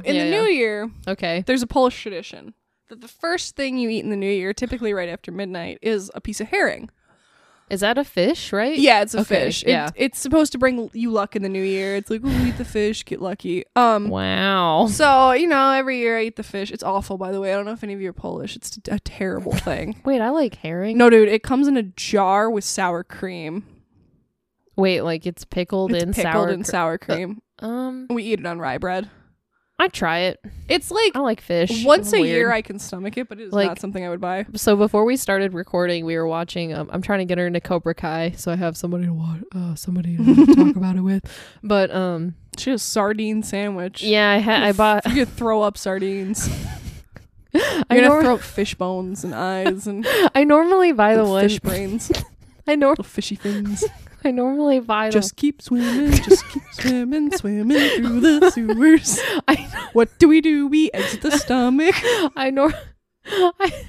A: Yeah,
B: in
A: yeah,
B: the
A: yeah.
B: new year,
A: okay.
B: there's a Polish tradition that the first thing you eat in the new year, typically right after midnight, is a piece of herring.
A: Is that a fish? Right?
B: Yeah, it's a
A: Okay,
B: fish.
A: yeah.
B: It, it's supposed to bring you luck in the new year. It's like, oh, eat the fish, get lucky. Um,
A: Wow.
B: so you know, every year I eat the fish. It's awful, by the way. I don't know if any of you are Polish. It's
A: <laughs>
B: a terrible thing.
A: Wait, I like herring.
B: No, dude, it comes in a jar with sour cream.
A: Wait, like it's pickled
B: It's
A: in
B: pickled
A: sour.
B: in
A: cr- uh,
B: sour cream.
A: um,
B: we eat it on rye bread.
A: I try it.
B: It's like
A: I like fish.
B: once a
A: Weird.
B: year I can stomach it, but it is
A: Like-
B: not something I would buy.
A: so before we started recording, we were watching. Um, I'm trying to get her into Cobra Kai, so I have somebody to watch, uh, somebody
B: <laughs>
A: to talk about it with. But um,
B: She has sardine sandwich.
A: yeah, I had I bought. <laughs>
B: You could throw up sardines.
A: I,
B: You're gonna
A: nor-
B: throw up fish bones and eyes <laughs> and
A: I normally buy the
B: little
A: one.
B: fish <laughs> brains,
A: I nor-
B: little fishy fins.
A: I normally buy the.
B: Just keep swimming, just <laughs> keep swimming, swimming through the sewers.
A: I
B: What do we do? We exit the <laughs> stomach.
A: I nor. I,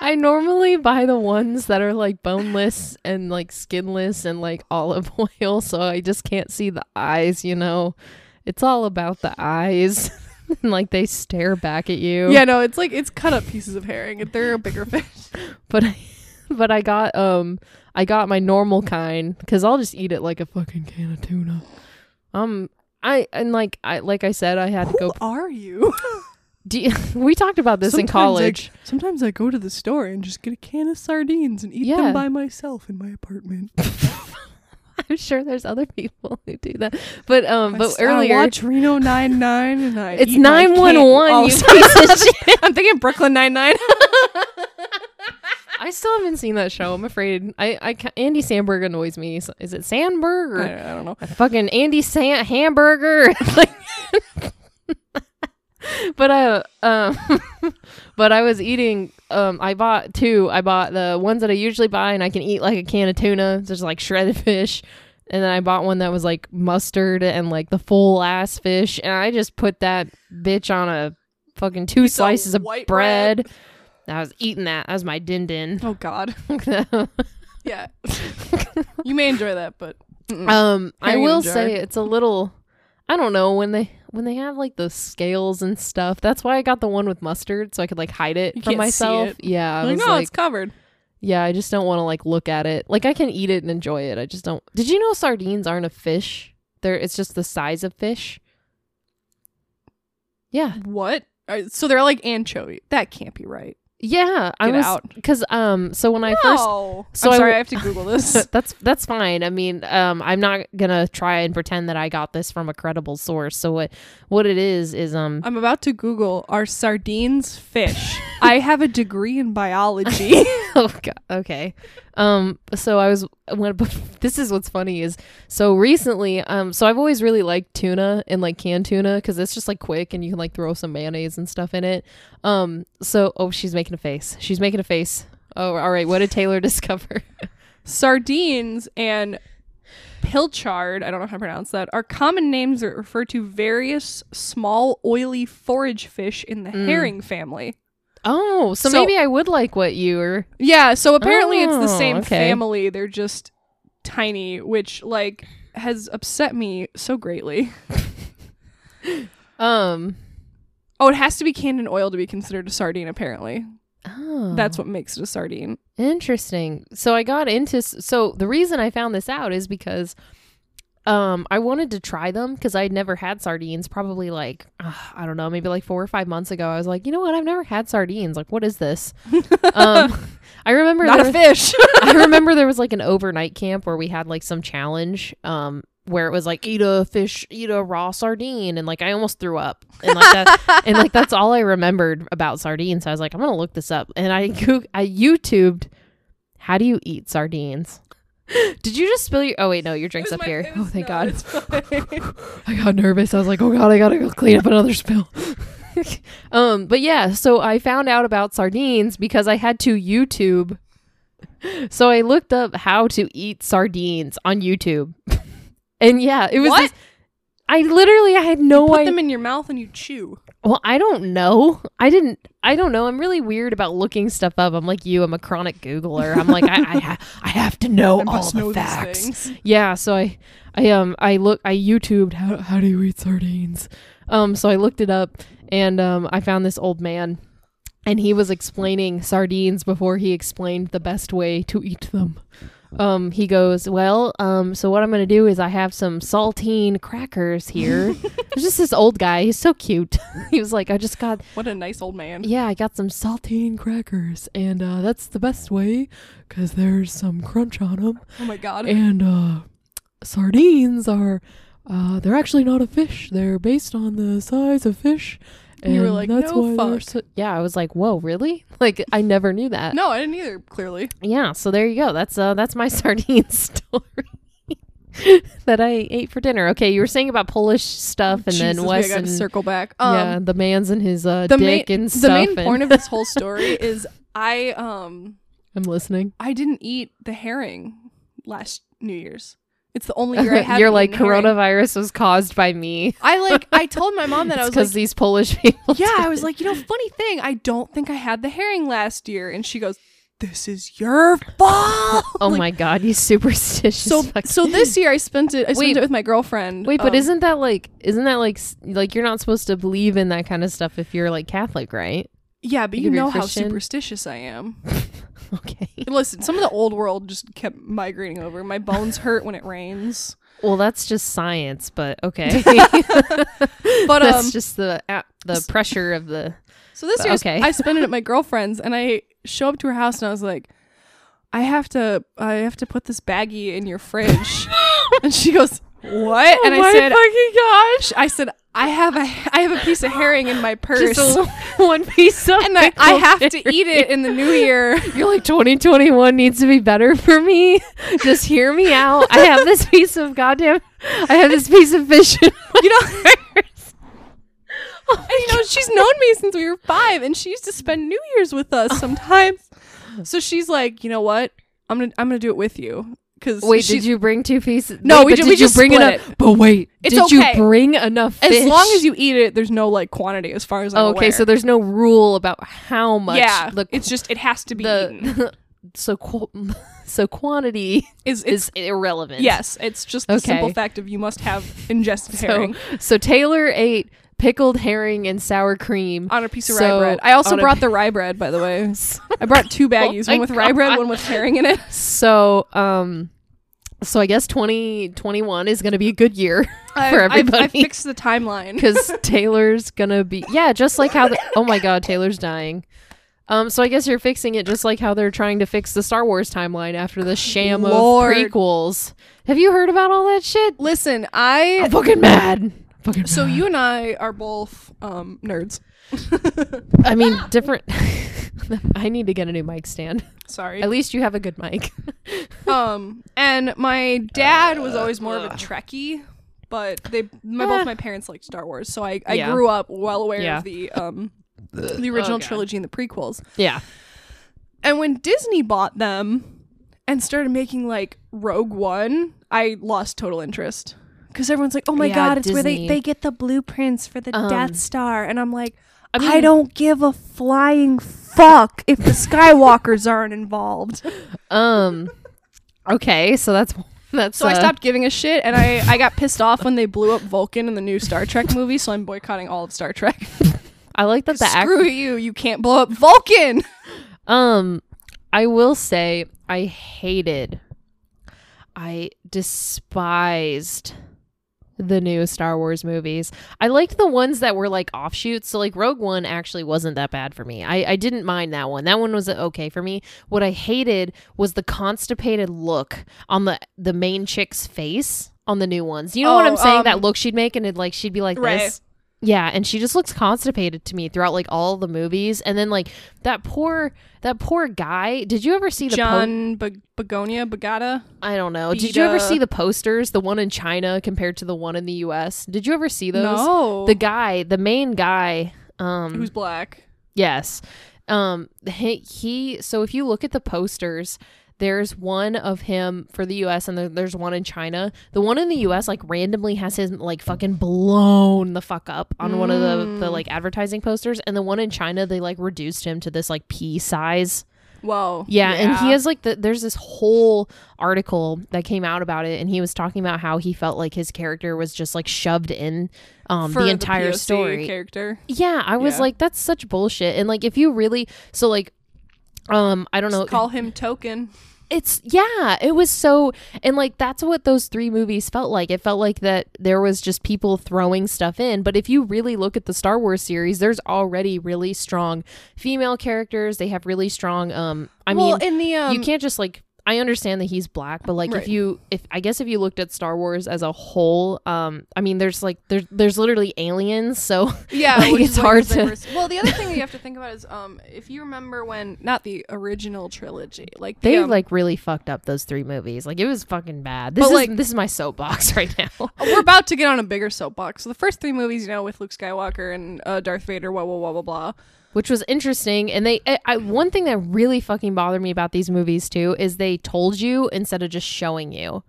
A: I normally buy the ones that are like boneless and <laughs> like skinless and like olive oil, so I just can't see the eyes, you know. it's all about the eyes. <laughs> and like they stare back at you.
B: Yeah, no, it's like it's cut up pieces of herring. They're a bigger fish.
A: But I, but I got um I got my normal kind cuz I'll just eat it like a fucking can of tuna. Um I and like I like I said I had to go
B: <laughs> Who are <laughs> you?
A: Do you- <laughs> we talked about this in
B: Sometimes I-
A: college.
B: Sometimes I go to the store and just get a can of sardines and eat
A: Yeah.
B: them by myself in my apartment.
A: <laughs> I'm sure there's other people who do that. But um
B: I
A: but
B: s-
A: earlier
B: I watch Reno Nine Nine, and I
A: it's
B: eat my can-
A: 911
B: Oh,
A: you
B: <laughs> sorry.
A: piece of shit.
B: I'm thinking Brooklyn Nine Nine.
A: I still haven't seen that show. I'm afraid. I, I ca- Andy Sandberg annoys me. So- Is it Sandberg or
B: <laughs> I don't know.
A: fucking Andy San Hamburger? <laughs> Like- but I um, <laughs> but I was eating. Um, I bought two. I bought the ones that I usually buy, and I can eat like a can of tuna, just like shredded <laughs> fish. And then I bought one that was like mustard and like the full ass fish, and I just put that bitch on a fucking two
B: Piece of
A: slices of
B: white
A: bread. I was eating that. That was my din <laughs> din.
B: Oh God.
A: um,
B: <laughs> Yeah. <laughs> you may enjoy that, but mm-mm.
A: Um, I
B: Hang in
A: will
B: jar.
A: say it's a little. I don't know when they when they have like the scales and stuff. That's why I got the one with mustard so I could like hide it
B: You
A: from
B: can't see
A: myself.
B: it.
A: Yeah, I
B: like,
A: was
B: no,
A: like,
B: it's covered.
A: yeah, I just don't want to like look at it. Like I can eat it and enjoy it. I just don't. Did you know sardines aren't a fish? They're it's just the size of fish. Yeah,
B: What? Alright, So they're like anchovy. That can't be right.
A: yeah. I
B: Get
A: was
B: out.
A: because um. So when I first
B: No.
A: So
B: I'm
A: I
B: sorry,
A: w-
B: I have to Google this.
A: <laughs> But that's that's fine. I mean, um, I'm not gonna try and pretend that I got this from a credible source. So what what it is is um
B: I'm about to Google are sardines
A: <laughs>
B: fish. I have a degree in biology.
A: oh god okay um so I was when <laughs> this is what's funny is so recently um so I've always really liked tuna and like canned tuna because it's just like quick and you can like throw some mayonnaise and stuff in it. Um so oh she's making a face she's making a face. Oh all right what did Taylor <laughs> discover?
B: sardines and pilchard, I don't know how to pronounce that, are common names that refer to various small oily forage fish in
A: Mm.
B: the herring family.
A: oh so,
B: So-
A: maybe I would like what you were
B: Yeah, so apparently it's the
A: Oh,
B: same
A: okay.
B: family. They're just tiny, which like has upset me so greatly.
A: um.
B: Oh, it has to be canned in oil to be considered a sardine apparently.
A: Oh.
B: That's what makes it a sardine.
A: Interesting. So I got into so the reason I found this out is because um I wanted to try them because I'd never had sardines probably like uh, I don't know maybe like 4 or 5 months ago. I was like, "You know what? I've never had sardines. Like what is
B: <laughs>
A: this?" um I remember
B: Not
A: there-
B: a fish.
A: I remember there was like an overnight camp where we had like some challenge um where it was like eat a fish, eat a raw sardine and like I almost threw up. And like that and like that's all I remembered about sardines. So I was like I'm going to look this up. And I goog- I YouTubed how do you eat sardines? Did you just spill your Oh wait, no, your
B: <laughs>
A: drink's up here. Oh thank god. <laughs> I got nervous. I was like, oh god, I gotta go clean up another spill. um, but yeah, so I found out about sardines because I had to YouTube. So I looked up how to eat sardines on YouTube, <laughs> and yeah, it was.
B: What?
A: this- I literally I had no
B: Put
A: idea.
B: them in your mouth and you chew.
A: well, I don't know. I didn't. I don't know. I'm really weird about looking stuff up. I'm like you. I'm a chronic Googler. I'm like I. I, ha- I <laughs> have to know
B: I
A: all
B: must
A: the
B: know these
A: facts.
B: things.
A: Yeah, so I I um I look I YouTubed how how do you eat sardines? Um so I looked it up and um I found this old man and he was explaining sardines before he explained the best way to eat them. Um he goes, "Well, um so what I'm going to do is I have some saltine crackers
B: <laughs>
A: here." There's just this old guy, he's so cute. <laughs> he was like, "I just got
B: <laughs> What a nice old man.
A: yeah, I got some saltine crackers and uh that's the best way cuz there's some crunch on them."
B: Oh my god.
A: and uh, sardines are uh, they're actually not a fish they're based on the size of fish
B: And you were like, "No,
A: they're
B: fuck."
A: so- yeah i was like whoa really <laughs> like i never knew that
B: No, I didn't either, clearly.
A: yeah so there you go that's uh that's my <laughs> sardine story <laughs> that i ate for dinner okay you were saying about polish stuff and
B: Jesus,
A: then
B: we
A: wes
B: gotta
A: and
B: circle back. Um,
A: yeah the man's and his uh
B: the main,
A: dick and stuff
B: the main
A: and-
B: point of this
A: <laughs>
B: whole story is I um
A: i'm listening
B: I didn't eat the herring last New Year's. It's the only year I
A: <laughs>
B: haven't.
A: you're like
B: eaten herring.
A: coronavirus was caused by me
B: I like I told my
A: <laughs>
B: mom that I was
A: because
B: like,
A: these polish people <laughs>
B: <laughs> yeah, I was like, you know, funny thing, I don't think I had the herring last year, and she goes, this is your
A: <laughs>
B: fault.
F: Oh
B: Like,
F: my god, you superstitious.
B: So
F: fuck.
B: so this year I spent it I spent
A: Wait.
B: it with my girlfriend.
A: Wait, but
B: um,
A: isn't that like isn't that like s- like you're not supposed to believe in that kind of stuff if you're like Catholic, right? <laughs>
B: yeah, but
A: you
B: you
A: could be a
B: know how
A: Christian?
B: superstitious I am.
A: Okay.
B: Listen, some of the old world just kept migrating over. My bones hurt when it rains.
A: Well, that's just science, but <laughs> okay.
B: But um,
A: <laughs> that's just the at the pressure of the
B: So this
A: But
B: year,
A: okay.
B: I spent it at my girlfriend's, and I show up to her house, and I was like, "I have to, I have to put this baggie in
A: <laughs>
B: your fridge." and she goes, "What?" and I said,
A: "Fucking
B: "I said I have a, I have a piece of herring in my purse,
A: <laughs> one piece of
B: and I, I have to eat it in the new
A: <laughs>
B: year."
A: You're like 2021 needs to be better for me. <laughs> Just hear me out. I have this piece of goddamn I have this piece of fish. in my <laughs>
B: You know. And you know, she's known me since we were five, and she used to spend New Year's
A: <laughs>
B: with us sometimes. so she's like, you know what? I'm gonna, I'm gonna do it with you. Cause
A: Wait,
B: she-
A: did you bring two pieces?
B: No,
A: Wait,
B: we
A: but
B: ju- we just
A: bring
B: split
A: enough? But wait,
B: It's
A: did
B: okay.
A: you bring enough?
B: As
A: Fish?
B: long as you eat it, there's no like quantity as far as I'm
A: Oh, okay,
B: aware.
A: so there's no rule about how much.
B: yeah,
A: the,
B: it's just it has to
A: <laughs>
B: be eaten.
A: the <laughs> so qu- <laughs> so quantity
B: Is it's
A: is irrelevant.
B: yes, it's just the simple
A: Okay.
B: fact of you must have ingested
A: So
B: herring
A: so Taylor ate pickled herring and sour cream.
B: on a piece of rye
A: so
B: bread. I also
A: on a- Oh
B: brought the rye bread, by the
A: <laughs>
B: way. I brought two baggies,
A: my
B: one with rye bread,
A: God.
B: one with herring
A: <laughs>
B: in it.
A: So um, so I guess 2021 is gonna be a good year <laughs>
B: I,
A: for
B: I, I
A: everybody. <laughs>
B: fixed the timeline.
A: because Taylor's gonna be yeah, just like how the, oh my god, Taylor's dying. Um, so I guess you're fixing it just like how they're trying to fix the Star Wars timeline after the sham
B: Lord.
A: of prequels. Have you heard about all that shit?
B: Listen,
A: I'm
B: I
A: fucking mad. Fucking
B: so you and I are both um, nerds.
A: I mean, different. <laughs> I need to get a new mic
B: <laughs>
A: stand.
B: Sorry.
A: At least you have a good mic. <laughs>
B: Um, and my dad was always more of a Trekkie, but they my, both
A: Eh.
B: my parents liked Star Wars, so I, I
A: Yeah.
B: grew up well aware
A: Yeah. Oh,
B: of the um the original
A: God.
B: trilogy and the prequels.
A: Yeah.
B: And when Disney bought them and started making like Rogue One, I lost total interest because everyone's like, "Oh my
A: Yeah,
B: god, it's where they
A: Disney.
B: they get the blueprints for the
A: Um,
B: Death Star," and I'm like. I,
A: mean-
B: don't give a flying fuck
A: <laughs>
B: if the Skywalkers aren't involved.
A: Um. Okay, so that's that's.
B: So I
A: uh,
B: stopped giving a shit, and I, I got pissed off when they blew up Vulcan in the new Star Trek movie. So I'm boycotting all of Star Trek.
A: I like that the act.
B: Screw you! You can't blow up Vulcan.
A: Um, I will say I hated, I despised the new Star Wars movies. I liked the ones that were like offshoots. So like Rogue One actually wasn't that bad for me. I, I didn't mind that one. That one was uh, okay for me. What I hated was the constipated look on the the main chick's face on the new ones. You know what
B: Oh,
A: I'm saying? that
B: um,
A: look she'd make and it like she'd be like
B: Rey.
A: this. Yeah, and she just looks constipated to me throughout like all the movies. And then like that poor that poor guy. Did you ever see <laughs> the po-
B: John Be- Begonia Begata.
A: I don't know. Did you ever
B: Beta.
A: see the posters? The one in China compared to the one in the U.S. Did you ever see those?
B: No,
A: The guy, the main guy. Um,
B: who's black.
A: Yes. Um he, he so if you look at the posters, there's one of him for the US and there, there's one in China. The one in the US like randomly has him like fucking blown the fuck up on one of the the like advertising posters and the one in China they like reduced him to this like pea size.
B: Whoa.
A: Yeah, and he has like the, there's this whole article that came out about it, and he was talking about how he felt like his character was just like shoved in um,
B: For
A: the entire
B: POC
A: story.
B: character.
A: Yeah, I was
B: Yeah.
A: like, that's such bullshit. And like, if you really, so like, um, I don't know.
B: Call him Token.
A: It's yeah, it was so, and like that's what those three movies felt like. It felt like that there was just people throwing stuff in. But if you really look at the Star Wars series, there's already really strong female characters. They have really strong. Um, I
B: well,
A: mean,
B: in the um,
A: you can't just like. I understand that he's black, but like
B: Right.
A: if you if I guess if you looked at Star Wars as a whole, um, I mean there's like there's there's literally aliens, so <laughs>
B: Yeah,
A: Like,
B: which
A: it's
B: is why
A: hard
B: there's
A: to-
B: diverse- Well, the other thing that you have to think about is um, if you remember when not the original trilogy, like the,
A: They
B: um,
A: like really fucked up those three movies. Like it was fucking bad. This
B: But,
A: is
B: like-
A: this is my soapbox <laughs> right
B: <laughs>
A: now.
B: we're about to get on a bigger soapbox. So the first three movies, you know, with Luke Skywalker and uh, Darth Vader, blah blah blah blah blah.
A: Which was interesting. And they I, I one thing that really fucking bothered me about these movies too is they told you instead of just showing you.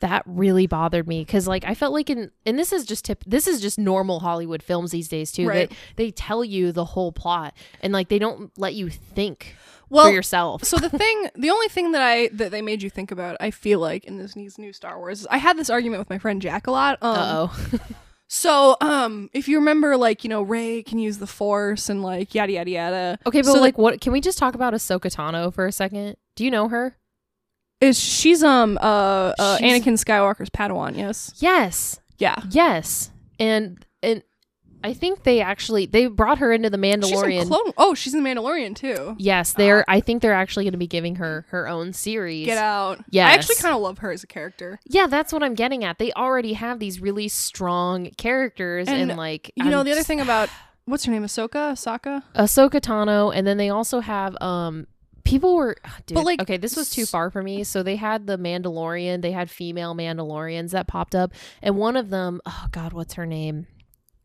A: that really bothered me because like i felt like in and this is just tip this is just normal hollywood films these days too
B: Right.
A: that they tell you the whole plot and like they don't let you think
B: Well,
A: for yourself
B: so the thing, the only thing that I that they made you think about, I feel like in this new new Star Wars, is I had this argument with my friend Jack a lot. Um,
A: uh-oh
B: So, um, if you remember, like you know, Ray can use the Force and like yada yada yada.
A: <laughs> okay but
B: so,
A: like what can we just talk about ahsoka tano for a second do you know her
B: Is she's um uh, uh
A: She's-
B: Anakin Skywalker's Padawan? Yes.
A: yes
B: Yeah.
A: yes and and i think they actually they brought her into the
B: She's in
A: mandalorian
B: Clone. Oh, she's in the Mandalorian too.
A: yes they're i think they're actually going to be giving her her own series
B: Get out. I actually
A: Yes.
B: kind of love her as a character.
A: Yeah, that's what I'm getting at. They already have these really strong characters, and,
B: And,
A: like
B: You know,
A: I'm
B: the other
A: s-
B: thing about what's her name, Ahsoka, Ahsoka.
A: Ahsoka Tano, and then they also have um people were ugh, dude,
B: like,
A: okay, this was too
B: s-
A: far for me. So they had the Mandalorian, they had female Mandalorians that popped up, and one of them, oh god, what's her name?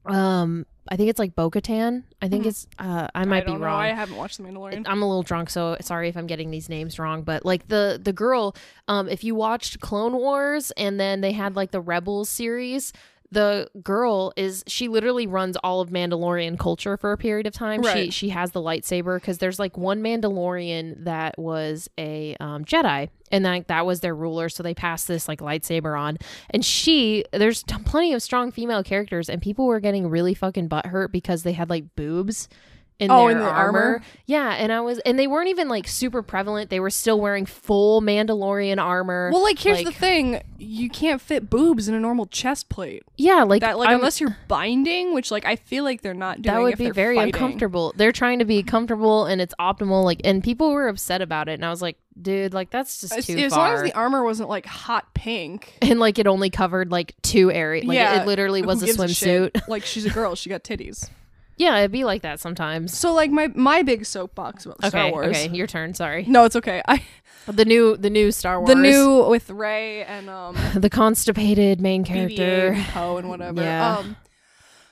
A: Um, I think it's like Bo Katan. I think
B: Mhm.
A: it's uh, I might
B: don't
A: be
B: know.
A: wrong.
B: I haven't watched the Mandalorian.
A: I'm a little drunk, so sorry if I'm getting these names wrong. But like the the girl, um, if you watched Clone Wars and then they had like the Rebels series, the girl is she literally runs all of Mandalorian culture for a period of time. She
B: Right.
A: she has the lightsaber because there's like one Mandalorian that was a um, Jedi. And like that was their ruler, so they passed this like lightsaber on. And she, there's t- plenty of strong female characters, and people were getting really fucking butthurt because they had like boobs in
B: Oh,
A: their
B: in the
A: armor.
B: armor?
A: Yeah, and I was, and they weren't even like super prevalent. They were still wearing full Mandalorian armor.
B: well, like here's the
A: like-
B: thing: you can't fit boobs in a normal chest plate.
A: yeah, like
B: That like
A: I'm-
B: unless you're binding, which like I feel like they're not doing.
A: that would
B: if
A: be
B: they're
A: very
B: fighting.
A: uncomfortable. They're trying to be comfortable and it's optimal. Like, and people were upset about it, and I was like, dude, like that's just
B: As,
A: too
B: as
A: far.
B: long as the armor wasn't like hot pink.
A: <laughs> and like it only covered like two areas. Like
B: Yeah,
A: it literally
B: who
A: was a
B: gives
A: swimsuit.
B: shit? like she's a girl, she got titties.
A: <laughs> yeah, it'd be like that sometimes.
B: So like my my big soapbox about Star
A: Okay,
B: Wars.
A: okay, your turn.
B: <laughs>
A: Sorry.
B: No, it's okay. I
A: The new, the new Star Wars,
B: the new with Ray and um
A: the constipated main
B: BB-8
A: character.
B: and Poe and whatever.
A: Yeah.
B: Um,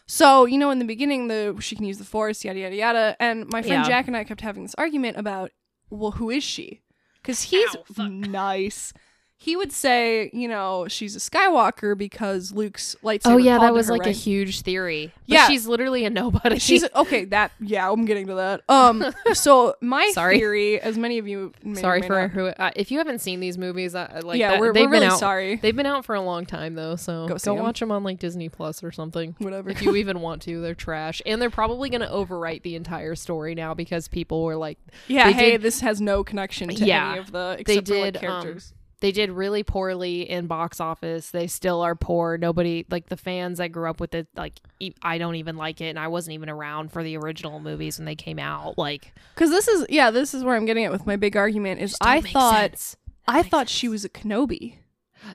B: so you know, in the beginning, the she can use the force, yada yada yada. And my friend
A: Yeah.
B: Jack and I kept having this argument about, well, who is she? Because he's
A: Ow, fuck.
B: nice. He would say, you know, she's a Skywalker because Luke's lightsaber.
A: Oh yeah,
B: called
A: that
B: to
A: was
B: her,
A: like a
B: right?
A: huge theory. But
B: Yeah.
A: she's literally a nobody.
B: She's
A: <laughs>
B: okay. That yeah, I'm getting to that. Um, so my
A: Sorry.
B: theory, as many of you, may or
C: Sorry
B: may
C: for
B: not-
C: who. Uh, if you haven't seen these movies, uh, like
B: yeah,
C: that-
B: we're,
C: they've
B: we're really
C: been out.
B: sorry.
C: They've been out for a long time though, so
B: Go
C: go,
B: see 'em.
C: watch them on like Disney Plus or something.
A: <laughs>
B: Whatever.
C: If you even want to, they're trash, and they're probably going to overwrite the entire story now because people were like,
B: Yeah,
C: They
B: hey,
C: did-
B: this has no connection to
A: Yeah.
B: any of the except
A: They
B: for like,
A: did, um,
B: characters.
A: they did really poorly in box office. They still are poor. Nobody like the fans that grew up with it. Like e- I don't even like it, and I wasn't even around for the original movies when they came out. Like
B: Because this is yeah, this is where I'm getting at with my big argument is I thought I thought she was a Kenobi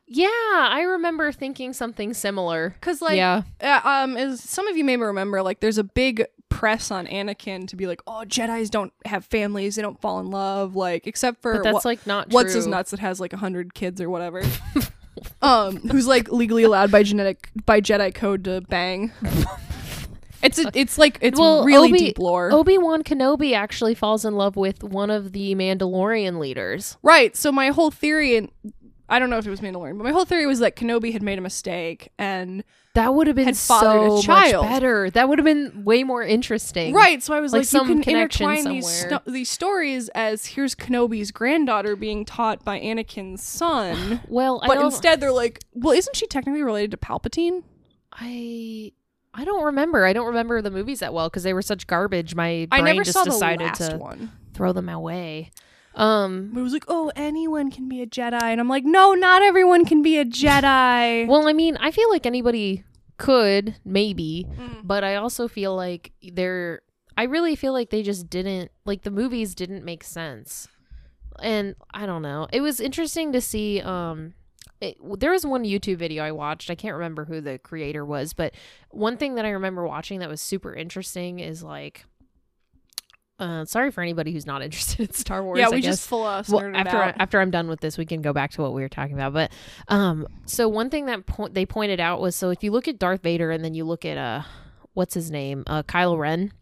A: yeah, I remember thinking something similar.
B: because like
C: yeah,
B: uh, um as some of you may remember like there's a big press on Anakin to be like oh Jedi's don't have families they don't fall in love like except for
A: But that's
B: what-
A: like not
B: what's his
A: true.
B: nuts that has like a hundred kids or
A: <laughs>
B: whatever. um, who's like legally allowed by genetic by Jedi code to
A: <laughs>
B: bang. It's a, it's like it's
A: Well,
B: really
A: Obi-
B: deep lore.
A: Obi Wan Kenobi actually falls in love with one of the Mandalorian leaders.
B: Right. So my whole theory, and I don't know if it was Mandalorian, but my whole theory was that Kenobi had made a mistake, and
A: That would have been
B: Had fathered
A: so
B: a
A: much
B: child.
A: better. That would have been way more interesting.
B: right. So I was
A: Like
B: like,
A: some
B: you can
A: connection
B: intertwine these
A: somewhere.
B: sto- these stories as here's Kenobi's granddaughter being taught by Anakin's son,
A: <sighs> Well, I
B: but
A: don't,
B: instead they're like, well, isn't she technically related to Palpatine?
A: I I don't remember. I don't remember the movies that well because they were such garbage. My brain
B: I never
A: just
B: saw the
A: decided
B: last
A: to
B: one.
A: throw them away. Um.
B: But it was like, oh, anyone can be a Jedi, and I'm like, no, not everyone can be a Jedi.
A: <laughs> Well, I mean, I feel like anybody could maybe,
B: Mm.
A: but I also feel like they're. I really feel like they just didn't like the movies didn't make sense, and I don't know. It was interesting to see. Um, it, there was one YouTube video I watched. I can't remember who the creator was, but one thing that I remember watching that was super interesting is like. Uh, sorry for anybody who's not <laughs> interested in Star Wars.
B: yeah,
A: I
B: we
A: guess
B: just full us
A: well, after I, after I'm done with this, we can go back to what we were talking about. But um, so one thing that po- they pointed out
B: Mm-hmm.
A: was so if you look at Darth Vader and then you look at uh, what's his name, uh, Kylo Ren,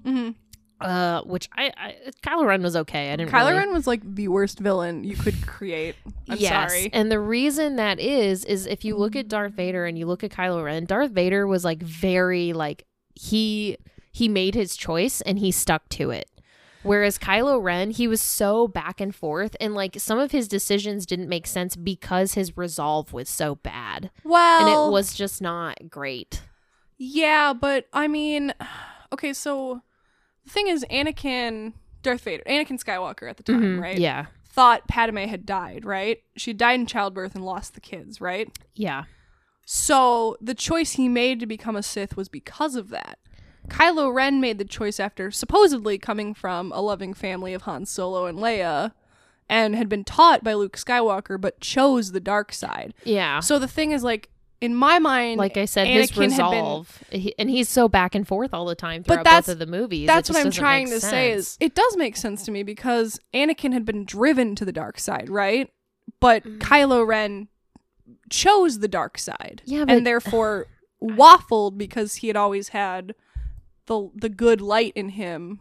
A: Uh, which I, I Kylo Ren was okay. I didn't.
B: Kylo
A: really-
B: Ren was like the worst villain you could create. I'm
A: yes.
B: sorry.
A: And the reason that is, is if you look at Darth Vader and you look at Kylo Ren, Darth Vader was like very like he he made his choice and he stuck to it. Whereas Kylo Ren, he was so back and forth and like some of his decisions didn't make sense because his resolve was so bad.
B: Well,
A: And it was just not great.
B: Yeah, but I mean, <sighs> okay, so the thing is, Anakin, Darth Vader, Anakin Skywalker at the time, Mm-hmm. right?
A: Mm-hmm, Yeah.
B: Thought Padme had died, right? She died in childbirth and lost the kids, right?
A: Yeah.
B: So the choice he made to become a Sith was because of that. Kylo Ren made the choice after supposedly coming from a loving family of Han Solo and Leia and had been taught by Luke Skywalker, but chose the dark side.
A: Yeah.
B: So the thing is, like, in my mind,
A: like I said,
B: Anakin
A: his
B: had been-
A: resolve, he, and he's so back and forth all the time
B: But
A: throughout
B: that's-
A: both of the movies. It
B: That's
A: just
B: what I'm
A: doesn't
B: trying
A: make
B: to say is
A: sense.
B: it does make sense to me because Anakin had been driven to the dark side, right? But
A: Mm-hmm.
B: Kylo Ren chose the dark side.
A: Yeah, but- <sighs>
B: and therefore waffled because he had always had the the good light in him.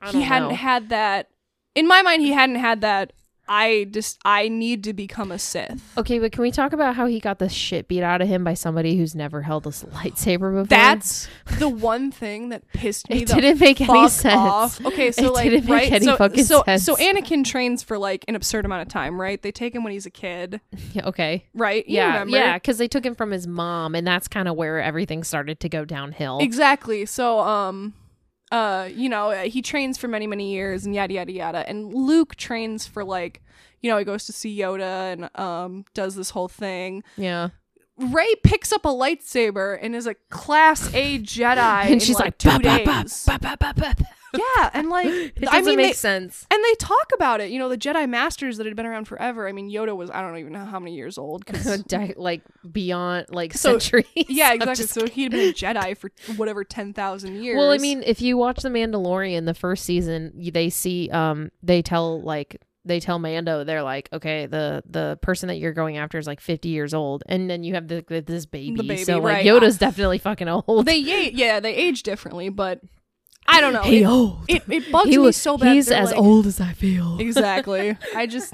A: I
B: He
A: don't
B: hadn't
A: know.
B: had that in my mind he hadn't had that I just I need to become a Sith.
A: Okay, but can we talk about how he got the shit beat out of him by somebody who's never held a s- lightsaber before?
B: That's the one thing that pissed me
A: <laughs> it
B: the
A: didn't make any
B: fuck
A: sense.
B: off. Okay, so
A: It
B: like
A: didn't make
B: right,
A: any
B: so,
A: fucking
B: so,
A: sense.
B: so Anakin trains for like an absurd amount of time, right? They take him when he's a kid,
A: <laughs> Yeah, okay.
B: right? You
A: yeah,
B: remember.
A: yeah, because they took him from his mom, and that's kind of where everything started to go downhill.
B: exactly. So um, uh, you know, uh, he trains for many many years and yada yada yada, and Luke trains for like. You know, he goes to see Yoda and um, does this whole thing.
A: yeah,
B: Ray picks up a lightsaber and is a class
A: <laughs>
B: A Jedi. in,
A: and she's like,
B: two
A: "Bah, bah, bah,
B: days.
A: bah, bah, bah, bah, bah."
B: Yeah, and like,
A: It doesn't
B: I mean,
A: make
B: they,
A: sense.
B: And they talk about it, you know, the Jedi Masters that had been around forever. I mean, Yoda was, I don't even know how many years old.
A: <laughs>
B: 'cause-
A: <laughs> Di- like beyond like
B: So-
A: centuries.
B: <laughs>
A: <laughs>
B: yeah,
A: I'm
B: exactly.
A: just
B: So he'd been a Jedi for whatever, 10,000 years.
A: Well, I mean, if you watch The Mandalorian, the first season, y- they see, um, they tell like they tell Mando, they're like, okay, the the person that you're going after is like 50 years old, and then you have the, the- this baby,
B: baby,
A: so like
B: right.
A: Yoda's definitely fucking old.
B: they, yeah, yeah, they age differently, but I don't know.
A: He
B: it,
A: old.
B: it, it bugs
A: He
B: me
A: was
B: so bad.
A: He's
B: They're
A: as
B: like-
A: oh, old as I feel. <laughs>
B: Exactly. I just.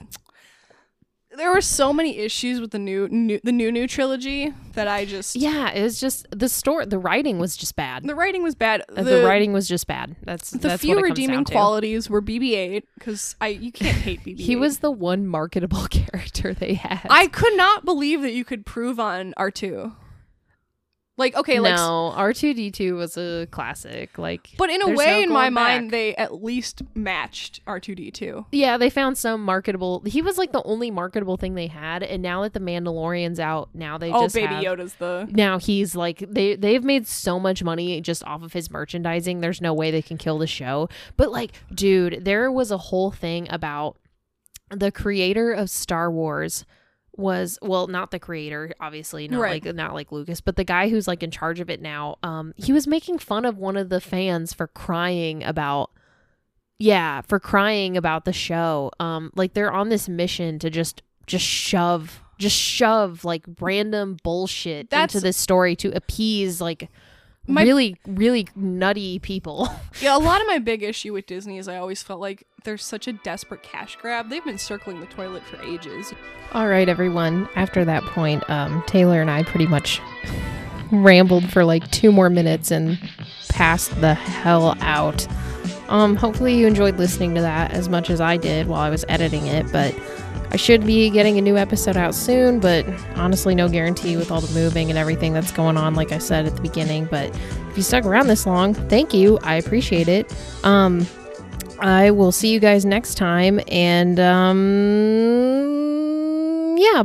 B: There were so many issues with the new, new the new new trilogy that I just
A: Yeah, it was just the story. The writing was just bad. Uh,
B: the writing was bad.
A: The, writing was just bad. That's
B: the
A: that's
B: few
A: what it comes
B: redeeming
A: down to.
B: qualities were BB-8 because I you can't hate BB-8.
A: He was the one marketable <laughs> character they had.
B: I could not believe that you could prove on R2. Like okay, like s-
A: no, R two D two was a classic. Like,
B: but in a
A: there's
B: way
A: no
B: in my
A: going
B: mind
A: back.
B: they at least matched R2D2.
A: yeah, they found some marketable. He was like the only marketable thing they had, and now that the Mandalorian's out, now they
B: Oh,
A: just
B: baby
A: have-
B: Yoda's the
A: Now he's like they they've made so much money just off of his merchandising. There's no way they can kill the show. But like, dude, there was a whole thing about the creator of Star Wars was well not the creator obviously not
B: Right.
A: like not like Lucas but the guy who's like in charge of it now um he was making fun of one of the fans for crying about yeah for crying about the show um like they're on this mission to just just shove just shove like random bullshit
B: That's-
A: into this story to appease like
B: My-
A: really really nutty people
B: Yeah, a lot of my big issue with Disney is I always felt like there's such a desperate cash grab. They've been circling the toilet for ages.
A: All right, everyone. After that point, um, Taylor and I pretty much rambled for like two more minutes and passed the hell out. Um, hopefully, you enjoyed listening to that as much as I did while I was editing it. But I should be getting a new episode out soon, but honestly, no guarantee with all the moving and everything that's going on, like I said at the beginning. But if you stuck around this long, thank you. I appreciate it. Um, I will see you guys next time. And um, yeah,